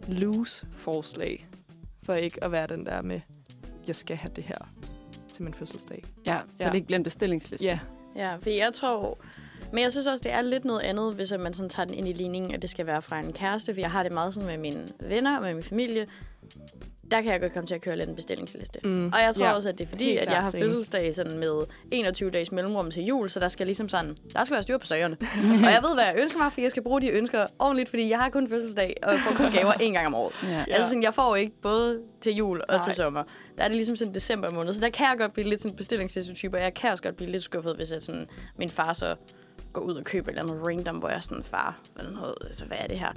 S3: loose forslag, for ikke at være den der med, jeg skal have det her til min fødselsdag.
S7: Ja, så
S3: Ja.
S7: det ikke bliver en bestillingsliste.
S3: Ja,
S6: Ja, for jeg tror... Men jeg synes også, det er lidt noget andet, hvis at man sådan tager den ind i ligningen, at det skal være fra en kæreste. For jeg har det meget sådan med mine venner og med min familie. Der kan jeg godt komme til at køre lidt en bestillingsliste. Mm.
S3: Mm.
S6: Og jeg tror ja.
S7: Ja.
S6: også, at det er fordi,
S3: Helt
S6: at
S3: klart,
S6: jeg har
S3: same.
S6: fødselsdag sådan med 21 dages mellemrum til jul, så der skal ligesom sådan, der skal være styr på sagerne. og jeg ved, hvad jeg ønsker mig, for jeg skal bruge de ønsker ordentligt, fordi jeg har kun fødselsdag og får kun gaver en gang om året.
S7: Ja.
S6: Ja. Altså sådan, jeg får jo ikke både til jul og Nej.
S3: Nej.
S6: til sommer. Der er det ligesom sådan december måned, så der kan jeg godt blive lidt sådan bestillingsstereotyp, og jeg kan også godt blive lidt skuffet, hvis jeg sådan, min far så går ud og køber et eller andet random, hvor jeg er sådan, far, hvad, er noget, altså, hvad er det her?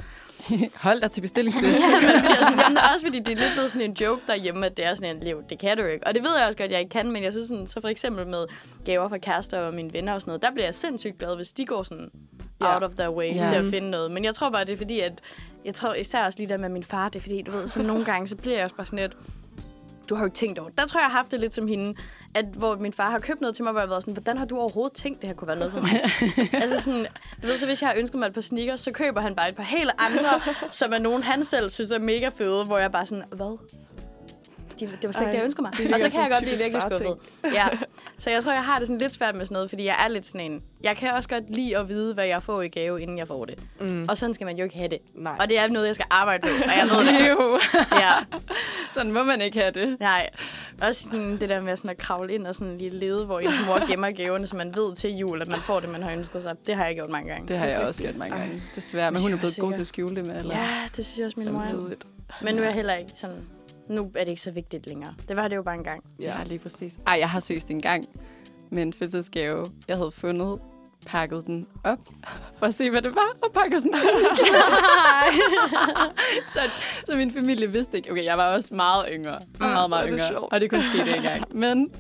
S7: Hold dig til bestillingslisten.
S6: Ja, men fordi jeg er sådan, jamen, også fordi det er lidt blevet sådan en joke derhjemme, at det er sådan en liv. Det kan du jo ikke. Og det ved jeg også godt, jeg ikke kan, men jeg synes sådan, så for eksempel med gaver fra kærester og mine venner og sådan noget, der bliver jeg sindssygt glad, hvis de går sådan out of their way
S7: Ja.
S6: til at finde noget. Men jeg tror bare, det er fordi, at jeg tror især også lige der med min far, det er fordi, du ved, så nogle gange, så bliver jeg også bare sådan lidt, du har jo ikke tænkt over det. Der tror jeg, jeg har haft det lidt som hende, at hvor min far har købt noget til mig, hvor jeg har været sådan, hvordan har du overhovedet tænkt, det her kunne være noget for mig? altså sådan, du ved så, hvis jeg har ønsket mig et par sneakers, så køber han bare et par helt andre, som er nogen, han selv synes er mega fede, hvor jeg bare sådan, hvad? De, det var slet ikke det, jeg ønskede mig.
S3: lyder
S6: Og så
S3: som
S6: kan jeg
S3: en
S6: godt blive
S3: typisk
S6: virkelig skuffet.
S3: farting.
S6: Ja. Så jeg tror, jeg har det sådan lidt svært med sådan noget, fordi jeg er lidt sådan en. Jeg kan også godt lide at vide, hvad jeg får i gave, inden jeg får det. Mm. Og sådan skal man jo ikke have det.
S3: Nej.
S6: Og det er noget, jeg skal arbejde med, og jeg ved det.
S7: Jo,
S6: Ja.
S7: sådan må man ikke have det.
S6: Nej, også sådan det der med sådan at kravle ind og sådan lige lede, hvor ens mor gemmer gaverne, så man ved til jul, at man får det, man har ønsket sig. Det har jeg gjort mange gange.
S7: Det har jeg også gjort mange gange, desværre. Men hun er blevet god til at skjule det med. Eller?
S6: Ja, det synes jeg også, min mor er.
S3: Samtidigt.
S6: Men nu er jeg heller ikke sådan... Nu er det ikke så vigtigt længere. Det var det jo bare engang.
S7: Ja, lige præcis. Ej, jeg har søgt en gang med en fødselsgave, jeg havde fundet, pakket den op for at se, hvad det var, og pakket den op igen. så, så min familie vidste ikke. Okay, jeg var også meget yngre. Meget,
S3: hvor er
S7: meget
S3: det
S7: yngre.
S3: sjovt.
S7: Og det kunne ske det engang. Men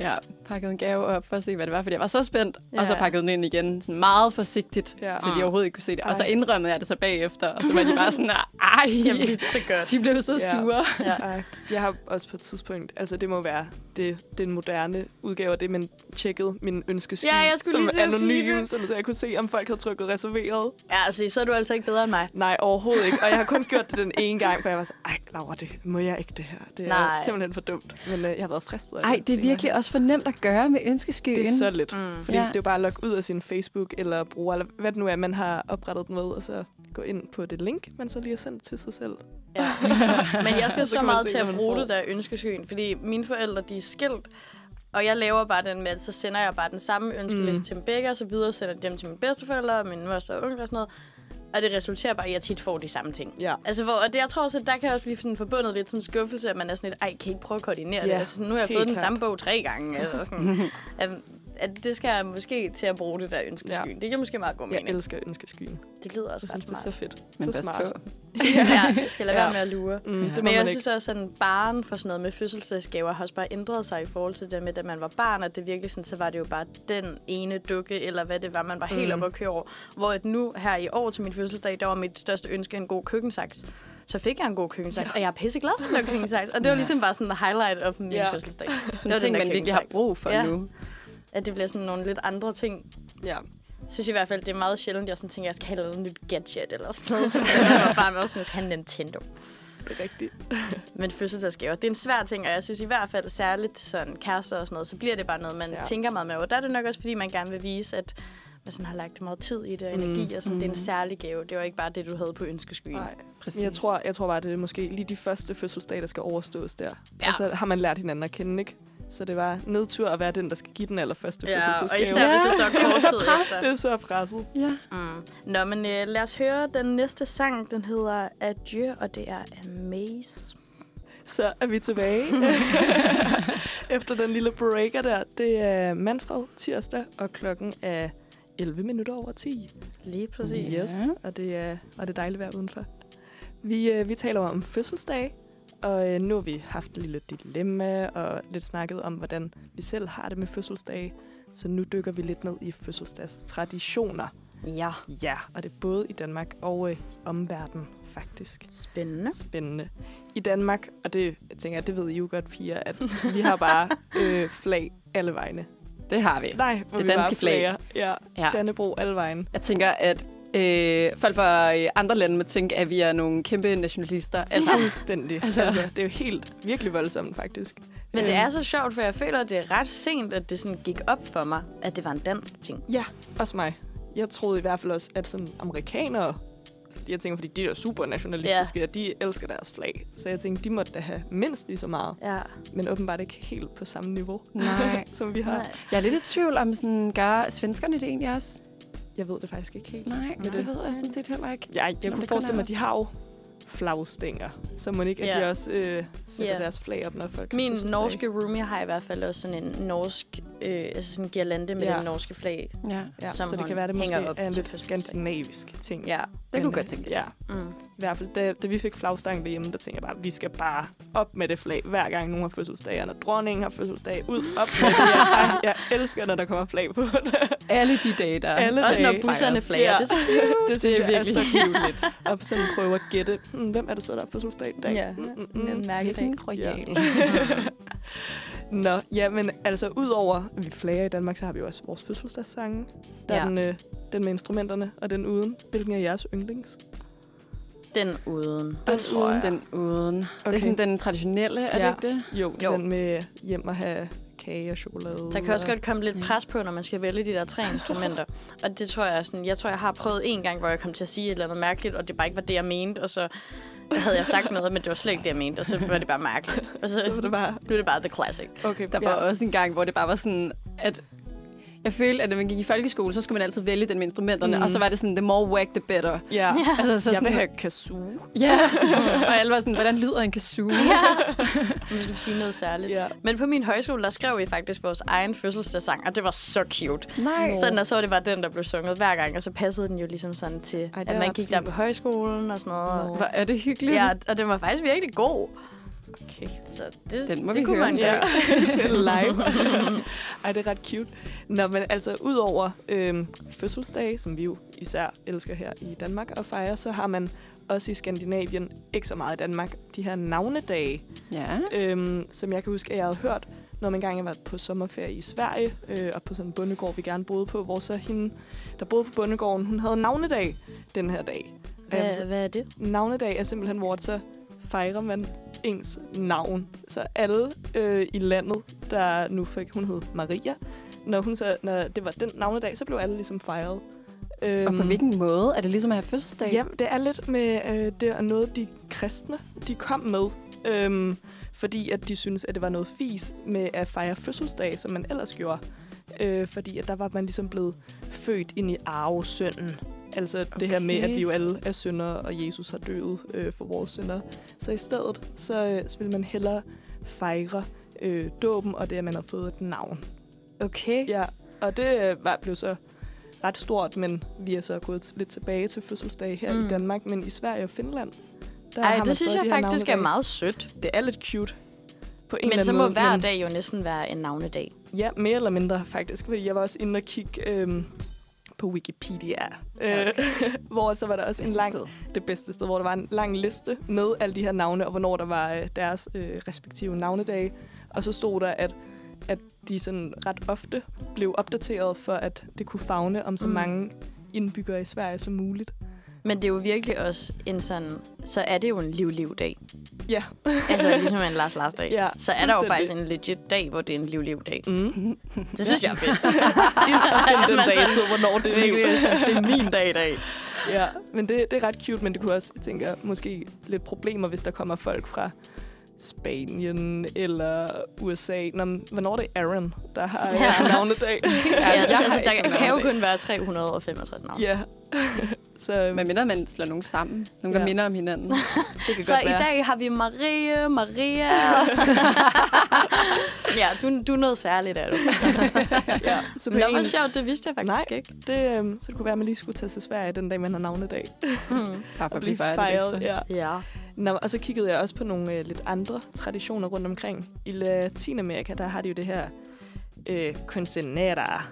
S7: ja, pakkede en gave op for at se, hvad det var, fordi jeg var så spændt. Og så
S6: Ja.
S7: pakkede den ind igen sådan meget forsigtigt,
S3: Ja.
S7: så de overhovedet ikke kunne se det. Og så indrømmede jeg det så bagefter, og så var de bare sådan, ej,
S6: Jeg vidste det godt.
S7: de blev så
S3: Ja.
S7: sure.
S6: Ja.
S3: Ej, jeg har også på et tidspunkt, altså det må være det, den moderne udgave af det, men tjekkede min ønskesky,
S6: Ja, jeg skulle
S3: som
S6: lige til at sige
S3: anonym,
S6: det.
S3: sådan, så jeg kunne se, om folk havde trykket reserveret.
S6: Ja, altså, så er du altså ikke bedre end mig.
S3: Nej, overhovedet ikke. Og jeg har kun gjort det den ene gang, for jeg var så, ej, Laura, det må jeg ikke det her. Det er
S6: Nej.
S3: simpelthen for dumt. Men øh, jeg har været fristet af
S7: Ej, det er
S3: senere.
S7: virkelig også for nemt at gøre med ønskeskyen.
S3: Det er så lidt. Mm. Fordi
S7: Ja.
S3: ja. det er jo bare at logge ud af sin Facebook eller bruge, eller hvad det nu er, man har oprettet den med, og så gå ind på det link, man så lige har sendt til sig selv.
S6: Ja. Men jeg skal
S3: Så
S6: så,
S3: kan man
S6: meget
S3: se,
S6: til at
S3: hvad man
S6: bruge
S3: får.
S6: det der ønskeskyen, fordi mine forældre, de er skilt, og jeg laver bare den med, at så sender jeg bare den samme ønskeliste mm. til dem begge, og så videre sender jeg dem til mine bedsteforældre, og min moster og onkel og sådan noget. Og det resulterer bare i, at jeg tit får de samme ting.
S3: Ja.
S6: Altså, hvor, og det, jeg tror også, at der kan jeg også blive sådan forbundet lidt sådan en skuffelse, at man er sådan lidt, ej, kan I ikke prøve at koordinere det?
S3: Ja,
S6: Altså, sådan, nu har jeg
S3: helt
S6: fået den
S3: klart.
S6: samme bog tre gange. Altså, sådan, at, at, det skal jeg måske til at bruge det der ønskeskyen.
S3: Ja.
S6: Det giver måske meget god
S3: Jeg
S6: mening.
S3: elsker ønskeskyen.
S6: det lyder også
S3: Jeg
S6: ret
S3: synes, det er
S6: smart.
S3: så fedt.
S7: Men
S3: så
S7: pas
S3: smart.
S7: på.
S6: ja, jeg skal lade være
S3: Ja.
S6: med at lure.
S3: Mm, det må
S6: Men jeg
S3: man
S6: synes
S3: ikke.
S6: også, at baren for sådan noget med fødselsdagsgaver har også bare ændret sig i forhold til det med, at man var barn, at det virkelig sådan, så var det jo bare den ene dukke, eller hvad det var, man var helt
S3: Mm.
S6: mm. oppe at køre over. Hvor at nu her i år til min fødselsdag, der var mit største ønske en god køkkensaks. Så fik jeg en god køkkensaks, ja. og jeg er pisseglad for den der køkkensaks. Og det var ligesom bare sådan en highlight af min
S3: Ja.
S6: ja. fødselsdag.
S7: Det er
S6: den
S7: ting,
S6: der
S7: man virkelig har
S6: køkkensaks.
S7: brug for
S6: Ja.
S7: nu.
S6: At det bliver sådan nogle lidt andre ting.
S3: Ja.
S6: synes i hvert fald, det er meget sjældent, jeg sådan tænker, jeg skal have noget nyt gadget eller sådan noget. Som jeg var barn, og sådan, jeg skal have en Nintendo.
S3: Det er rigtigt.
S6: Men fødselsdagsgaver, det er en svær ting, og jeg synes i hvert fald særligt til sådan kærester og sådan noget, så bliver det bare noget, man
S3: Ja.
S6: ja. tænker meget med over. Der er det nok også, fordi man gerne vil vise, at man sådan har lagt meget tid i det og energi, og sådan, det er en særlig gave. Det var ikke bare det, du havde på ønskeskyen.
S3: Nej.
S7: Præcis.
S3: Men jeg tror, jeg tror bare, det er måske lige de første fødselsdage, der skal overstås der. Ja. Og så har man lært hinanden at kende, ikke? Så det var nedtur at være den, der skal give den allerførste
S6: Ja, og
S3: fødselsdagsgave.
S6: især hvis det så er kort tid
S3: Det
S6: efter.
S3: er så presset.
S7: Ja.
S6: Mm. Nå, men øh, lad os høre den næste sang. Den hedder Adieu, og det er Amaze.
S3: Så er vi tilbage. Efter den lille breaker der. Det er Manfred tirsdag, og klokken er 11 minutter over 10.
S6: Lige præcis.
S3: Yes, og det er, og det er dejligt vejr udenfor. Vi, øh, vi taler om fødselsdag, og øh, nu har vi haft et lille dilemma og lidt snakket om, hvordan vi selv har det med fødselsdage. Så nu dykker vi lidt ned i fødselsdagstraditioner.
S6: Ja,
S3: Ja, og det er både i Danmark og øh, i omverdenen, faktisk.
S6: spændende.
S3: Spændende. I Danmark, og det jeg tænker jeg, det ved I jo godt, piger, at vi har bare øh, flag alle vegne.
S7: Det har vi.
S3: Nej, hvor
S7: Det
S3: vi bare
S7: danske flag.
S3: flager. Ja,
S7: Ja.
S3: Dannebro alle vegne.
S7: Jeg tænker, at øh, folk fra øh, andre lande må tænke, at vi er nogle kæmpe nationalister. Altså,
S3: Fuldstændig.
S7: Altså-
S3: Altså. altså, det er jo helt virkelig voldsomt, faktisk.
S6: Men det
S3: Øhm,
S6: er så sjovt, for jeg føler, at det er ret sent, at det sådan gik op for mig, at det var en dansk ting.
S3: Ja, også mig. Jeg troede i hvert fald også, at sådan amerikanere, jeg tænker, fordi de er jo super nationalistiske, ja. og de elsker deres flag. Så jeg tænkte, de måtte da have mindst lige så meget,
S6: Ja.
S3: men åbenbart ikke helt på samme niveau,
S7: nej.
S3: som vi har. Nej.
S6: Nej.
S7: Jeg er lidt i tvivl om, sådan, gør svenskerne det egentlig også?
S3: Jeg ved det faktisk ikke helt.
S7: Nej, men det ved jeg sådan set heller ikke.
S3: Jeg,
S7: Nå,
S3: jeg kunne
S7: det kun
S3: forestille mig,
S7: er
S3: at de
S7: os.
S3: har jo flagstænger, så må ikke, at
S6: Ja.
S3: de også øh, sætter
S6: Ja.
S3: deres flag op, når folk har
S6: Min
S3: fødselsdage.
S6: norske roomie har i hvert fald også sådan en norsk øh, altså sådan en girlande med
S3: Ja.
S6: ja. det norske flag.
S7: Ja,
S3: Ja,
S6: som
S3: så det
S6: hun
S3: kan være, det
S6: hænger
S3: måske
S6: op
S3: er en
S6: til
S3: lidt
S6: fødselsdag.
S3: skandinavisk ting.
S6: Ja.
S7: det kunne
S3: Men, øh,
S7: godt tænkes.
S3: Ja,
S6: Mm.
S3: i hvert fald, da, da vi fik flagstangen derhjemme, der tænkte jeg bare, at vi skal bare op med det flag, hver gang nogen har fødselsdag, og når dronningen har fødselsdag, ud op med det. Jeg, bare- jeg elsker, når der kommer flag på det.
S7: Alle de dage, der
S3: Alle
S6: Også når
S3: dage.
S6: busserne
S7: Fejres.
S6: flager.
S3: Ja.
S6: Ja. Det er så
S3: Det
S7: Det
S3: synes
S7: er
S3: jeg er
S7: virkelig
S3: så
S7: hyggeligt.
S3: Og sådan prøve at gætte, hmm, hvem er det så, der har fødselsdag i dag?
S6: Ja.
S3: Mm, mm, mm.
S6: en mærkedag.
S7: Hvilken royal.
S3: Nå, ja, men altså udover at vi flager i Danmark, så har vi jo også vores fødselsdagssange. Der ja. er
S7: Ja.
S3: den, øh, den med instrumenterne og den uden. Hvilken er jeres yndlings?
S6: Den uden.
S7: Den
S3: tror
S7: uden.
S3: jeg.
S7: Den uden. Okay. Det er sådan den traditionelle, er det
S3: Ja.
S7: ikke det?
S3: Jo, jo,
S6: Jo.
S3: den med hjem og have kage og chokolade.
S6: Der kan også
S3: og-
S6: godt komme lidt pres på, når man skal vælge de der tre instrumenter. Og det tror jeg er sådan, jeg tror, jeg har prøvet en gang, hvor jeg kom til at sige et eller andet mærkeligt, og det bare ikke var det, jeg mente, og så havde jeg sagt noget, men det var slet ikke det, jeg mente, og så var det bare mærkeligt. Og
S3: Så var
S6: så
S3: det bare...
S6: blev det bare the classic.
S3: Okay,
S7: Der var også en gang, hvor det bare var sådan, at jeg følte, at når man gik i folkeskole, så skulle man altid vælge den med instrumenterne,
S3: Mm.
S7: mm. og så var det sådan, the more whack, the better.
S3: Ja. ja.
S7: Altså, så
S3: Jeg vil
S7: sådan,
S3: have kazoo.
S7: Ja, sådan, og alle var sådan, hvordan lyder en kazoo?
S6: Men du skal sige noget særligt.
S3: Ja.
S6: Men på min højskole, der skrev vi faktisk vores egen fødselsdagssang, og det var så cute.
S7: Nej.
S6: Sådan, og så var det bare den, der blev sunget hver gang, og så passede den jo ligesom sådan til,
S3: Ej,
S6: Ej,
S3: det
S6: at
S3: var
S6: man gik der
S3: fint.
S6: på højskolen og sådan noget.
S3: Nå.
S6: No.
S7: Hvor er det hyggeligt.
S6: Ja, og den var faktisk virkelig god.
S3: Okay.
S6: Så det,
S7: Den må
S6: det
S7: vi
S6: kunne
S7: høre
S6: man
S7: en
S3: Ja,
S6: gøre.
S3: det er live. Ej, det er ret cute. Nå, men altså, udover øhm, fødselsdage, som vi jo især elsker her i Danmark at fejre, så har man også i Skandinavien, ikke så meget i Danmark, de her navnedage,
S7: ja.
S3: øhm, som jeg kan huske, at jeg havde hørt, når man engang var på sommerferie i Sverige, øh, og på sådan en bondegård, vi gerne boede på, hvor så hende, der boede på bondegården, hun havde navnedag den her dag. Øhm, Og jeg var
S6: Hvad, hvad er det?
S3: navnedag er simpelthen, hvor så fejrer man ens navn. Så alle øh, i landet, der nu fik, hun hed Maria, når, hun så, når det var den navnedag, så blev alle ligesom fejret. Øhm,
S7: Og på hvilken måde? Er det ligesom at have fødselsdag?
S3: Jamen, det er lidt med øh, det er noget, de kristne de kom med. Øhm, fordi at de synes at det var noget fis med at fejre fødselsdag, som man ellers gjorde. Øh, fordi at der var man ligesom blevet født ind i arvesynden. Altså okay. det her med, at vi jo alle er syndere, og Jesus har døet øh, for vores synder. Så i stedet, så, øh, så vil man hellere fejre øh, dåben, og det, at man har fået et navn.
S7: Okay.
S3: Ja, og det øh, var, blev så ret stort, men vi er så gået lidt tilbage til fødselsdag her mm.
S6: Mm.
S3: i Danmark, men i Sverige og Finland, der har
S6: Ej,
S3: man
S6: det synes
S3: stadig
S6: jeg
S3: de her
S6: faktisk er
S3: navnedage.
S6: meget sødt.
S3: Det er lidt cute. På en
S6: Men
S3: eller
S6: så
S3: anden
S6: må
S3: måde,
S6: hver
S3: men-
S6: dag jo næsten være en navnedag.
S3: Ja, mere eller mindre faktisk, fordi jeg var også inde og kigge øhm, på Wikipedia, okay. øh, hvor så var der også en lang, det bedste sted, hvor der var en lang liste med alle de her navne, og hvornår der var øh, deres øh, respektive navnedage. Og så stod der, at, at de sådan ret ofte blev opdateret for, at det kunne fagne om så mm.
S6: Mm.
S3: mange indbyggere i Sverige som muligt.
S6: Men det er jo virkelig også en sådan... Så er det jo en liv-liv-dag.
S3: Ja.
S6: Altså ligesom en Lars Lars dag.
S3: Ja,
S6: så er der jo
S3: fuldstændig.
S6: faktisk en legit dag, hvor det er en liv-liv-dag.
S3: Mm.
S6: Det synes jeg er fedt.
S3: Find den
S6: Man sådan-
S3: dato, hvornår det er liv.
S6: Virkelig, sådan, det er min dag i dag.
S3: Ja, men det, det er ret cute, men det kunne også, jeg tænker, måske lidt problemer, hvis der kommer folk fra Spanien eller USA. Nå, men hvornår er det Aaron, der har ja.
S6: Ja.
S3: navnedag?
S6: Ja,
S7: jeg
S6: altså,
S7: har
S6: der
S7: ikke
S6: kan jo
S7: navnedag.
S6: kun være 365 navne.
S3: ja. Så øhm,
S7: Men mindre man slår nogen sammen. Nogen, der
S3: Ja.
S7: minder om hinanden.
S3: det kan
S6: Så
S3: godt
S6: i
S3: være.
S6: dag har vi Marie, Maria. ja, du, du er noget særligt, er du.
S3: ja, så på
S6: Nå, hvor
S3: en,
S6: sjovt, det vidste jeg faktisk
S3: Nej.
S6: ikke.
S3: det, øhm, så det kunne være, at man lige skulle tage til Sverige den dag, man har navnedag.
S6: Mm.
S7: Bare for
S3: Og
S7: at blive
S3: blive
S7: fejret. lidt
S3: fejret.
S7: ekstra.
S3: Ja.
S6: Ja.
S3: Nå, og så kiggede jeg også på nogle øh, lidt andre traditioner rundt omkring. I Latinamerika, der har de jo det her øh, quinceanera,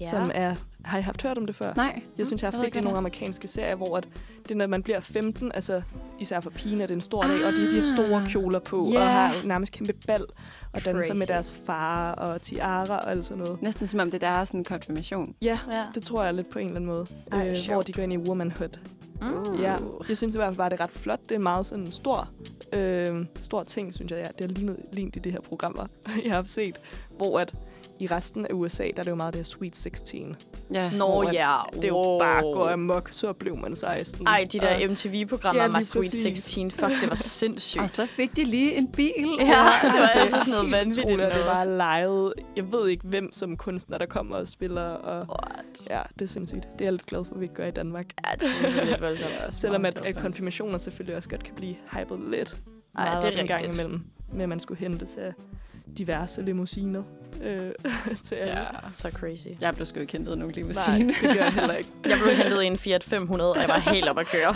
S3: ja. som er... Har I haft hørt om det før?
S7: Nej.
S3: Jeg synes, jeg har
S7: ved
S3: haft set
S7: ikke,
S3: det
S7: hvad
S3: i nogle amerikanske serier, hvor at det er, når man bliver 15, altså især for pigen er det en stor dag, og de har de her store kjoler på, yeah.
S7: Ja.
S3: og har nærmest kæmpe bal, og danser med
S6: Crazy.
S3: deres far og tiara og alt sådan noget.
S7: Næsten som om det der er sådan en konfirmation.
S3: Ja,
S6: Ja.
S3: det tror jeg lidt på en eller anden måde,
S6: Ej,
S3: øh, hvor
S6: sjovt.
S3: de går ind i womanhood.
S6: Mm.
S3: Ja, jeg synes i hvert fald bare, det er ret flot. Det er en meget sådan stor, øh, stor ting, synes jeg, ja. det har lignet, lignet i det her programmer, jeg har set, hvor at i resten af USA, der er det jo meget det her Sweet 16.
S7: Ja.
S6: Nå
S3: Hvor at-
S6: ja,
S3: Det er jo bare at gå amok, så blev man 16.
S6: Ej, de
S3: og-
S6: der MTV-programmer,
S3: Ja,
S6: ja,
S3: lige
S6: My Sweet
S3: præcis.
S6: 16, fuck, det var
S7: Og
S6: sindssygt.
S7: så fik de lige en bil.
S6: Ja, det var altid sådan noget
S3: Helt
S6: vanvittigt
S3: utroligt, at Det
S6: noget.
S3: bare lejet. Jeg ved ikke, hvem som kunstner, der kommer og spiller. Og
S6: What?
S3: ja, det er sindssygt. Det er jeg lidt glad for, at vi ikke gør i Danmark.
S6: Ja, det synes jeg er lidt voldsomt.
S3: Selvom at, at konfirmationer selvfølgelig også godt kan blive hypet lidt.
S6: Ej,
S3: meget
S6: det
S3: op
S6: er
S3: en gang
S6: rigtigt.
S3: imellem. Med at man skulle hentes af diverse limousiner øh, til alle.
S7: Ja.
S3: Ja.
S6: Så crazy.
S7: Jeg blev sgu ikke hentet af nogen lige ved
S3: Nej,
S7: sine.
S3: det gør jeg heller ikke.
S6: Jeg blev hentet i en Fiat 500, og jeg var helt op at køre.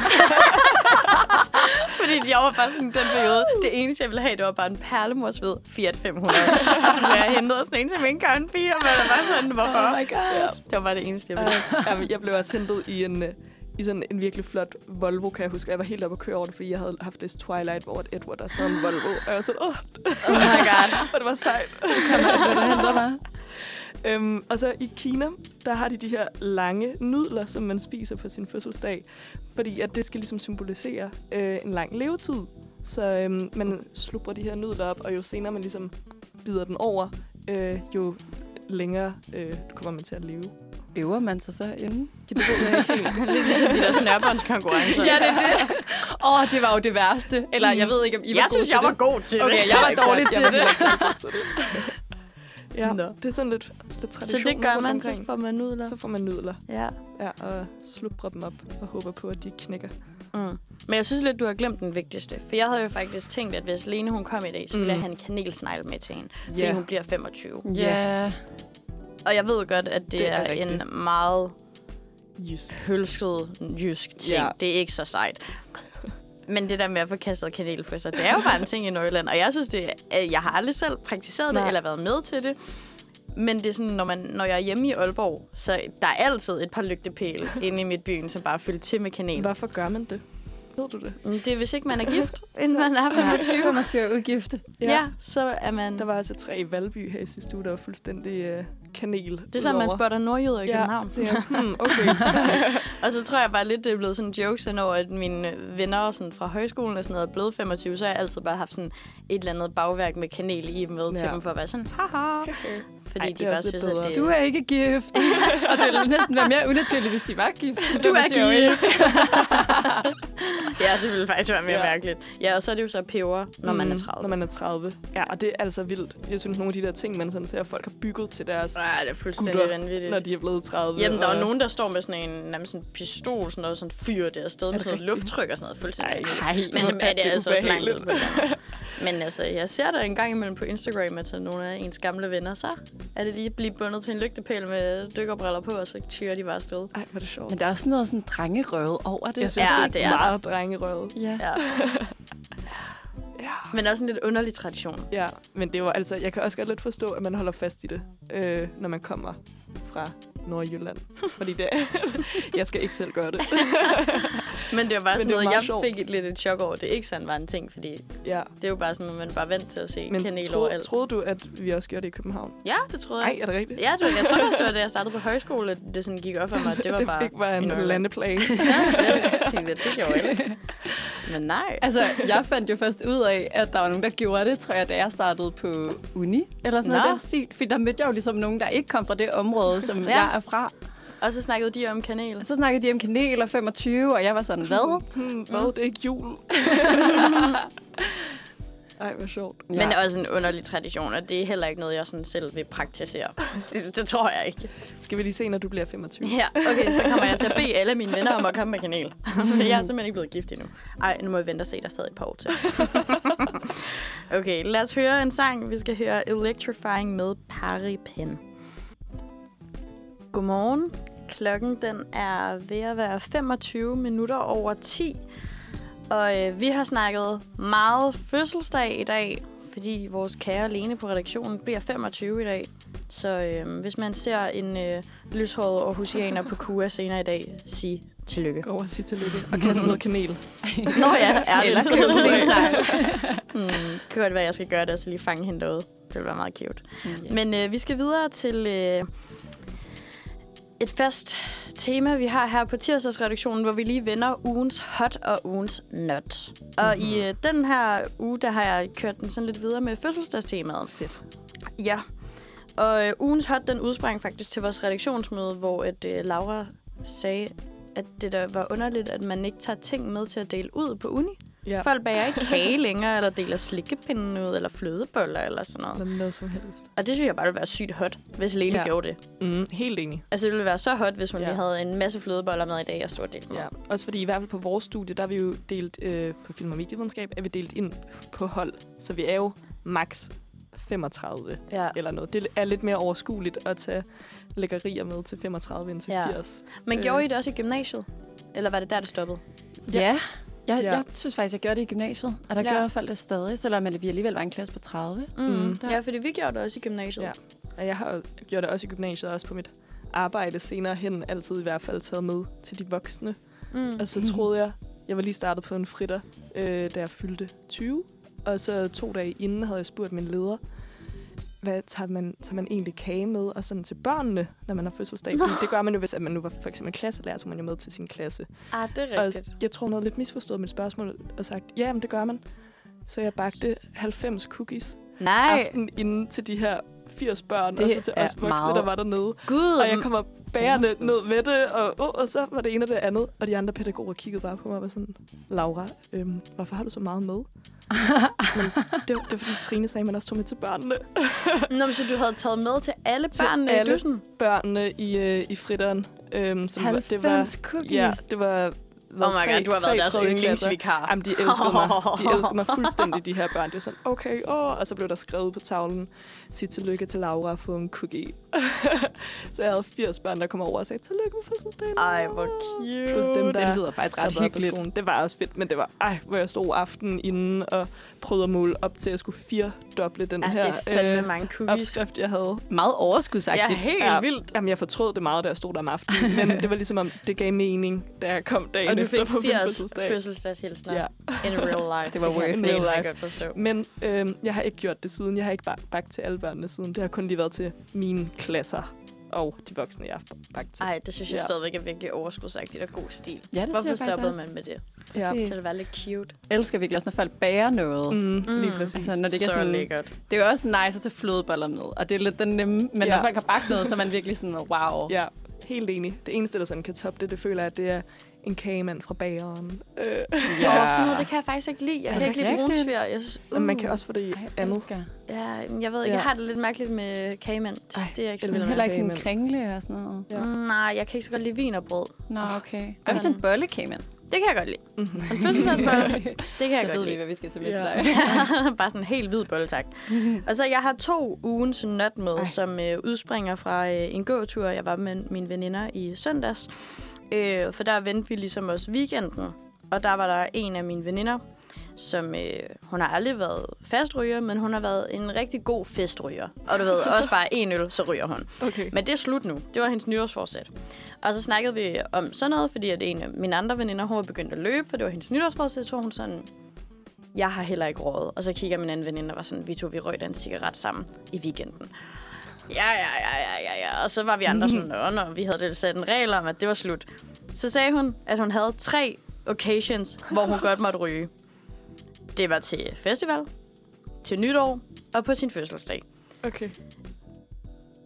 S6: Fordi jeg var bare sådan den periode. Det eneste, jeg ville have, det var bare en perlemorsvid Fiat 500. og så blev jeg hentet af sådan en til min konfi, og man var bare sådan, hvorfor? Oh my God. Ja, det var bare det eneste, jeg ville have.
S3: Ej, jamen, jeg blev også hentet i en, øh, i sådan en virkelig flot Volvo, kan jeg huske. Jeg var helt oppe at køre over det, fordi jeg havde haft det Twilight, hvor at Edward også havde en Volvo. Og jeg var sådan, åh,
S6: Oh my God.
S3: hvor det var sejt. Øhm, og så i Kina, der har de de her lange nudler, som man spiser på sin fødselsdag, fordi at det skal ligesom symbolisere øh, en lang levetid. Så øhm, man slubrer de her nudler op, og jo senere man ligesom bider den over, øh, jo længere øh, kommer man til at leve.
S7: Øver man sig så inden?
S3: Det ved jeg ikke helt.
S7: Ah,
S6: Lidt ligesom de der snørbåndskonkurrencer.
S7: Ja, det er det. Åh, oh, det var jo det værste. Eller Mm. jeg ved ikke, om I var
S6: jeg
S7: gode
S6: synes,
S7: til
S6: jeg
S7: det.
S6: var god til det.
S7: Okay, jeg var dårlig til
S3: Jeg var
S7: det.
S3: heller ikke særlig god til det. Ja,
S6: Nå.
S3: det er sådan lidt, lidt
S6: Så
S3: tradition.
S6: det gør
S3: rundt
S6: man, så
S3: omkring.
S6: får man nudler.
S3: så får man nudler
S6: Ja.
S3: ja, og slubrer dem op og håber på, at de knækker.
S6: Mm. Men jeg synes lidt, du har glemt den vigtigste. For jeg havde jo faktisk tænkt, at hvis Lene hun kom i dag, så ville
S3: Mm.
S6: mm. han kanelsnegle med til hende. Fordi
S3: Ja.
S6: hun bliver 25.
S7: Ja.
S6: Og jeg ved godt, at det,
S3: Det
S6: det
S3: er
S6: er, er
S3: rigtigt.
S6: en meget
S3: Just.
S6: pølsket jysk ting.
S3: Ja.
S6: Ja. Det er ikke så sejt. Men det der med at få kastet kanel på sig, det er jo bare en ting i Nordjylland. Og jeg synes, det er, jeg har aldrig selv praktiseret Nej.
S3: Nej.
S6: det, eller været med til det. Men det er sådan, når, man, når jeg er hjemme i Aalborg, så der er altid et par lygtepæle inde i mit byen, som bare er fyldt til med kanel.
S3: Hvorfor gør man det? Ved du det?
S6: Men Det er, hvis ikke man er gift, inden man er 25.
S7: 25 udgifte.
S6: Ja. ja, så er man...
S3: Der var altså tre i Valby her i sidste uge, der var fuldstændig øh, kanel.
S6: Det er sådan, man spotter nordjyder i
S3: ja,
S6: København.
S3: så jeg også, hmm, okay.
S6: Og så tror jeg bare lidt, det er blevet sådan jokes sådan over, at mine øh, venner sådan fra højskolen og sådan noget er blevet 25, så har jeg altid bare haft sådan et eller andet bagværk med kanel i med ja. til
S3: Ja.
S6: dem for at være sådan, haha. Fordi
S3: Ej,
S6: Ej,
S3: det
S6: de
S3: er
S6: bare
S3: også lidt
S6: synes, at
S3: bedre.
S6: det
S7: Du er ikke gift. og det ville næsten være mere unaturligt, hvis de var gift.
S6: du er
S7: 25 årige.
S6: gift. ja, det ville faktisk være mere
S3: Ja.
S6: ja. mærkeligt. Ja, og så er det jo så peber, når mm, man er 30.
S3: Hmm, Når man er 30. Ja, og det er altså vildt. Jeg synes, nogle af de der ting, man sådan ser, at folk har bygget til deres,
S6: Ja, det er fuldstændig
S3: Gutter,
S6: Gutter, vanvittigt.
S3: når de er blevet 30.
S6: Jamen, der er
S3: og-
S6: jo nogen, der står med sådan en, nærmest en pistol, sådan noget, sådan fyrer det afsted med
S3: det
S6: sådan noget lufttryk og sådan noget, fuldstændig.
S3: Ej.
S7: Nej,
S6: Men så er det
S3: det er
S6: altså også langt
S3: ubehageligt.
S6: ud på landet. Men altså, jeg ser der en gang imellem på Instagram, at så nogle af ens gamle venner, så er det lige at blive bundet til en lygtepæl med dykkerbriller på, og så tyrer de bare afsted.
S3: Ej, hvor er det sjovt.
S7: Men der er også noget sådan drengerøvet over det.
S3: Jeg synes,
S6: Ja,
S3: ja, det
S6: det
S3: er
S6: er der.
S3: meget drengerøvet.
S7: Ja.
S6: Ja.
S3: Ja.
S6: Men også en lidt underlig tradition.
S3: Ja, men det var altså, jeg kan også godt lidt forstå, at man holder fast i det, øh, når man kommer fra Nordjylland. Fordi det jeg skal ikke selv gøre det.
S6: Men det var bare
S3: Men
S6: sådan
S3: det er
S6: noget,
S3: meget
S6: jeg
S3: sjovt.
S6: fik et, lidt et chok over, at det ikke sådan var en ting, fordi
S3: Ja.
S6: det er jo bare sådan, at man er bare vant til at se
S3: Men
S6: kanel
S3: tro,
S6: overalt.
S3: troede du, at vi også gjorde det i København?
S6: Ja, det troede jeg.
S3: Nej, er det rigtigt?
S6: Ja, du, jeg tror faktisk, det var da jeg startede på højskole, at det sådan gik op for mig, at det var bare...
S3: ikke bare en
S6: enormt.
S3: landeplag.
S6: Ja, det, det, det gjorde jeg ikke. Men nej.
S7: Altså, jeg fandt jo først ud af, at der var nogen, der gjorde det, tror jeg, da jeg startede på uni, eller sådan noget
S6: Nå.
S7: af den stil. Fordi der mødte jeg jo ligesom nogen, der ikke kom fra det område, som ja.
S6: Ja.
S7: jeg er fra.
S6: Og så snakkede de om kanel.
S7: Og så snakkede de om kanel og 25, og jeg var sådan, hvad?
S3: Hmm, Hvad? Det er ikke jul. Ej, hvor sjovt.
S6: Ja. Men også en underlig tradition, og det er heller ikke noget, jeg sådan selv vil praktisere. Det, det tror jeg ikke.
S3: Skal vi lige se, når du bliver 25?
S6: Ja, okay, så kommer jeg til at bede alle mine venner om at komme med kanel. For jeg er simpelthen ikke blevet gift endnu. Ej, nu må jeg vente og se, der er stadig et par år til. okay, lad os høre en sang. Vi skal høre Electrifying med Pari Pen. Godmorgen. Klokken den er ved at være 25 minutter over 10. Og øh, vi har snakket meget fødselsdag i dag, fordi vores kære Lene på redaktionen bliver 25 i dag. Så øh, hvis man ser en øh, lyshåret og husianer på KUA senere i dag, sig tillykke.
S3: Gå over og sige tillykke. Og kaste noget kanel.
S6: Nå ja, ærligt.
S7: Eller købe det
S6: hmm, det kan godt være, jeg skal gøre det, og så lige fange hende derude. Det ville være meget cute.
S7: Ja.
S6: Yeah. Men øh, vi skal videre til øh, et fast tema, vi har her på tirsdagsredaktionen, hvor vi lige vender ugens hot og ugens not. Og i øh, den her uge, der har jeg kørt den sådan lidt videre med fødselsdagstemaet.
S3: Fedt.
S6: Ja. Og øh, ugens hot, den udsprang faktisk til vores redaktionsmøde, hvor at, øh, Laura sagde, at det der var underligt, at man ikke tager ting med til at dele ud på uni.
S3: Ja.
S6: Ja. Folk bager ikke kage længere, eller deler slikkepinden ud, eller flødeboller, eller sådan noget.
S3: Eller noget som helst.
S6: Og det synes jeg bare ville være sygt hot, hvis Lene
S3: Ja.
S6: ja. gjorde det.
S3: Mm, helt enig.
S6: Altså, det ville være så hot, hvis hun
S3: Ja.
S6: ja. lige havde en masse flødeboller med i dag og stort del med.
S3: Ja. Også fordi i hvert fald på vores studie, der er vi jo delt øh, på film- og medievidenskab, er vi delt ind på hold. Så vi er jo max 35
S6: Ja.
S3: eller noget. Det er lidt mere overskueligt at tage lækkerier med til 35 end til
S6: Ja.
S3: 80.
S6: Men
S3: Øh.
S6: gjorde I det også i gymnasiet? Eller var det der, det stoppede?
S7: Ja. ja. Jeg,
S3: Ja.
S7: jeg synes faktisk, jeg gjorde det i gymnasiet, og der
S6: Ja.
S7: ja. gjorde folk det stadig, selvom vi alligevel var en klasse på 30.
S3: Mm.
S6: Ja, fordi vi gjorde det også i gymnasiet.
S3: Ja. Og jeg har jo gjort det også i gymnasiet, og også på mit arbejde senere hen, altid i hvert fald taget med til de voksne.
S6: Mm.
S3: Og så troede jeg, jeg var lige startet på en fritter, øh, da jeg fyldte 20. Og så to dage inden havde jeg spurgt min leder, hvad tager man, tager man egentlig kage med og sådan til børnene, når man har fødselsdag? Fordi det gør man jo, hvis at man nu var for eksempel klasselærer, så tog man jo med til sin klasse.
S6: Ah, det er
S3: Og
S6: rigtigt.
S3: jeg tror, hun havde lidt misforstået mit spørgsmål og sagt, ja, men det gør man. Så jeg bagte 90 cookies
S6: Nej,
S3: aften inden til de her 80 børn,
S7: Det
S3: og så til
S7: er
S3: os voksne,
S7: meget.
S3: der var dernede.
S6: gud.
S3: Og jeg kommer bærende
S7: Underskud.
S3: ned med det, og, åh, og så var det ene og det andet. Og de andre pædagoger kiggede bare på mig og var sådan, Laura, øhm, hvorfor har du så meget med? men det, var- det var fordi Trine sagde, at man også tog med til børnene.
S6: Nå, men så du havde taget med til alle
S3: Til
S6: børnene i
S3: alle.
S6: klassen?
S3: Børnene i, øh, i fritteren. Øhm, som var,
S7: 90
S3: det var,
S7: cookies. Oh
S3: ja, det var
S6: Oh
S3: hvad, tre- tre tredje klasser. Jamen, de elskede mig. De elskede mig fuldstændig, de her børn. Det var sådan, okay, åh. Og så blev der skrevet på tavlen, sig tillykke til Laura og få en cookie. så jeg havde 80 børn, der kom over og sagde, tillykke med fødselsdagen.
S6: Ej, hvor
S3: Laura."
S6: cute.
S3: Plus dem, der,
S7: Det lyder faktisk
S3: der
S7: ret
S3: var på
S7: hyggeligt.
S3: skolen. Det var også fedt, men det var, ej, hvor jeg stod aftenen inden og prøvede at måle op til, at jeg skulle fire doble den
S6: Ja, det
S3: her
S6: er fandme
S3: øh,
S6: mange cookies.
S3: opskrift, jeg havde.
S7: Meget overskudsagtigt.
S6: helt
S3: Ja. Jamen, jeg fortrød det meget, da jeg stod der om aftenen, men det var ligesom, om det gav mening, da jeg kom dagen
S6: Og du
S3: efter
S6: fik
S3: på min
S6: 80
S3: fødselsdag.
S6: fødselsdagshilsner
S3: Ja.
S6: ja. in real life.
S7: Det var
S6: kan jeg
S7: worth
S3: it.
S6: virkelig
S3: Real life.
S6: godt forstå.
S3: Men øh, jeg har ikke gjort det siden. Jeg har ikke bare bagt til alle børnene siden. Det har kun lige været til mine klasser og de voksne, jeg har bagt til.
S6: Ej, det synes jeg
S3: Mm. Ja.
S6: stadigvæk er virkelig overskudsagtigt og god stil.
S7: Ja, det
S6: Hvorfor
S7: synes jeg faktisk
S6: stoppede
S7: også.
S6: man med det?
S3: Ja.
S7: Præcis.
S6: Det ville være lidt cute.
S7: Jeg elsker virkelig også, når folk bærer noget. Mm.
S3: Mm, lige
S6: Mm.
S3: præcis.
S7: Altså, når det ikke
S6: så
S7: er sådan,
S6: lækkert.
S7: det er jo også nice at tage flødeboller med, og det er lidt den nemme, men
S3: Ja.
S7: når folk har bagt noget, så er man virkelig sådan, wow.
S3: Ja, helt enig. Det eneste, der sådan kan toppe det, det føler jeg, at det er en kagemand fra bageren. Øh,
S6: Ja. Og sådan noget, det kan jeg faktisk ikke lide. Jeg
S7: Er
S6: kan
S7: det
S6: ikke lide
S7: rigtigt?
S6: brunsvær. Jeg synes,
S3: og man
S6: uh,
S3: kan også få det i
S7: Ej, jeg
S3: andet.
S7: elsker.
S6: Ja, men jeg ved ikke,
S3: Ja.
S6: jeg har det lidt mærkeligt med kagemænd.
S3: Ej,
S6: Det er jeg ikke
S7: Jeg
S3: elsker
S7: synes
S6: så
S7: heller
S6: vild
S7: ikke sådan
S3: kagemand.
S7: kringle og sådan noget.
S3: Ja.
S6: med. Mm, Nej, jeg kan ikke så godt lide vin og brød.
S7: Nå, okay. Og hvis en bolle came in,
S6: Det kan jeg godt lide.
S3: Mhm.
S6: En fødselsdagsbolle, det kan jeg
S7: så ved
S6: godt
S7: vi,
S6: lide.
S7: hvad vi skal tage med
S3: Ja.
S7: til dig.
S6: Bare sådan en helt hvid bolle, tak. og så jeg har to ugens not med, som øh, udspringer fra øh, en gåtur, jeg var med mine veninder i søndags. Øh, for der vendte vi ligesom også weekenden, og der var der en af mine veninder, som øh, hun har aldrig været fastryger, men hun har været en rigtig god festryger. Og du ved, også bare en øl, så ryger hun.
S3: Okay.
S6: Men det er slut nu. Det var hendes nytårsforsæt. Og så snakkede vi om sådan noget, fordi at en af mine andre veninder, hun var begyndt at løbe, for det var hendes nytårsforsæt, så var hun sådan, jeg har heller ikke råd. Og så kigger min anden veninde og var sådan, vi tog, vi røg da en cigaret sammen i weekenden. Ja, ja, ja, ja, ja, ja. Og så var vi andre sådan, nå, nå, vi havde lidt sat en regel om, at det var slut. Så sagde hun, at hun havde tre occasions, hvor hun godt måtte ryge. Det var til festival, til nytår og på sin fødselsdag.
S3: Okay.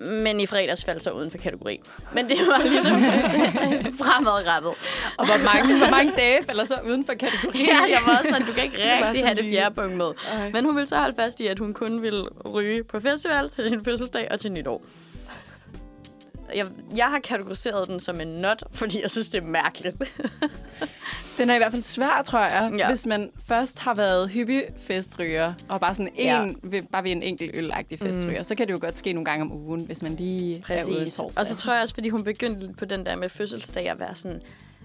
S6: Men i fredags faldt så uden for kategori. Men det var ligesom fremadrettet.
S7: Og hvor mange, hvor mange dage falder så uden for kategorien?
S6: Ja, jeg var også sådan, du kan ikke
S3: var
S6: rigtig have
S3: sådan
S6: det
S3: lige-
S6: fjerde punkt med.
S3: Ej.
S6: Men hun ville så holde fast i, at hun kun ville ryge på festival, til sin fødselsdag og til nytår. Jeg, jeg har kategoriseret den som en not, fordi jeg synes, det er mærkeligt.
S7: Den er i hvert fald svær, tror jeg,
S6: Ja.
S7: ja. hvis man først har været hyppig festryger, og bare sådan en,
S6: Ja.
S7: ja. ved, bare ved en enkelt ølagtig festryger, mm. så kan det jo godt ske nogle gange om ugen, hvis man lige er ude i torsdag.
S6: Og så tror jeg også, fordi hun begyndte lidt på den der med fødselsdag at være sådan...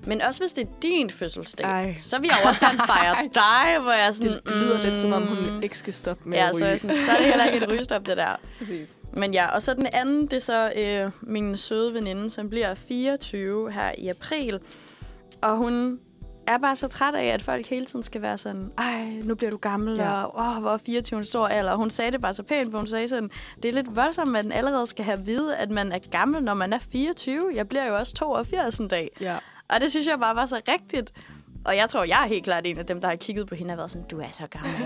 S6: Men også hvis det er din fødselsdag,
S3: Ej.
S6: Ej. så vil jeg jo også gerne fejre dig, hvor jeg er sådan...
S3: Det, det lyder lidt, som om
S6: mm.
S3: hun ikke skal stoppe med
S6: Ja,
S3: at ryge.
S6: så er, jeg sådan, så er det heller ikke et rygestop, det der.
S7: Præcis.
S6: Men ja, og så den anden, det er så øh, min søde veninde, som bliver 24 her i april. Og hun er bare så træt af, at folk hele tiden skal være sådan, ej, nu bliver du gammel,
S3: Ja.
S6: ja. og åh, hvor er 24 en stor alder. Og Hun sagde det bare så pænt, for hun sagde sådan, det er lidt voldsomt, at man allerede skal have at vide, at man er gammel, når man er 24. Jeg bliver jo også 82 en dag.
S3: Ja.
S6: Og det synes jeg bare var så rigtigt. Og jeg tror, jeg er helt klart en af dem, der har kigget på hende og været sådan, du er så gammel.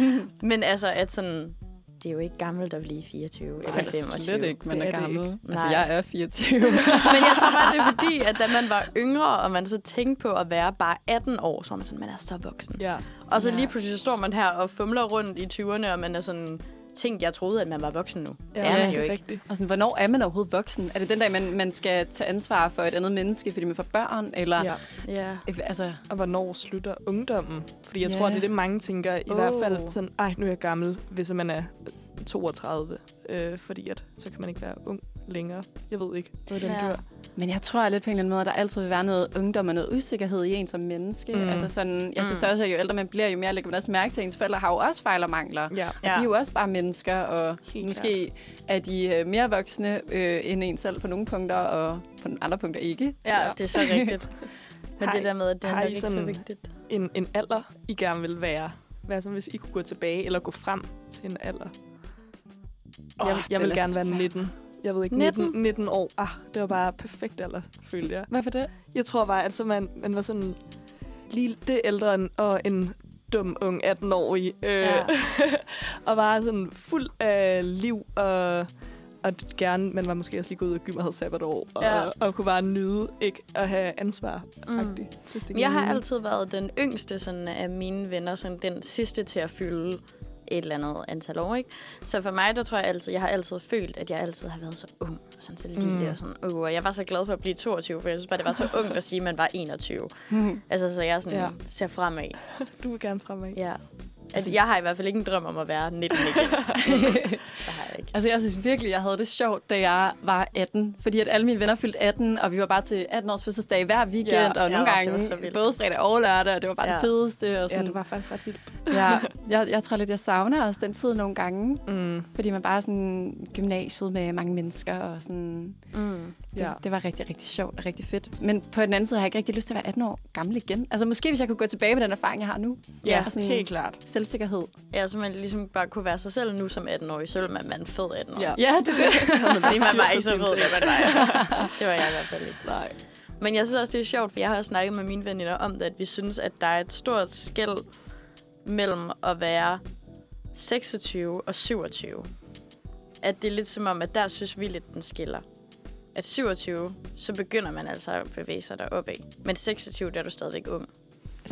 S6: Men altså, at sådan, det er jo ikke gammelt at blive 24 eller
S7: Eller
S6: 25.
S7: slet ikke, man
S3: Det
S7: er,
S3: er
S7: er
S3: det
S7: gammel.
S3: ikke.
S7: Altså,
S6: Nej.
S7: jeg er 24.
S6: Men jeg tror bare, det er fordi, at da man var yngre, og man så tænkte på at være bare 18 år, så var man sådan, man er så voksen.
S3: ja.
S6: Og så
S7: Ja.
S6: lige pludselig står man her og fumler rundt i 20'erne, og man er sådan, tænk, jeg troede, at man var voksen nu. Ja, det er man
S3: det
S6: jo
S3: er
S6: ikke.
S3: rigtigt.
S7: og sådan, hvornår er man overhovedet voksen? Er det den dag, man, man skal tage ansvar for et andet menneske, fordi man får børn? Eller, ja.
S3: Ja.
S6: Ja.
S7: altså,
S3: Og hvornår slutter ungdommen? Fordi jeg
S7: Ja.
S3: tror, det er det, mange tænker. I
S7: Oh.
S3: hvert fald sådan, ej, nu er jeg gammel, hvis man er 32, øh, fordi at, så kan man ikke være ung længere. Jeg ved ikke, noget den
S6: Ja.
S3: ja. dør.
S7: Men jeg tror lidt på en eller anden måde, at der altid vil være noget ungdom og noget usikkerhed i en som menneske.
S3: Mm.
S7: Mm. Altså sådan, jeg synes
S6: Mm.
S7: da også, at jo ældre man bliver, jo mere lægger man også mærke til, at ens forældre har jo også fejl og mangler.
S3: Ja.
S7: Ja. De er jo også bare mennesker, og
S3: Helt
S7: Helt måske er de øh, mere voksne øh, end en selv på nogle punkter, og på andre punkter ikke.
S6: Ja, det er så rigtigt. Men
S3: Har I-
S6: det der med, at det er
S3: har
S6: nok
S3: I
S6: ikke så
S3: sådan-
S6: vigtigt.
S3: En, en alder, I gerne vil være. Hvad som hvis I kunne gå tilbage eller gå frem til en alder? Oh, jeg, jeg
S7: den
S3: vil
S7: er
S3: gerne være
S7: svær.
S3: 19. Jeg ved ikke,
S6: 19?
S3: 19, 19 år. Ah, det var bare perfekt alder, følte jeg.
S7: Hvorfor det?
S3: Jeg tror bare, at så man, man var sådan lige det ældre end, og en dum ung 18-årig. Øh, ja.
S6: Ja.
S3: og bare sådan fuld af liv og og gerne, man var måske også lige gået ud og gym og havde sabbatår, og, ja.
S6: Ja.
S3: og kunne bare nyde ikke at have ansvar.
S6: Mm.
S3: Mm. Hvis det
S6: Men Jeg
S3: giver
S6: har
S3: mening.
S6: altid været den yngste sådan, af mine venner, sådan den sidste til at fylde et eller andet antal år, ikke? Så for mig, der tror jeg altid, jeg har altid følt, at jeg altid har været så ung, og sådan så lille,
S3: Mm.
S6: mm. og sådan, uh, og jeg var så glad for at blive 22, for jeg synes bare, det var så ungt at sige, at man var 21. Altså, så jeg sådan
S3: Ja.
S6: ja. ser fremad.
S3: Du vil gerne fremad.
S6: Ja. Altså, jeg har i hvert fald ikke en drøm om at være 19 igen. det har jeg ikke.
S7: Altså, jeg synes virkelig, jeg havde det sjovt, da jeg var 18. Fordi at alle mine venner fyldte 18, og vi var bare til 18-års fødselsdag hver weekend,
S3: Ja,
S7: ja, og
S6: ja,
S7: nogle
S6: det var
S7: gange
S6: så vildt.
S7: både fredag og lørdag, og det var bare ja.
S6: Ja.
S7: det fedeste. Og
S3: Ja,
S7: sådan.
S3: det var faktisk ret vildt.
S7: ja, jeg, jeg tror lidt, jeg savner også den tid nogle gange,
S3: Mm.
S7: fordi man bare er sådan gymnasiet med mange mennesker, og sådan,
S6: Mm.
S3: Ja.
S7: ja. det, det var rigtig, rigtig sjovt og rigtig fedt. Men på den anden side har jeg ikke rigtig lyst til at være 18 år gammel igen. Altså måske, hvis jeg kunne gå tilbage med den erfaring, jeg har nu.
S6: Ja,
S7: og sådan
S3: Helt klart.
S7: Selvsikkerhed.
S6: Ja, så man ligesom bare kunne være sig selv nu som 18-årig, så ville man være en fed 18-årig.
S3: Ja.
S7: Ja, det er det.
S6: Fordi man var ikke så
S3: Styr på
S6: ved,
S3: sine
S6: hvad man var. det var jeg i hvert fald ikke.
S3: Nej.
S6: Men jeg synes også, det er sjovt, for jeg har også snakket med mine veninder om det, at vi synes, at der er et stort skæld mellem at være 26 og 27. At det er lidt som om, at der synes vi lidt, den skiller. At 27, så begynder man altså at bevæge sig deroppe. Men 26, der er du stadigvæk ung.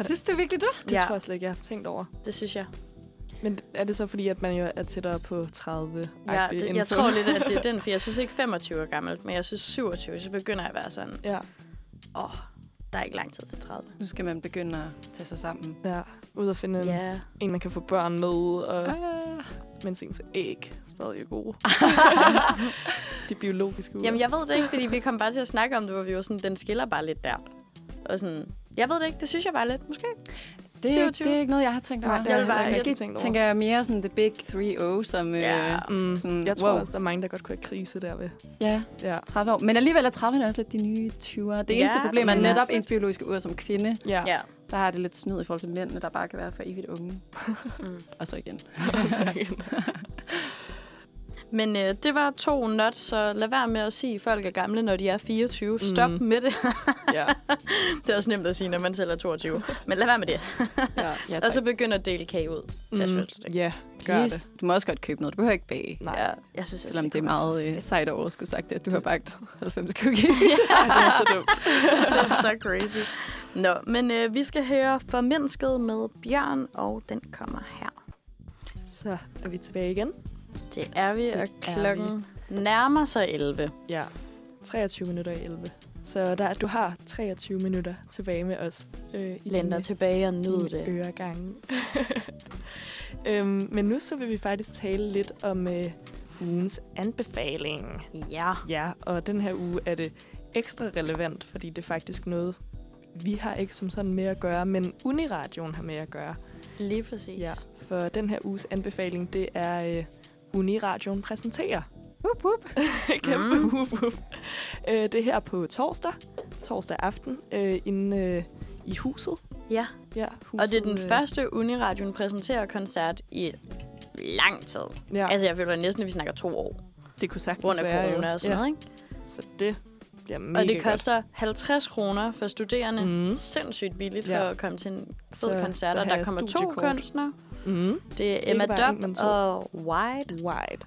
S7: Synes du virkelig det?
S3: Det ja. tror jeg slet ikke, jeg har tænkt over.
S6: det synes jeg.
S3: Men er det så fordi, at man jo er tættere på 30
S6: Ja, det, jeg tror lidt, at det er den, for jeg synes ikke 25 er gammelt, men jeg synes 27, så begynder jeg at være sådan,
S3: Ja,
S6: åh, oh, der er ikke lang tid til 30.
S7: Nu skal man begynde at tage sig sammen.
S3: ja. Ud at finde yeah.
S6: Ja.
S3: en, man kan få børn med, og,
S7: Ah.
S3: mens ens æg stadig er gode. det biologiske ud.
S6: Jamen, jeg ved det ikke, fordi vi kom bare til at snakke om det, hvor vi var sådan, den skiller bare lidt der. Og sådan, jeg ved det ikke, det synes jeg bare lidt, måske.
S7: Det, er,
S6: 27.
S7: det er ikke noget, jeg har tænkt over.
S3: Nej, det har
S6: jeg
S3: jeg
S6: bare
S3: ikke
S7: Måske
S3: rigtig tænkt over.
S7: tænker jeg mere sådan the big 3-0, som...
S6: Ja.
S7: Øh,
S3: mm.
S7: sådan,
S3: jeg tror
S7: wow.
S3: også, der er mange, der godt kunne have krise derved.
S7: ja,
S3: Ja,
S7: 30 år. Men alligevel er 30 også lidt de nye 20'ere. Det
S6: Ja,
S7: eneste problem er
S6: men-
S7: netop ens biologiske ur som kvinde.
S3: ja. ja.
S6: Ja.
S7: Der er det lidt snyd i forhold til mændene, der bare kan være for evigt unge.
S6: Mm.
S7: Og så igen.
S6: Men øh, det var to nuts, så lad være med at sige, at folk er gamle, når de er 24. Stop
S3: Mm.
S6: mm. med det.
S3: ja.
S6: det er også nemt at sige, når man selv er 22. Men lad være med det.
S3: ja.
S7: Ja,
S6: Og så begynd at dele kage ud til mm. fødselsdag.
S3: Ja, gør det.
S7: Please. Du må også godt købe noget. Du behøver ikke bage.
S3: Nej.
S6: Ja, jeg synes, også,
S7: Selvom det er
S6: kunne være
S7: meget øh,
S6: fedt.
S7: sejt at overskue sagt, at du har bagt 90 cookies.
S3: Ej, det er så dumt.
S6: det er så crazy. Nå, men øh, vi skal høre Formindsket med Bjørn, og den kommer her.
S3: Så er vi tilbage igen.
S6: Det er vi, og
S3: er
S6: klokken nærmer sig 11.
S3: Ja, 23 minutter i 11. Så der, du har 23 minutter tilbage med os. Øh, i
S6: Læn dig tilbage og nyd
S3: dine
S6: det.
S3: Øregange. øhm, men nu så vil vi faktisk tale lidt om øh, ugens anbefaling.
S6: Ja.
S3: Ja, og den her uge er det ekstra relevant, fordi det er faktisk noget, vi har ikke som sådan med at gøre, men Uniradioen har med at gøre.
S6: Lige præcis.
S3: Ja, for den her uges anbefaling, det er øh, Uniradioen præsenterer.
S7: Wup, wup.
S3: Kæmpe mm. up, up. Øh, det er her på torsdag, torsdag aften, øh, inde øh, i huset.
S6: ja.
S3: Ja, huset
S6: Og det er den
S3: øh,
S6: første Uniradioen præsenterer koncert i lang tid.
S3: Ja, altså,
S6: Altså, jeg føler næsten, at vi snakker to år.
S3: det kunne sagtens
S6: Grund af
S3: være
S6: corona
S3: jo.
S6: og sådan noget, ikke?
S3: Ja, så det bliver mega
S6: Og det koster 50 kroner for studerende.
S3: Mm.
S6: Mm. Sindssygt billigt for
S3: Ja.
S6: at komme til en
S3: godt.
S6: fed koncert, og
S3: har
S6: der
S3: jeg
S6: kommer to
S3: studiekort.
S6: kunstnere.
S3: Mm.
S6: Det er
S3: Ikke
S6: Emma
S3: bare en,
S6: Dob
S3: men to.
S6: og White.
S3: Wide.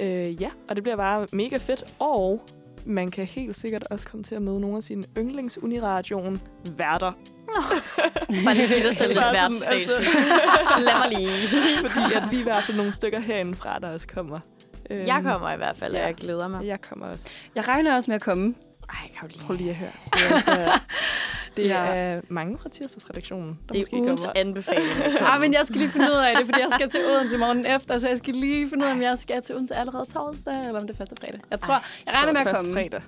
S3: Øh, ja, og det bliver bare mega fedt, og man kan helt sikkert også komme til at møde nogle af sine yndlingsuniradioen værter.
S6: Bare lige give dig selv lidt
S3: Bare sådan, altså.
S6: værtsstatus. Lad mig lige.
S3: Fordi at vi er i hvert fald nogle stykker herindefra, der også kommer. Øhm,
S6: Jeg kommer i hvert fald, og
S3: ja.
S6: jeg glæder mig.
S3: Jeg kommer også.
S7: Jeg regner også med at komme.
S6: Ej, Karoline.
S3: Prøv lige at høre. Det er altså Det
S7: Ja.
S3: ja. er mange fra tirsdagsredaktionen, der
S6: Det
S3: måske
S6: er ugens
S3: kommer.
S6: anbefaling.
S7: Ah, men jeg skal lige finde ud af det, fordi jeg skal til Odense morgen efter, så jeg skal lige finde ud af, om jeg skal til Odense allerede torsdag, eller om det er første fredag. Jeg tror, jeg regner med at
S3: Først
S7: komme.
S3: fredag.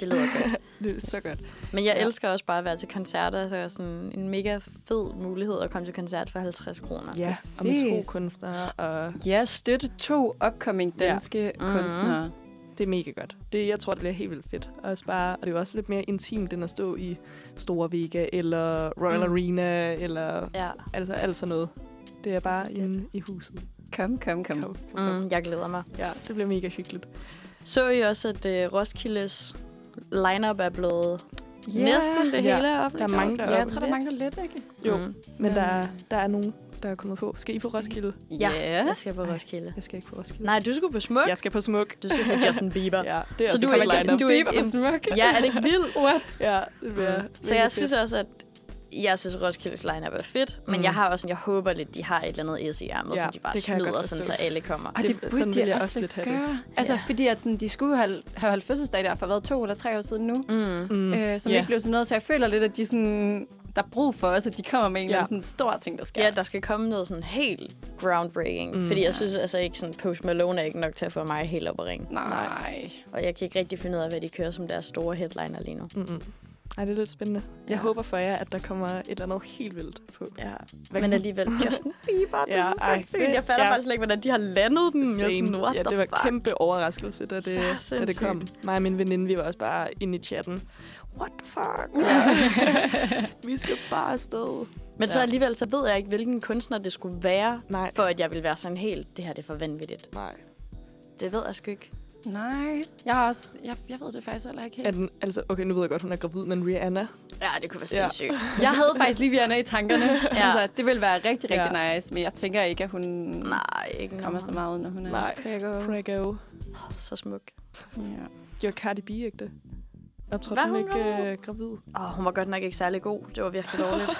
S6: Det lyder godt.
S3: Det er så godt.
S6: Men jeg elsker også bare at være til koncerter, så er sådan en mega fed mulighed at komme til koncert for 50 kroner.
S3: Ja, og med
S7: præcis.
S3: to kunstnere, og
S7: Ja, støtte to upcoming
S3: Ja.
S7: danske
S6: Mhm.
S7: kunstnere.
S3: det er mega godt. Det, jeg tror, det bliver helt vildt fedt. Også bare, og det er jo også lidt mere intimt, end at stå i Store Vega, eller Royal mm.
S6: Mm.
S3: Arena, eller
S6: Ja.
S3: altså alt sådan noget. Det er bare inde i huset.
S7: Kom, kom, kom.
S3: Kom, kom, kom.
S6: Mm, jeg glæder mig.
S3: Ja, det bliver mega hyggeligt.
S6: Så I også, at uh, Roskildes lineup er blevet
S7: Ja.
S6: yeah. næsten det
S3: Ja.
S6: hele er
S3: Der
S6: offentliggjort?
S3: er mange, der
S7: Ja,
S3: er
S7: jeg
S3: oppe.
S7: tror, der mangler lidt, ikke?
S3: Jo,
S6: Mm.
S3: men der, er- der er nogen, der er kommet på. Skal I på Roskilde?
S6: Ja.
S7: Ja.
S6: Jeg skal på Roskilde.
S3: Jeg skal ikke på Roskilde.
S6: Nej, du skulle på Smuk.
S3: Jeg skal på Smuk.
S6: Du skal til Justin Bieber.
S3: Ja, det er
S6: Så
S3: også
S6: du er
S3: et
S6: ikke
S3: godt
S6: sådan,
S3: lineup.
S6: du er ikke en...
S7: smuk.
S6: Ja, er det ikke vildt? What?
S3: Ja, det bliver
S6: Mm. Så jeg synes også, at jeg synes, Roskildes lineup er fedt, men
S3: Mm.
S6: jeg har også sådan, jeg håber lidt, de har et eller andet æs i ærmet,
S3: Ja,
S6: som de bare
S3: det kan jeg
S6: smider,
S3: godt
S6: sådan, så
S3: forstå.
S6: alle kommer.
S7: Og
S3: Det-
S7: det, det
S3: sådan
S7: burde
S3: vil
S7: de
S3: jeg
S7: også
S3: også
S7: lidt
S3: lidt
S7: gøre.
S3: have
S7: Altså,
S6: Ja.
S7: fordi at sådan, de skulle jo have, have holdt fødselsdag der for hvad, to eller tre år siden nu,
S6: Mm.
S3: Mm.
S7: øh, som
S3: Ja.
S7: ikke blev til noget. Så jeg føler lidt, at de sådan, der er brug for os, at de kommer med en eller
S3: Ja.
S7: anden sådan stor ting, der sker.
S6: Ja, der skal komme noget sådan helt groundbreaking, mm.
S3: Mm.
S6: fordi jeg synes altså ikke sådan, Post Malone er ikke nok til at få mig helt op at ringe.
S7: Nej.
S6: Og jeg kan ikke rigtig finde ud af, hvad de kører som deres store headliner lige nu.
S3: Mm-mm. Ej, det er lidt spændende. Jeg
S6: Ja.
S3: håber for jer, at der kommer et eller andet helt vildt på.
S6: Ja,
S3: Hvad
S6: men
S3: kan-
S6: alligevel Justin Bieber, det
S3: Ja,
S6: er
S3: ej,
S6: så sindssygt.
S3: det-
S6: Jeg fatter
S3: ja.
S6: faktisk slet ikke, hvordan de har landet den. Hmm, Jeg er
S3: Same.
S6: sådan, what
S3: ja, det
S6: the
S3: var
S6: fuck?
S3: kæmpe overraskelse, da
S6: Så
S3: det, da det
S6: sindssygt.
S3: kom. Mig og min veninde, vi var også bare inde i chatten. What the fuck? vi skal bare afsted.
S6: Men så
S3: Ja.
S6: alligevel, så ved jeg ikke, hvilken kunstner det skulle være,
S3: Nej.
S6: for at jeg ville være sådan helt, det her det er for vanvittigt.
S3: Nej.
S6: Det ved jeg sgu ikke.
S7: Nej. Jeg har også, jeg, jeg ved det faktisk heller ikke
S3: Er
S7: helt.
S3: den, altså, okay, nu ved jeg godt, hun er gravid, men Rihanna.
S6: Ja, det kunne være
S3: Ja.
S6: sindssygt.
S7: Jeg havde faktisk lige Vianna i tankerne.
S6: Ja.
S7: ja. Altså, det ville være rigtig, rigtig ja. nice, men jeg tænker ikke, at hun
S6: Nej, ikke
S7: kommer så meget, når hun er
S3: Nej.
S7: prego.
S3: Prego.
S6: Så smuk.
S7: Ja.
S3: Gjorde Cardi B ikke det? Optrådte
S6: Var
S3: hun
S6: hun
S3: ikke øh, gravid?
S6: Åh, hun var godt nok ikke særlig god. Det var virkelig dårligt.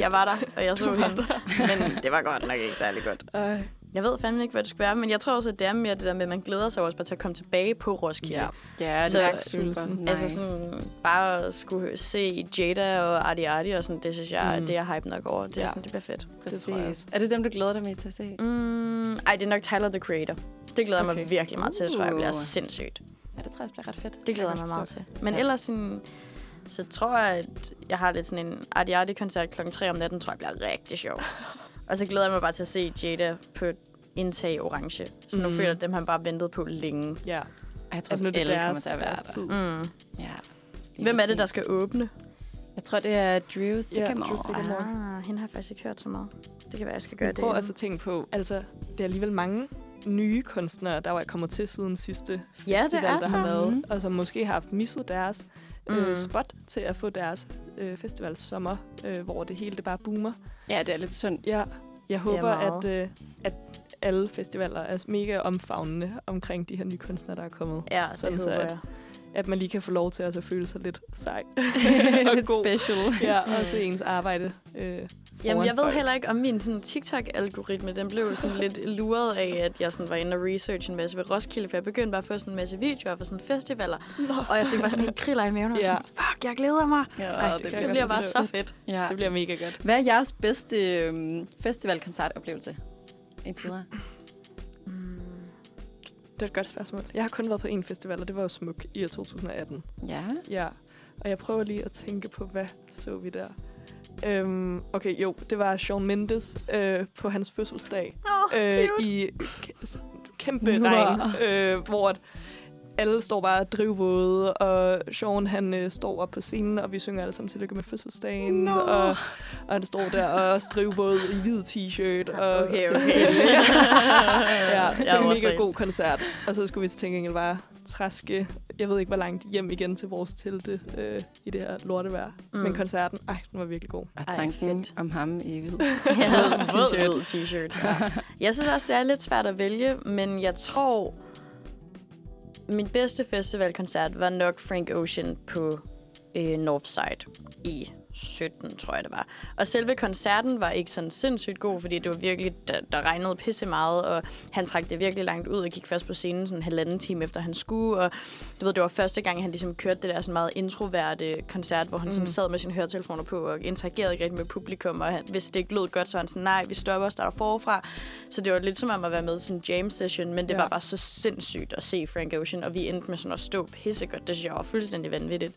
S6: jeg var der, og jeg så hende. Men det var godt nok ikke særlig godt.
S3: Ej.
S6: Jeg ved fandme ikke, hvad det skal være, men jeg tror også, at det er mere det der med, at man glæder sig også bare til at komme tilbage på Roskilde. Ja.
S7: Ja,
S6: det
S7: det
S6: Så- er
S7: er
S3: super
S7: super nice.
S6: Altså sådan, bare at skulle se Jada og Artie Artie og sådan, det synes jeg, mm.
S3: Mm.
S6: det er jeg hype nok over. Det, ja. er
S3: Ja.
S6: sådan, det bliver fedt.
S7: Præcis.
S3: tror jeg
S7: Er det dem, du glæder dig mest til at se?
S6: Mm, ej, det er nok Tyler, the Creator. Det glæder okay. jeg mig
S7: Okay.
S6: virkelig meget til. Det tror jeg bliver
S7: Uh.
S6: sindssygt.
S7: Ja, det tror jeg også bliver ret fedt.
S6: Det glæder jeg mig meget til. Men ellers sådan, så tror jeg, at jeg har lidt sådan en arti koncert klokken 3 om natten, tror jeg bliver rigtig sjov. og så glæder jeg mig bare til at se Jada på et indtag i orange. Så nu mm.
S3: Mm.
S6: føler jeg, at dem har han bare ventet på længe.
S3: Ja.
S7: Ej, Jeg tror
S3: At Altså,
S7: også,
S3: nu er det
S7: alle kommer
S3: deres,
S7: til at være
S3: deres
S7: der.
S3: tid.
S6: Mm.
S7: Ja. Lige
S6: Hvem er det, der
S7: præcis.
S6: skal åbne?
S7: Jeg tror, det er Drew Sycamore.
S3: Drew Sycamore. Godmorgen.
S6: Ah, hende har jeg faktisk ikke hørt så meget. Det kan være, jeg skal gøre
S3: Men
S6: det.
S3: prøv også at tænke på, altså, det er alligevel mange nye kunstnere, der var kommet til siden sidste
S6: Ja, det
S3: festival,
S6: er
S3: der har
S6: så.
S3: været, og som måske har haft misset deres
S6: Mm.
S3: øh, spot til at få deres øh, festivalsommer, øh, hvor det hele det bare boomer.
S7: Ja, det er lidt synd.
S3: Jeg, jeg håber,
S6: meget.
S3: at, øh, at alle festivaler er mega omfavnende omkring de her nye kunstnere, der er kommet.
S6: altså- Ja, det
S3: Sådan så,
S6: håber
S3: at-
S6: jeg.
S3: At man lige kan få lov til også at føle sig lidt sej.
S7: lidt
S3: god.
S7: special.
S3: ja, og se ens arbejde øh,
S6: Jamen,
S3: foran
S6: jeg ved
S3: folk.
S6: heller ikke, om min sådan, TikTok-algoritme, den blev sådan lidt luret af, at jeg sådan, var inde og researche en masse ved Roskilde, for jeg begyndte bare at få sådan en masse videoer fra sådan festivaler, og jeg fik bare sådan en kriller i maven, og ja.
S3: Ja.
S6: sådan, fuck, jeg glæder mig.
S7: Ja,
S3: Ej, det kan
S6: Det
S3: jeg
S6: bliver
S3: godt
S6: bare
S3: forstå.
S6: så fedt.
S7: Ja.
S3: Det bliver mega godt.
S7: Hvad er jeres bedste øhm, festivalkoncertoplevelse? Indtil videre.
S3: Det er et godt spørgsmål. Jeg har kun været på én festival, og det var jo Smuk i år 2018.
S7: Ja.
S3: Ja, og jeg prøver lige at tænke på, hvad så vi der? Øhm, okay, jo, det var Shawn Mendes øh, på hans fødselsdag
S6: Åh,
S3: Øh,
S6: cute.
S3: i k- s- kæmpe
S7: Wow.
S3: regn, øh, hvor at alle står bare drivvåde, og Sean han øh, står op på scenen, og vi synger alle sammen tillykke med fødselsdagen,
S7: Nå.
S3: og, og han står der og også drivvåd i hvid t-shirt. Og
S6: Okay,
S3: så-
S6: okay.
S3: ja,
S6: Jeg
S3: så en mega
S6: overdrev.
S3: god koncert. Og så skulle vi til gengæld bare træske, jeg ved ikke hvor langt, hjem igen til vores telte øh, i det her lortevejr.
S6: Mm.
S3: Mm. Men koncerten, ej, den var virkelig god.
S7: Og
S6: Ej,
S7: tanken
S6: fedt.
S7: om ham i hvid.
S6: Ja,
S7: t-shirt.
S6: Rød t-shirt. Ja. Jeg synes også, det er lidt svært at vælge, men jeg tror, min bedste festivalkoncert var nok Frank Ocean på øh, Northside i 17, tror jeg det var. Og selve koncerten var ikke sådan sindssygt god, fordi det var virkelig, der, der regnede pisse meget, og han trak det virkelig langt ud og gik først på scenen sådan en halvanden time efter han skulle, og du ved, det var første gang, han ligesom kørte det der sådan meget introverte koncert, hvor han mm. sådan sad med sine høretelefoner på og interagerede ikke rigtig med publikum, og han, hvis det ikke lød godt, så var han sådan, nej, vi stopper og starter forfra. Så det var lidt som om at være med i sådan en jam session, men det
S3: Ja.
S6: ja. var bare så sindssygt at se Frank Ocean, og vi endte med sådan at stå pissegodt. Det synes jeg var fuldstændig vanvittigt.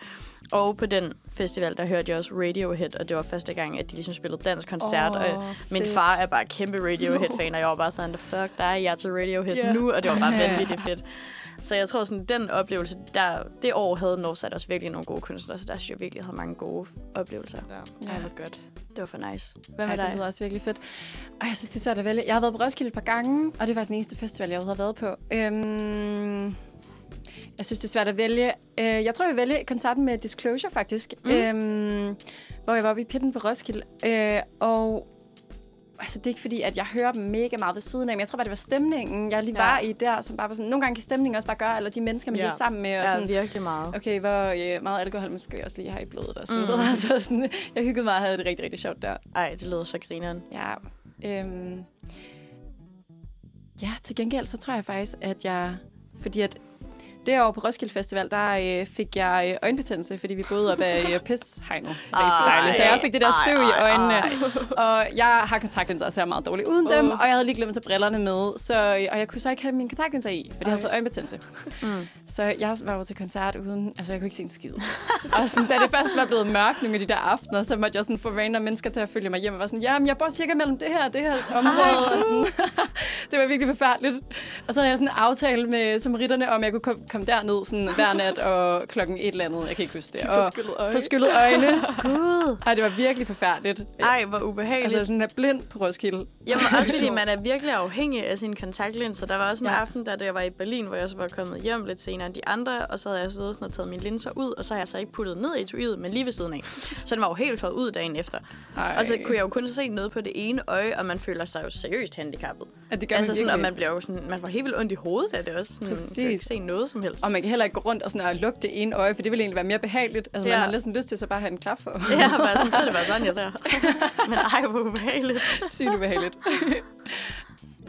S6: Og på den festival, der hørte jeg også Radiohead, og det var første gang, at de ligesom spillede dansk koncert, oh, og min far er bare kæmpe Radiohead-fan, og jeg var bare sådan, fuck dig, jeg er til Radiohead
S3: Ja.
S6: yeah. nu, og det var bare vanvittigt fedt. Så jeg tror sådan, den oplevelse, der, det år havde Northside også virkelig nogle gode kunstnere, så der synes jeg virkelig, jeg havde mange gode oplevelser.
S3: Ja.
S6: Ja. Ej, hvor godt. Det var for nice. Hvad
S7: Hvad med
S6: med
S7: Ej, det
S6: dig?
S7: lyder også virkelig fedt. Og jeg synes, det er svært at vælge. Jeg har været på Roskilde et par gange, og det er faktisk den eneste festival, jeg overhovedet har været på. Øhm, jeg synes, det er svært at vælge. Øh, jeg tror, jeg vil vælge koncerten med Disclosure, faktisk. Mm. Øhm, hvor jeg var oppe i pitten på Roskilde. Øh, og altså, det er ikke fordi, at jeg hører dem mega meget ved siden af, men jeg tror bare, det var stemningen, jeg lige
S6: Ja.
S7: var i der, som bare var sådan, nogle gange kan stemningen også bare gøre, eller de mennesker, man
S6: Ja.
S7: lige er sammen med. Og sådan,
S6: Ja, virkelig meget.
S7: okay, hvor øh, meget alkohol man skal også lige have i blodet og så videre. Mm. Så sådan, jeg hyggede mig og havde det rigtig, rigtig sjovt der.
S6: Ej, det lyder så grineren.
S7: Ja, øhm, ja, til gengæld så tror jeg faktisk, at jeg... Fordi at det år på Roskilde Festival, der øh, fik jeg øh, øjenbetændelse, fordi vi boede op af øh, pishegnet. Rigtig dejligt. Så jeg fik det der støv i øjnene. Og jeg har kontaktlinser, og ser meget dårligt uden dem. Og jeg havde lige glemt at tage brillerne med. Så, øh, og jeg kunne så ikke have mine kontaktlinser i, fordi jeg havde fået øjenbetændelse.
S6: Mm.
S7: Så jeg var jo til koncert uden... Altså, jeg kunne ikke se en skid. og sådan, da det først var blevet mørkt nogle af de der aftener, så måtte jeg sådan få random mennesker til at følge mig hjem. Og var sådan, jamen, jeg bor cirka mellem det her og det her område. og sådan, det var virkelig forfærdeligt. Og så havde jeg sådan en aftale med samaritterne, om jeg kunne kom- komme derned sådan, hver nat og klokken et eller andet. Jeg kan ikke huske det. Og
S3: Forskyllet øje.
S7: få skyllet øjne.
S6: Gud.
S7: Ej, det var virkelig forfærdeligt.
S6: Ej, hvor ubehageligt.
S7: Altså, sådan er blind på Roskilde.
S6: Jamen også fordi man er virkelig afhængig af sine kontaktlinser. Der var også en ja.
S7: Ja.
S6: aften, da jeg var i Berlin, hvor jeg så var kommet hjem lidt senere end de andre, og så havde jeg siddet sådan og taget mine linser ud, og så har jeg så ikke puttet ned i etuiet, men lige ved siden af. Så den var jo helt tørret ud dagen efter.
S7: Ej.
S6: Og så kunne jeg jo kun se noget på det ene øje, og man føler sig jo seriøst handicappet.
S7: At det gør
S6: Altså
S7: man
S6: sådan, og
S7: virkelig.
S6: man bliver jo sådan, man får helt vildt ondt i hovedet af det også. Sådan, Præcis. Man kan jo ikke
S7: Præcis.
S6: se noget som helst.
S7: Og man kan heller ikke gå rundt og, sådan, og lukke det ene øje, for det ville egentlig være mere behageligt. Altså,
S6: Ja.
S7: man har lidt sådan lyst til at så bare have en klap for.
S6: Ja, bare sådan, så er det bare sådan, jeg tager. Men ej, hvor ubehageligt.
S7: Sygt ubehageligt.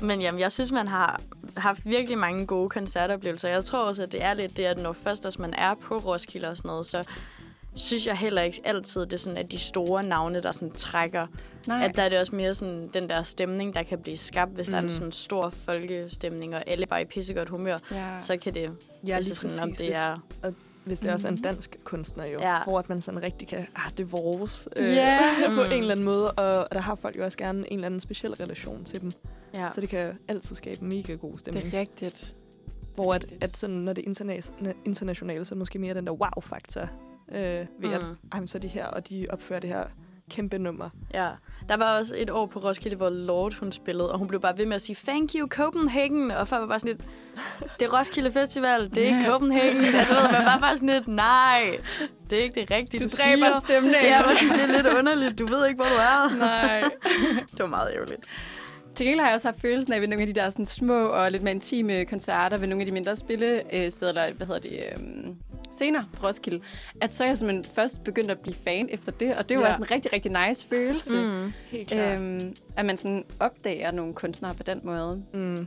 S6: Men jamen, jeg synes, man har haft virkelig mange gode koncertoplevelser. Jeg tror også, at det er lidt det, at når først også man er på Roskilde og sådan noget, så synes jeg heller ikke altid, det er sådan, at de store navne, der sådan trækker. Nej. At der er det også mere sådan den der stemning, der kan blive skabt, hvis mm. der er en sådan stor folkestemning, og alle bare er i pissegodt humør,
S7: Ja.
S6: så kan det, ja, altså sådan, om det er...
S3: Og hvis det også er en dansk kunstner jo,
S6: Mhm. Ja.
S3: ja. hvor at man sådan rigtig kan, ah, det er vores, øh,
S7: Ja.
S3: på en eller
S6: Mm.
S3: anden måde, og, og der har folk jo også gerne en eller anden speciel relation til dem,
S6: Ja.
S3: så det kan altid skabe en mega god stemning.
S7: Det er rigtigt.
S3: hvor at, at sådan, når det er interna- internationale, så er det måske mere den der wow-faktor øh, ved mm. at,
S6: Mm.
S3: ej, men så er de her, og de opfører det her kæmpe nummer.
S6: Ja, der var også et år på Roskilde, hvor Lord hun spillede, og hun blev bare ved med at sige, thank you Copenhagen, og folk var bare sådan lidt, det er Roskilde Festival, det er ikke Copenhagen. Altså, ved, du, man var bare sådan lidt, nej, det er ikke det rigtige,
S7: Du,
S6: du,
S7: du dræber
S6: siger.
S7: stemningen.
S6: Ja, jeg var sådan, det er lidt underligt, du ved ikke, hvor du er.
S7: Nej.
S6: Det var meget ærgerligt.
S7: Til gengæld har jeg også haft følelsen af, ved nogle af de der sådan, små og lidt mere intime koncerter, ved nogle af de mindre spillesteder, eller hvad hedder det, øhm, senere på Roskilde, at så er jeg simpelthen først begyndt at blive fan efter det, og det var
S6: Ja.
S7: ja. sådan en rigtig, rigtig nice følelse.
S6: Mm.
S3: Helt
S7: Øhm, at man sådan opdager nogle kunstnere på den måde.
S3: Mm.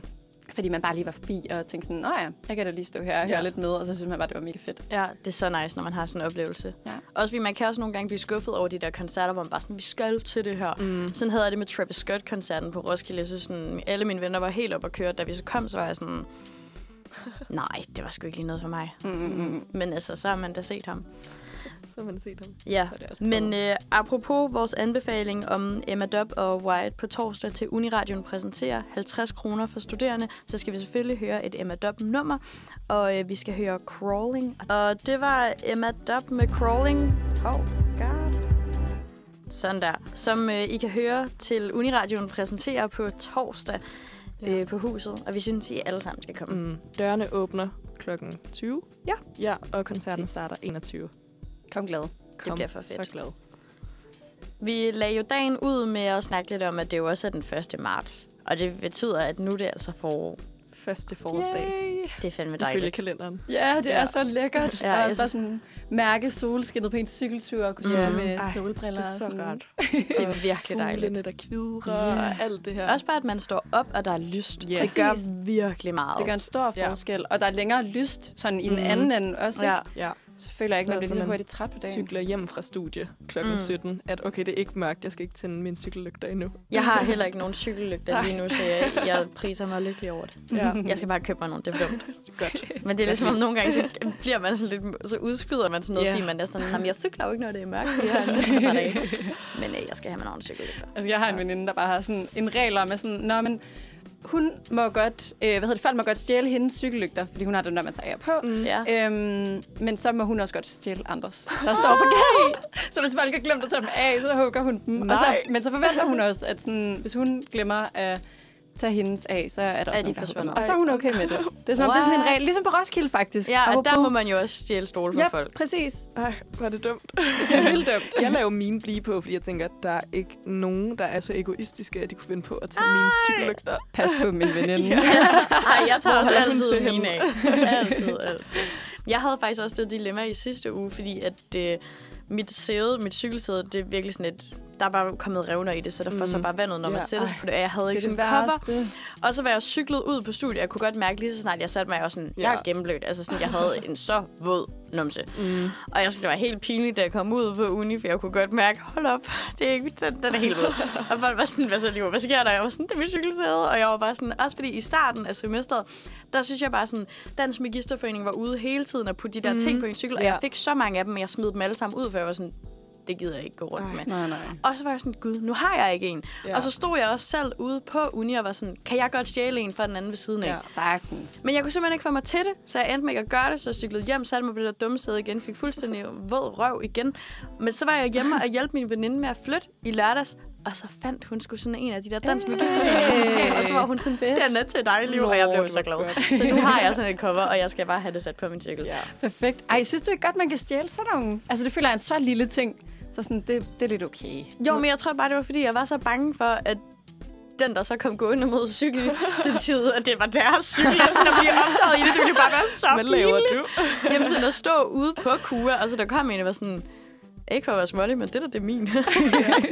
S7: Fordi man bare lige var forbi og tænkte sådan, åh ja, jeg kan da lige stå her og høre
S6: Ja.
S7: lidt med, og så synes man bare, det var mega fedt.
S6: Ja, det er så nice, når man har sådan en oplevelse.
S7: Ja.
S6: Også fordi man kan også nogle gange blive skuffet over de der koncerter, hvor man bare sådan, vi skal til det her. Mm. Sådan havde jeg det med Travis Scott-koncerten på Roskilde. Jeg synes, sådan, alle mine venner var helt op at køre. Da vi så kom, så var jeg sådan, nej, det var sgu ikke lige noget for mig.
S7: Mm, mm, mm.
S6: Men altså, så har man da set ham.
S3: Så har man set dem.
S6: Ja,
S7: Så er det også
S6: men øh, apropos vores anbefaling om Emma Dob og White på torsdag til Uniradion præsenterer 50 kroner for studerende, så skal vi selvfølgelig høre et Emma Dob-nummer, og øh, vi skal høre Crawling. Og det var Emma Dob med Crawling. Oh god. Sådan der. Som øh, I kan høre til Uniradion præsenterer på torsdag øh, på huset, og vi synes, I alle sammen skal komme. Mm.
S3: Mm. Dørene åbner klokken 20.
S6: Ja.
S3: Ja, og koncerten
S7: Præcis.
S3: starter 21.
S7: Kom glad.
S3: Kom,
S6: bliver for fedt.
S3: Så glad.
S6: Vi lagde jo dagen ud med at snakke lidt om, at det jo også er den 1. marts. Og det betyder, at nu er det altså forår.
S3: første forårsdag,
S7: Yay.
S6: Det er fandme
S3: ifølge
S6: dejligt.
S3: kalenderen.
S7: Ja, det er
S6: Ja.
S7: så lækkert.
S6: Ja,
S7: Ja, og
S6: jeg
S7: også bare sådan mærke solskinnet på en cykeltur og kunne
S6: Mm.
S7: mm. med
S3: Ej,
S7: solbriller.
S3: Det er så
S7: og sådan.
S3: rart.
S6: Det er virkelig dejligt.
S3: Fuglene, der kvidrer
S7: Ja.
S3: og alt det her.
S6: Også bare, at man står op, og der er lyst.
S3: Ja.
S6: Det gør
S7: Præcis.
S6: virkelig meget.
S7: Det gør en stor
S3: Ja.
S7: forskel. Og der er længere lyst sådan i den
S3: Mm.
S7: anden ende også.
S6: Ja.
S7: Ja.
S3: Ja,
S7: Så føler jeg ikke,
S3: Så
S7: man
S3: også,
S7: bliver
S3: når
S7: lige så
S3: man
S7: hurtigt træt på dagen.
S3: cykler hjem fra studie kl.
S6: Mm.
S3: 17, at okay, det er ikke mørkt, jeg skal ikke tænde min cykellygter endnu.
S6: Jeg har heller ikke nogen cykellygter lige nu, så jeg, jeg priser mig lykkelig over det.
S3: Ja,
S6: Jeg skal bare købe mig nogle, det er dumt.
S3: godt.
S6: Men det er ligesom, om nogle gange, så bliver man sådan lidt, så udskyder man sådan noget,
S3: Ja.
S6: yeah. fordi man er sådan, jamen jeg cykler jo ikke, når det er mørkt. Det har jeg en dag." Men øh, jeg skal have mig nogle cykellygter.
S7: Altså, jeg har en veninde, der bare har sådan en regel om, at sådan, Nå, men hun må godt, øh, hvad hedder det, folk må godt stjæle hendes cykellygter, fordi hun har dem, når man tager af på. Mm.
S6: Ja.
S7: Øhm, men så må hun også godt stjæle andres, der står på gage. Så hvis folk har glemt at tage dem af, så hugger hun dem. Og
S3: Nej.
S7: så, men så forventer hun også, at sådan, hvis hun glemmer at tage hendes af, så er der også
S6: Er de
S7: nogen, der hugger dem.
S6: forsvundet?
S7: Og så er hun okay med det. Det er, sådan, det er sådan en regel, ligesom på Roskilde faktisk.
S6: Ja, og
S7: Apropos-
S6: der må man jo også stjæle stole fra
S7: ja,
S6: folk.
S7: præcis.
S3: Ej, var det dumt.
S7: Det er vildt dømt.
S3: Jeg laver mine blive på, fordi jeg tænker, at der er ikke nogen, der er så egoistiske, at de kunne finde på at tage mine cykellygter.
S7: Pas på min veninde. ja.
S6: Ej, jeg tager
S3: Hvor
S6: også
S3: er hun til
S6: altid mine af.
S3: henne?
S6: Altid, altid. Jeg havde faktisk også det dilemma i sidste uge, fordi at øh, mit sæde, mit cykelsæde, det er virkelig sådan et, der er bare kommet revner i det, så der mm. får så bare vandet, når man
S3: Ja,
S6: sætter sig
S7: ej.
S6: på det. Og jeg havde
S7: Det
S6: ikke
S7: er den
S6: sådan kopper.
S7: værste.
S6: Og så var jeg cyklet ud på studiet. Jeg kunne godt mærke lige så snart, jeg satte mig, jeg var sådan,
S3: Ja.
S6: jeg er gennemblødt. Altså sådan, jeg havde en så våd numse. Mm. Og jeg synes, det var helt pinligt, da jeg kom ud på uni, for jeg kunne godt mærke, hold op, det er ikke, den, den er helt våd. og folk var sådan, hvad så lige, hvad sker der? Jeg var sådan, det er mit cykelsæde. Og jeg var bare sådan, også fordi i starten af semesteret, der synes jeg bare sådan, Dansk Magisterforening var ude hele tiden og putte de der mm. ting på en cykel. Og
S3: Ja.
S6: jeg fik så mange af dem, og jeg smed dem alle sammen ud, for jeg var sådan, det gider jeg ikke gå rundt med.
S7: Nej, nej.
S6: Og så var jeg sådan, gud, nu har jeg ikke en. Ja.
S3: Ja.
S6: Og så stod jeg også selv ude på uni og var sådan, kan jeg godt stjæle en fra den anden ved siden af? Ja.
S3: Ja.
S7: Sagtens.
S6: Men jeg kunne simpelthen ikke få mig til det, så jeg endte med ikke at gøre det, så jeg cyklede hjem, satte mig på det der dumme sæde igen, fik fuldstændig våd røv igen. Men så var jeg hjemme og hjalp min veninde med at flytte i lørdags, og så fandt hun sgu sådan en af de der dansmagisterforeninger, og så var hun sådan,
S7: Fedt.
S6: den er til dig, Liv, og jeg blev så glad. Så nu har jeg sådan et cover, og jeg skal bare have det sat på min cykel.
S3: Ja.
S7: Perfekt. Ej, synes du ikke godt, man kan stjæle sådan nogle? Altså, det føler jeg er en så lille ting. Så sådan, det, det er lidt okay.
S6: Jo, men jeg tror bare, det var, fordi jeg var så bange for, at den, der så kom gående mod cykelstativet, at det var deres cykel, og sådan at blive opdaget i det, det ville jo bare være så
S3: Hvad laver
S6: pinligt.
S3: du?
S6: Jamen sådan at stå ude på kua, og så der kom en og var sådan, ikke for at være smålig, men det der, det er min. Jeg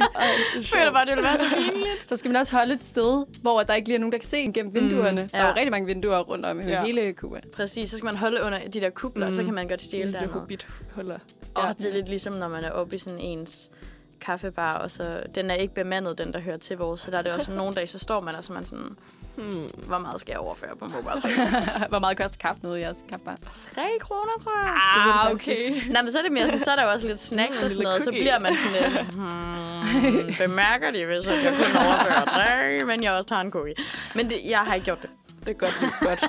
S6: føler bare, det ville være så pinligt.
S7: Så skal man også holde et sted, hvor der ikke lige er nogen, der kan se en gennem vinduerne. Mm, ja. Der er
S6: ja.
S7: jo rigtig mange vinduer rundt om i
S3: Ja.
S7: hele Cuba.
S6: Præcis, så skal man holde under de der kubler, mm. så kan man godt stjæle
S3: Lille
S6: dernede.
S3: hobbithuller.
S6: Og det er lidt ligesom, når man er oppe i sådan ens kaffebar, og så den er ikke bemandet, den der hører til vores, så der er det også nogle dage, så står man og så er man sådan,
S3: Hmm.
S6: hvor meget skal jeg overføre på mobile?
S7: Hvor meget koster kaffe noget i jeres kaffebar?
S6: 3 kroner, tror jeg.
S7: Ah,
S6: faktisk Nej, men så er det mere sådan, så er der jo også lidt snacks og sådan noget, så
S3: cookie.
S6: bliver man sådan lidt, hmm, bemærker de, hvis jeg kun overfører tre, men jeg også tager en cookie. Men det, jeg har ikke gjort det.
S3: Det er godt, det er godt.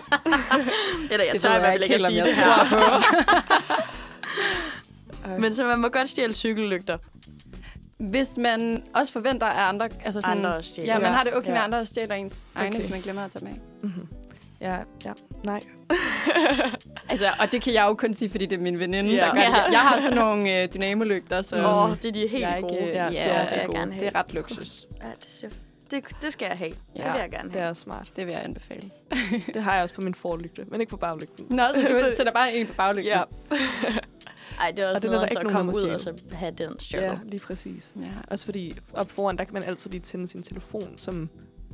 S6: Eller jeg
S7: Det
S6: tør
S7: ved
S6: i
S7: jeg
S6: hvert fald
S7: ikke
S6: ikke at sige
S7: helt, om
S6: det
S7: jeg
S6: her. men så man må godt stjæle cykellygter.
S7: Hvis man også forventer, at andre... Altså sådan,
S6: Andre også stjæler.
S7: Ja, man
S3: Ja.
S7: har det okay med,
S3: Ja.
S7: at andre også stjæler ens egne,
S3: Okay.
S7: hvis man glemmer at tage dem af.
S3: Ja, ja. Nej.
S7: Altså, og det kan jeg jo kun sige, fordi det er min veninde,
S3: Ja.
S7: der gør
S6: Ja.
S7: det. Jeg har sådan nogle øh, dynamolygter, så...
S6: Åh, oh, det er de helt
S7: jeg er ikke,
S6: gode.
S7: øh,
S3: Ja,
S7: ja,
S3: de er
S7: ja,
S3: også
S7: det,
S3: gode.
S7: er gerne det er ret luksus.
S6: Ja, det, synes jeg- det, det skal jeg have. Ja. Det
S7: Ja.
S6: vil jeg gerne
S3: Det
S6: have.
S3: er smart.
S7: Det vil jeg anbefale.
S3: Det har jeg også på min forlygte, men ikke på baglygten.
S7: Nå, så du sætter bare en på baglygten.
S3: Ja,
S6: Ej, det er også
S3: Og det er der
S6: noget,
S3: ikke
S6: så at
S3: nogen,
S6: komme
S3: der
S6: ud
S3: må
S6: og så have den struggle.
S3: ja, lige præcis.
S7: ja.
S3: Også fordi op foran, der kan man altid lige tænde sin telefon som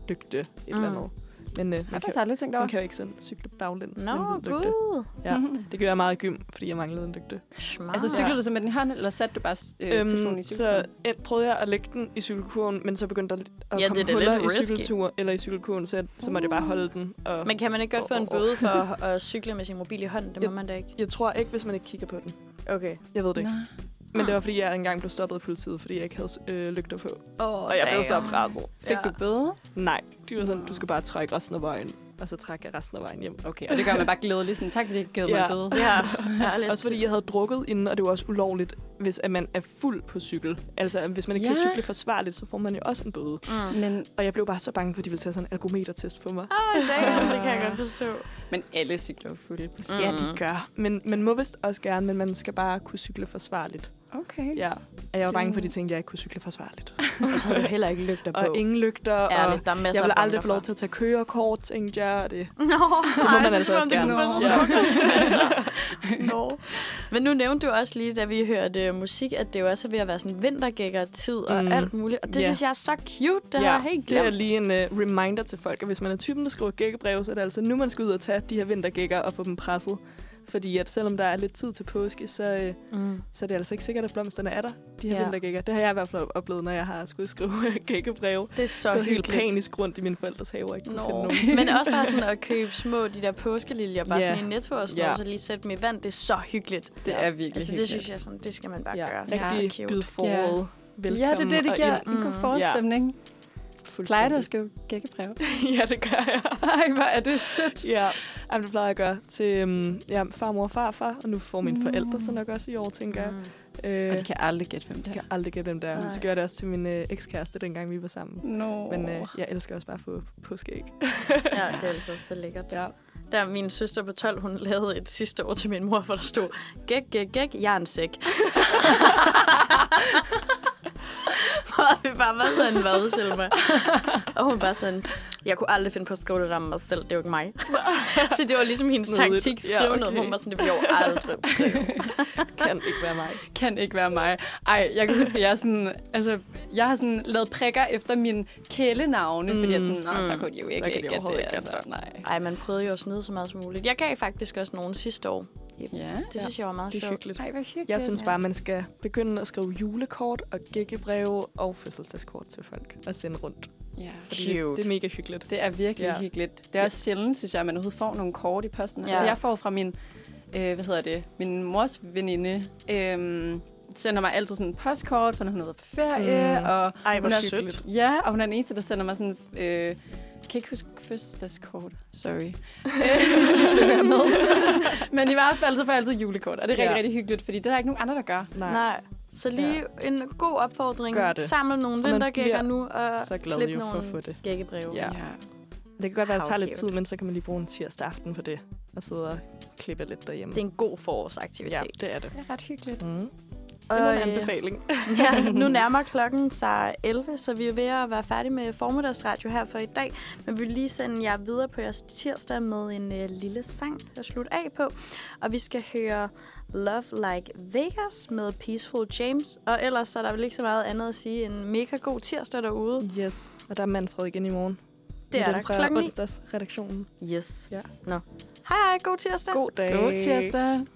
S3: lygte et mm. eller
S6: Mm.
S3: andet. Men øh,
S7: Jeg har
S3: man, kan,
S7: faktisk aldrig tænkt over. Mhm.
S3: man kan jo ikke sådan cykle baglæns
S6: Nå,
S3: med en
S6: no,
S3: hvid lygte.
S6: gud.
S3: Ja, det gør jeg meget i gym, fordi jeg manglede en lygte.
S6: Smart.
S7: Altså, cyklede du så med den i hånden, eller satte du bare øh, øhm, telefonen i
S3: så
S7: cyklen?
S3: en, prøvede jeg at lægge den i cykelkurven, men så begyndte der at
S6: Ja,
S3: komme
S6: det er da
S3: huller
S6: lidt
S3: i
S6: risky.
S3: cykelturen, eller i cykelkurven, så, jeg- så måtte jeg bare holde den. Og
S6: Men kan man ikke godt få en
S3: Åh, åh, åh.
S6: bøde for at, at cykle med sin mobil i hånden? Det må
S3: Ja.
S6: man da ikke.
S3: jeg tror ikke, hvis man ikke kigger på den.
S6: Okay.
S3: Jeg ved det ikke.
S7: Nå.
S3: Men det var, fordi jeg engang blev stoppet af politiet, fordi jeg ikke havde øh, lygter på.
S6: Oh,
S3: Og jeg blev så presset.
S7: Fik du bøde?
S3: Nej, de var sådan, du skal bare trække resten af vejen. Og så trak jeg resten af vejen hjem.
S7: Okay, og det gør man bare glædelig. Sådan, tak fordi I gav mig
S3: Ja.
S7: en bøde.
S6: Ja, ærligt.
S3: Også fordi jeg havde drukket inden, og det var også ulovligt, hvis at man er fuld på cykel. Altså, at hvis man ikke ja. kan
S7: Ja.
S3: cykle forsvarligt, så får man jo også en bøde.
S6: Mm.
S7: Men,
S3: Og jeg blev bare så bange, for at de ville tage sådan en algometertest på mig.
S6: Åh, damn, det kan jeg godt forstå.
S7: men alle cykler er jo fulde på
S3: Mm. Ja, de gør. Men man må vist også gerne, men man skal bare kunne cykle forsvarligt.
S7: Okay.
S3: Ja, at jeg var bange for, at de tænkte, at jeg ikke kunne cykle forsvarligt.
S8: Og så har du heller ikke lygter på.
S3: Og ingen lygter, og
S6: Ærligt, der er masser
S3: jeg ville
S6: af
S3: aldrig få lov til at tage kørekort, tænkte jeg. og Det.
S6: Nå, det
S3: man altså også gerne.
S6: Nå. Men nu nævnte du også lige, da vi hørte øh, musik, at det jo også er ved at være sådan vintergækker-tid og
S3: Mm.
S6: alt muligt. Og det
S3: Ja.
S6: synes jeg er så cute. Det har jeg helt
S3: det er
S6: glemt.
S3: lige en uh, reminder til folk, at hvis man er typen, der skriver gækkebreve, så er det altså nu, man skal ud og tage de her vintergækker og få dem presset. Fordi at selvom der er lidt tid til påske, så, øh,
S8: Mm.
S3: så er det altså ikke sikkert, at blomsterne er der, de
S8: Ja.
S3: her ja. vintergækker. Det har jeg i hvert fald oplevet, når jeg har skulle skrive gækkebreve.
S6: Det er så
S3: Jeg gået helt
S6: hyggeligt.
S3: panisk rundt i mine forældres have, og ikke kunne finde nogen.
S6: Men også bare sådan at købe små, de der påskeliljer, bare
S3: Ja.
S6: sådan i netto og sådan
S3: Ja.
S6: noget, så lige sætte dem i vand. Det er så hyggeligt.
S7: Det er virkelig
S6: Altså, det
S7: hyggeligt.
S6: synes jeg sådan, det skal man bare
S3: Ja,
S6: gøre.
S3: rigtig
S6: Det er så
S3: byd
S6: cute.
S3: foråret. Velkommen
S7: ja, det er det, det
S3: og
S7: giver
S3: ind.
S7: en god
S6: Mm.
S7: forestemning. Ja. Plejer du at
S3: Fuldstændig.
S7: skrive gækkebreve?
S3: ja, det gør jeg.
S7: Ej, hvor er det sødt.
S3: Ja, Jamen, det plejer jeg at gøre til øhm, ja, farmor og farfar, og nu får mine
S7: Mm.
S3: forældre så nok også i år, tænker jeg. Øh,
S7: Og de kan aldrig gætte, hvem det
S3: jeg
S7: er.
S3: kan aldrig gætte, hvem der er. Men Så
S6: Nej.
S3: gjorde jeg det også til min øh, ekskæreste, dengang vi var sammen.
S7: No.
S3: Men øh, jeg elsker også bare at få påskeæg.
S6: Ja, det er altså så lækkert.
S3: Ja.
S6: Da min søster på 12, hun lavede et sidste år til min mor, hvor der stod, gæk, gæk, gæk, jeg er en sæk. Hvor vi bare var sådan, hvad, Selma? Og hun bare sådan, jeg kunne aldrig finde på at skrive det ramme mig selv, det er jo ikke mig. så det var ligesom hendes
S3: Snedigt.
S6: taktik, skrive
S3: Ja,
S6: ja, okay.
S3: okay.
S6: noget, hvor hun var sådan, det bliver jo aldrig.
S3: Kan ikke være mig.
S7: kan ikke være mig. Ej, jeg kan huske, at jeg, sådan, altså, jeg har sådan lavet prikker efter mine kælenavne, mm. fordi jeg sådan, Nå, så kunne de jo ikke
S3: kan de
S7: gætte
S3: overhovedet
S7: det.
S3: ikke
S7: Altså, nej.
S6: Ej, man prøvede jo at snyde så meget som muligt. Jeg gav faktisk også nogen sidste år.
S7: Ja.
S6: Det synes jeg var meget
S3: Det er
S6: sjovt.
S3: hyggeligt.
S7: Ej, hvor hyggeligt.
S3: Jeg synes bare, man skal begynde at skrive julekort og gækkebreve og fødselsdagskort til folk og sende rundt.
S7: Ja.
S3: Fordi det er mega hyggeligt.
S7: Det er virkelig
S3: Ja.
S7: ja. hyggeligt. Det er også sjældent, synes jeg, at man overhovedet får nogle kort i posten.
S6: Ja.
S7: Ja. Altså, jeg får fra min, øh, hvad hedder det, min mors veninde, øh, sender mig altid sådan en postkort, for når hun er ude på ferie,
S3: Mm.
S7: mm. og
S6: Ej,
S7: Hun
S6: hvor
S7: er,
S6: sødt.
S7: ja, og hun er den eneste, der sender mig sådan... Øh, jeg kan ikke huske fødselsdagskort. Sorry. Øh, hvis du hører med. Men i hvert fald, så får jeg altid julekort. Og det er rigtig,
S3: Ja.
S7: ja. rigtig hyggeligt, fordi det er der ikke nogen andre, der gør.
S3: Nej.
S6: Nej. Så lige ja. en god opfordring.
S3: Gør det.
S6: Samle nogle
S3: Og man
S6: vintergækker
S3: bliver
S6: nu og
S3: så glad
S6: klip
S3: jo for
S6: nogle
S3: at få det.
S6: gækkebreve.
S3: Ja.
S7: ja.
S3: Det kan godt være, at det tager lidt
S6: Havkævet.
S3: tid, men så kan man lige bruge en tirsdag aften på det. Og sidde og klippe lidt derhjemme.
S6: Det er en god forårsaktivitet.
S3: ja, det er det.
S7: Det er ret hyggeligt.
S3: Mm.
S6: Og,
S3: Det er en
S6: øh,
S3: anbefaling.
S6: ja, nu nærmer klokken sig 11, så vi er ved at være færdige med formiddagsradio her for i dag. Men vi vil lige sende jer videre på jeres tirsdag med en øh, lille sang at slutte af på. Og vi skal høre Love Like Vegas med Peaceful James. Og ellers så er der vel ikke så meget andet at sige end mega god tirsdag derude.
S3: Mm. Yes, og der er Manfred igen i morgen.
S6: Det er
S3: Med
S6: der
S3: dem fra
S6: klokken ni.
S3: onsdagsredaktionen.
S6: Yes.
S3: Ja.
S6: Nå. Hej, hej. God tirsdag.
S3: God dag.
S7: God tirsdag.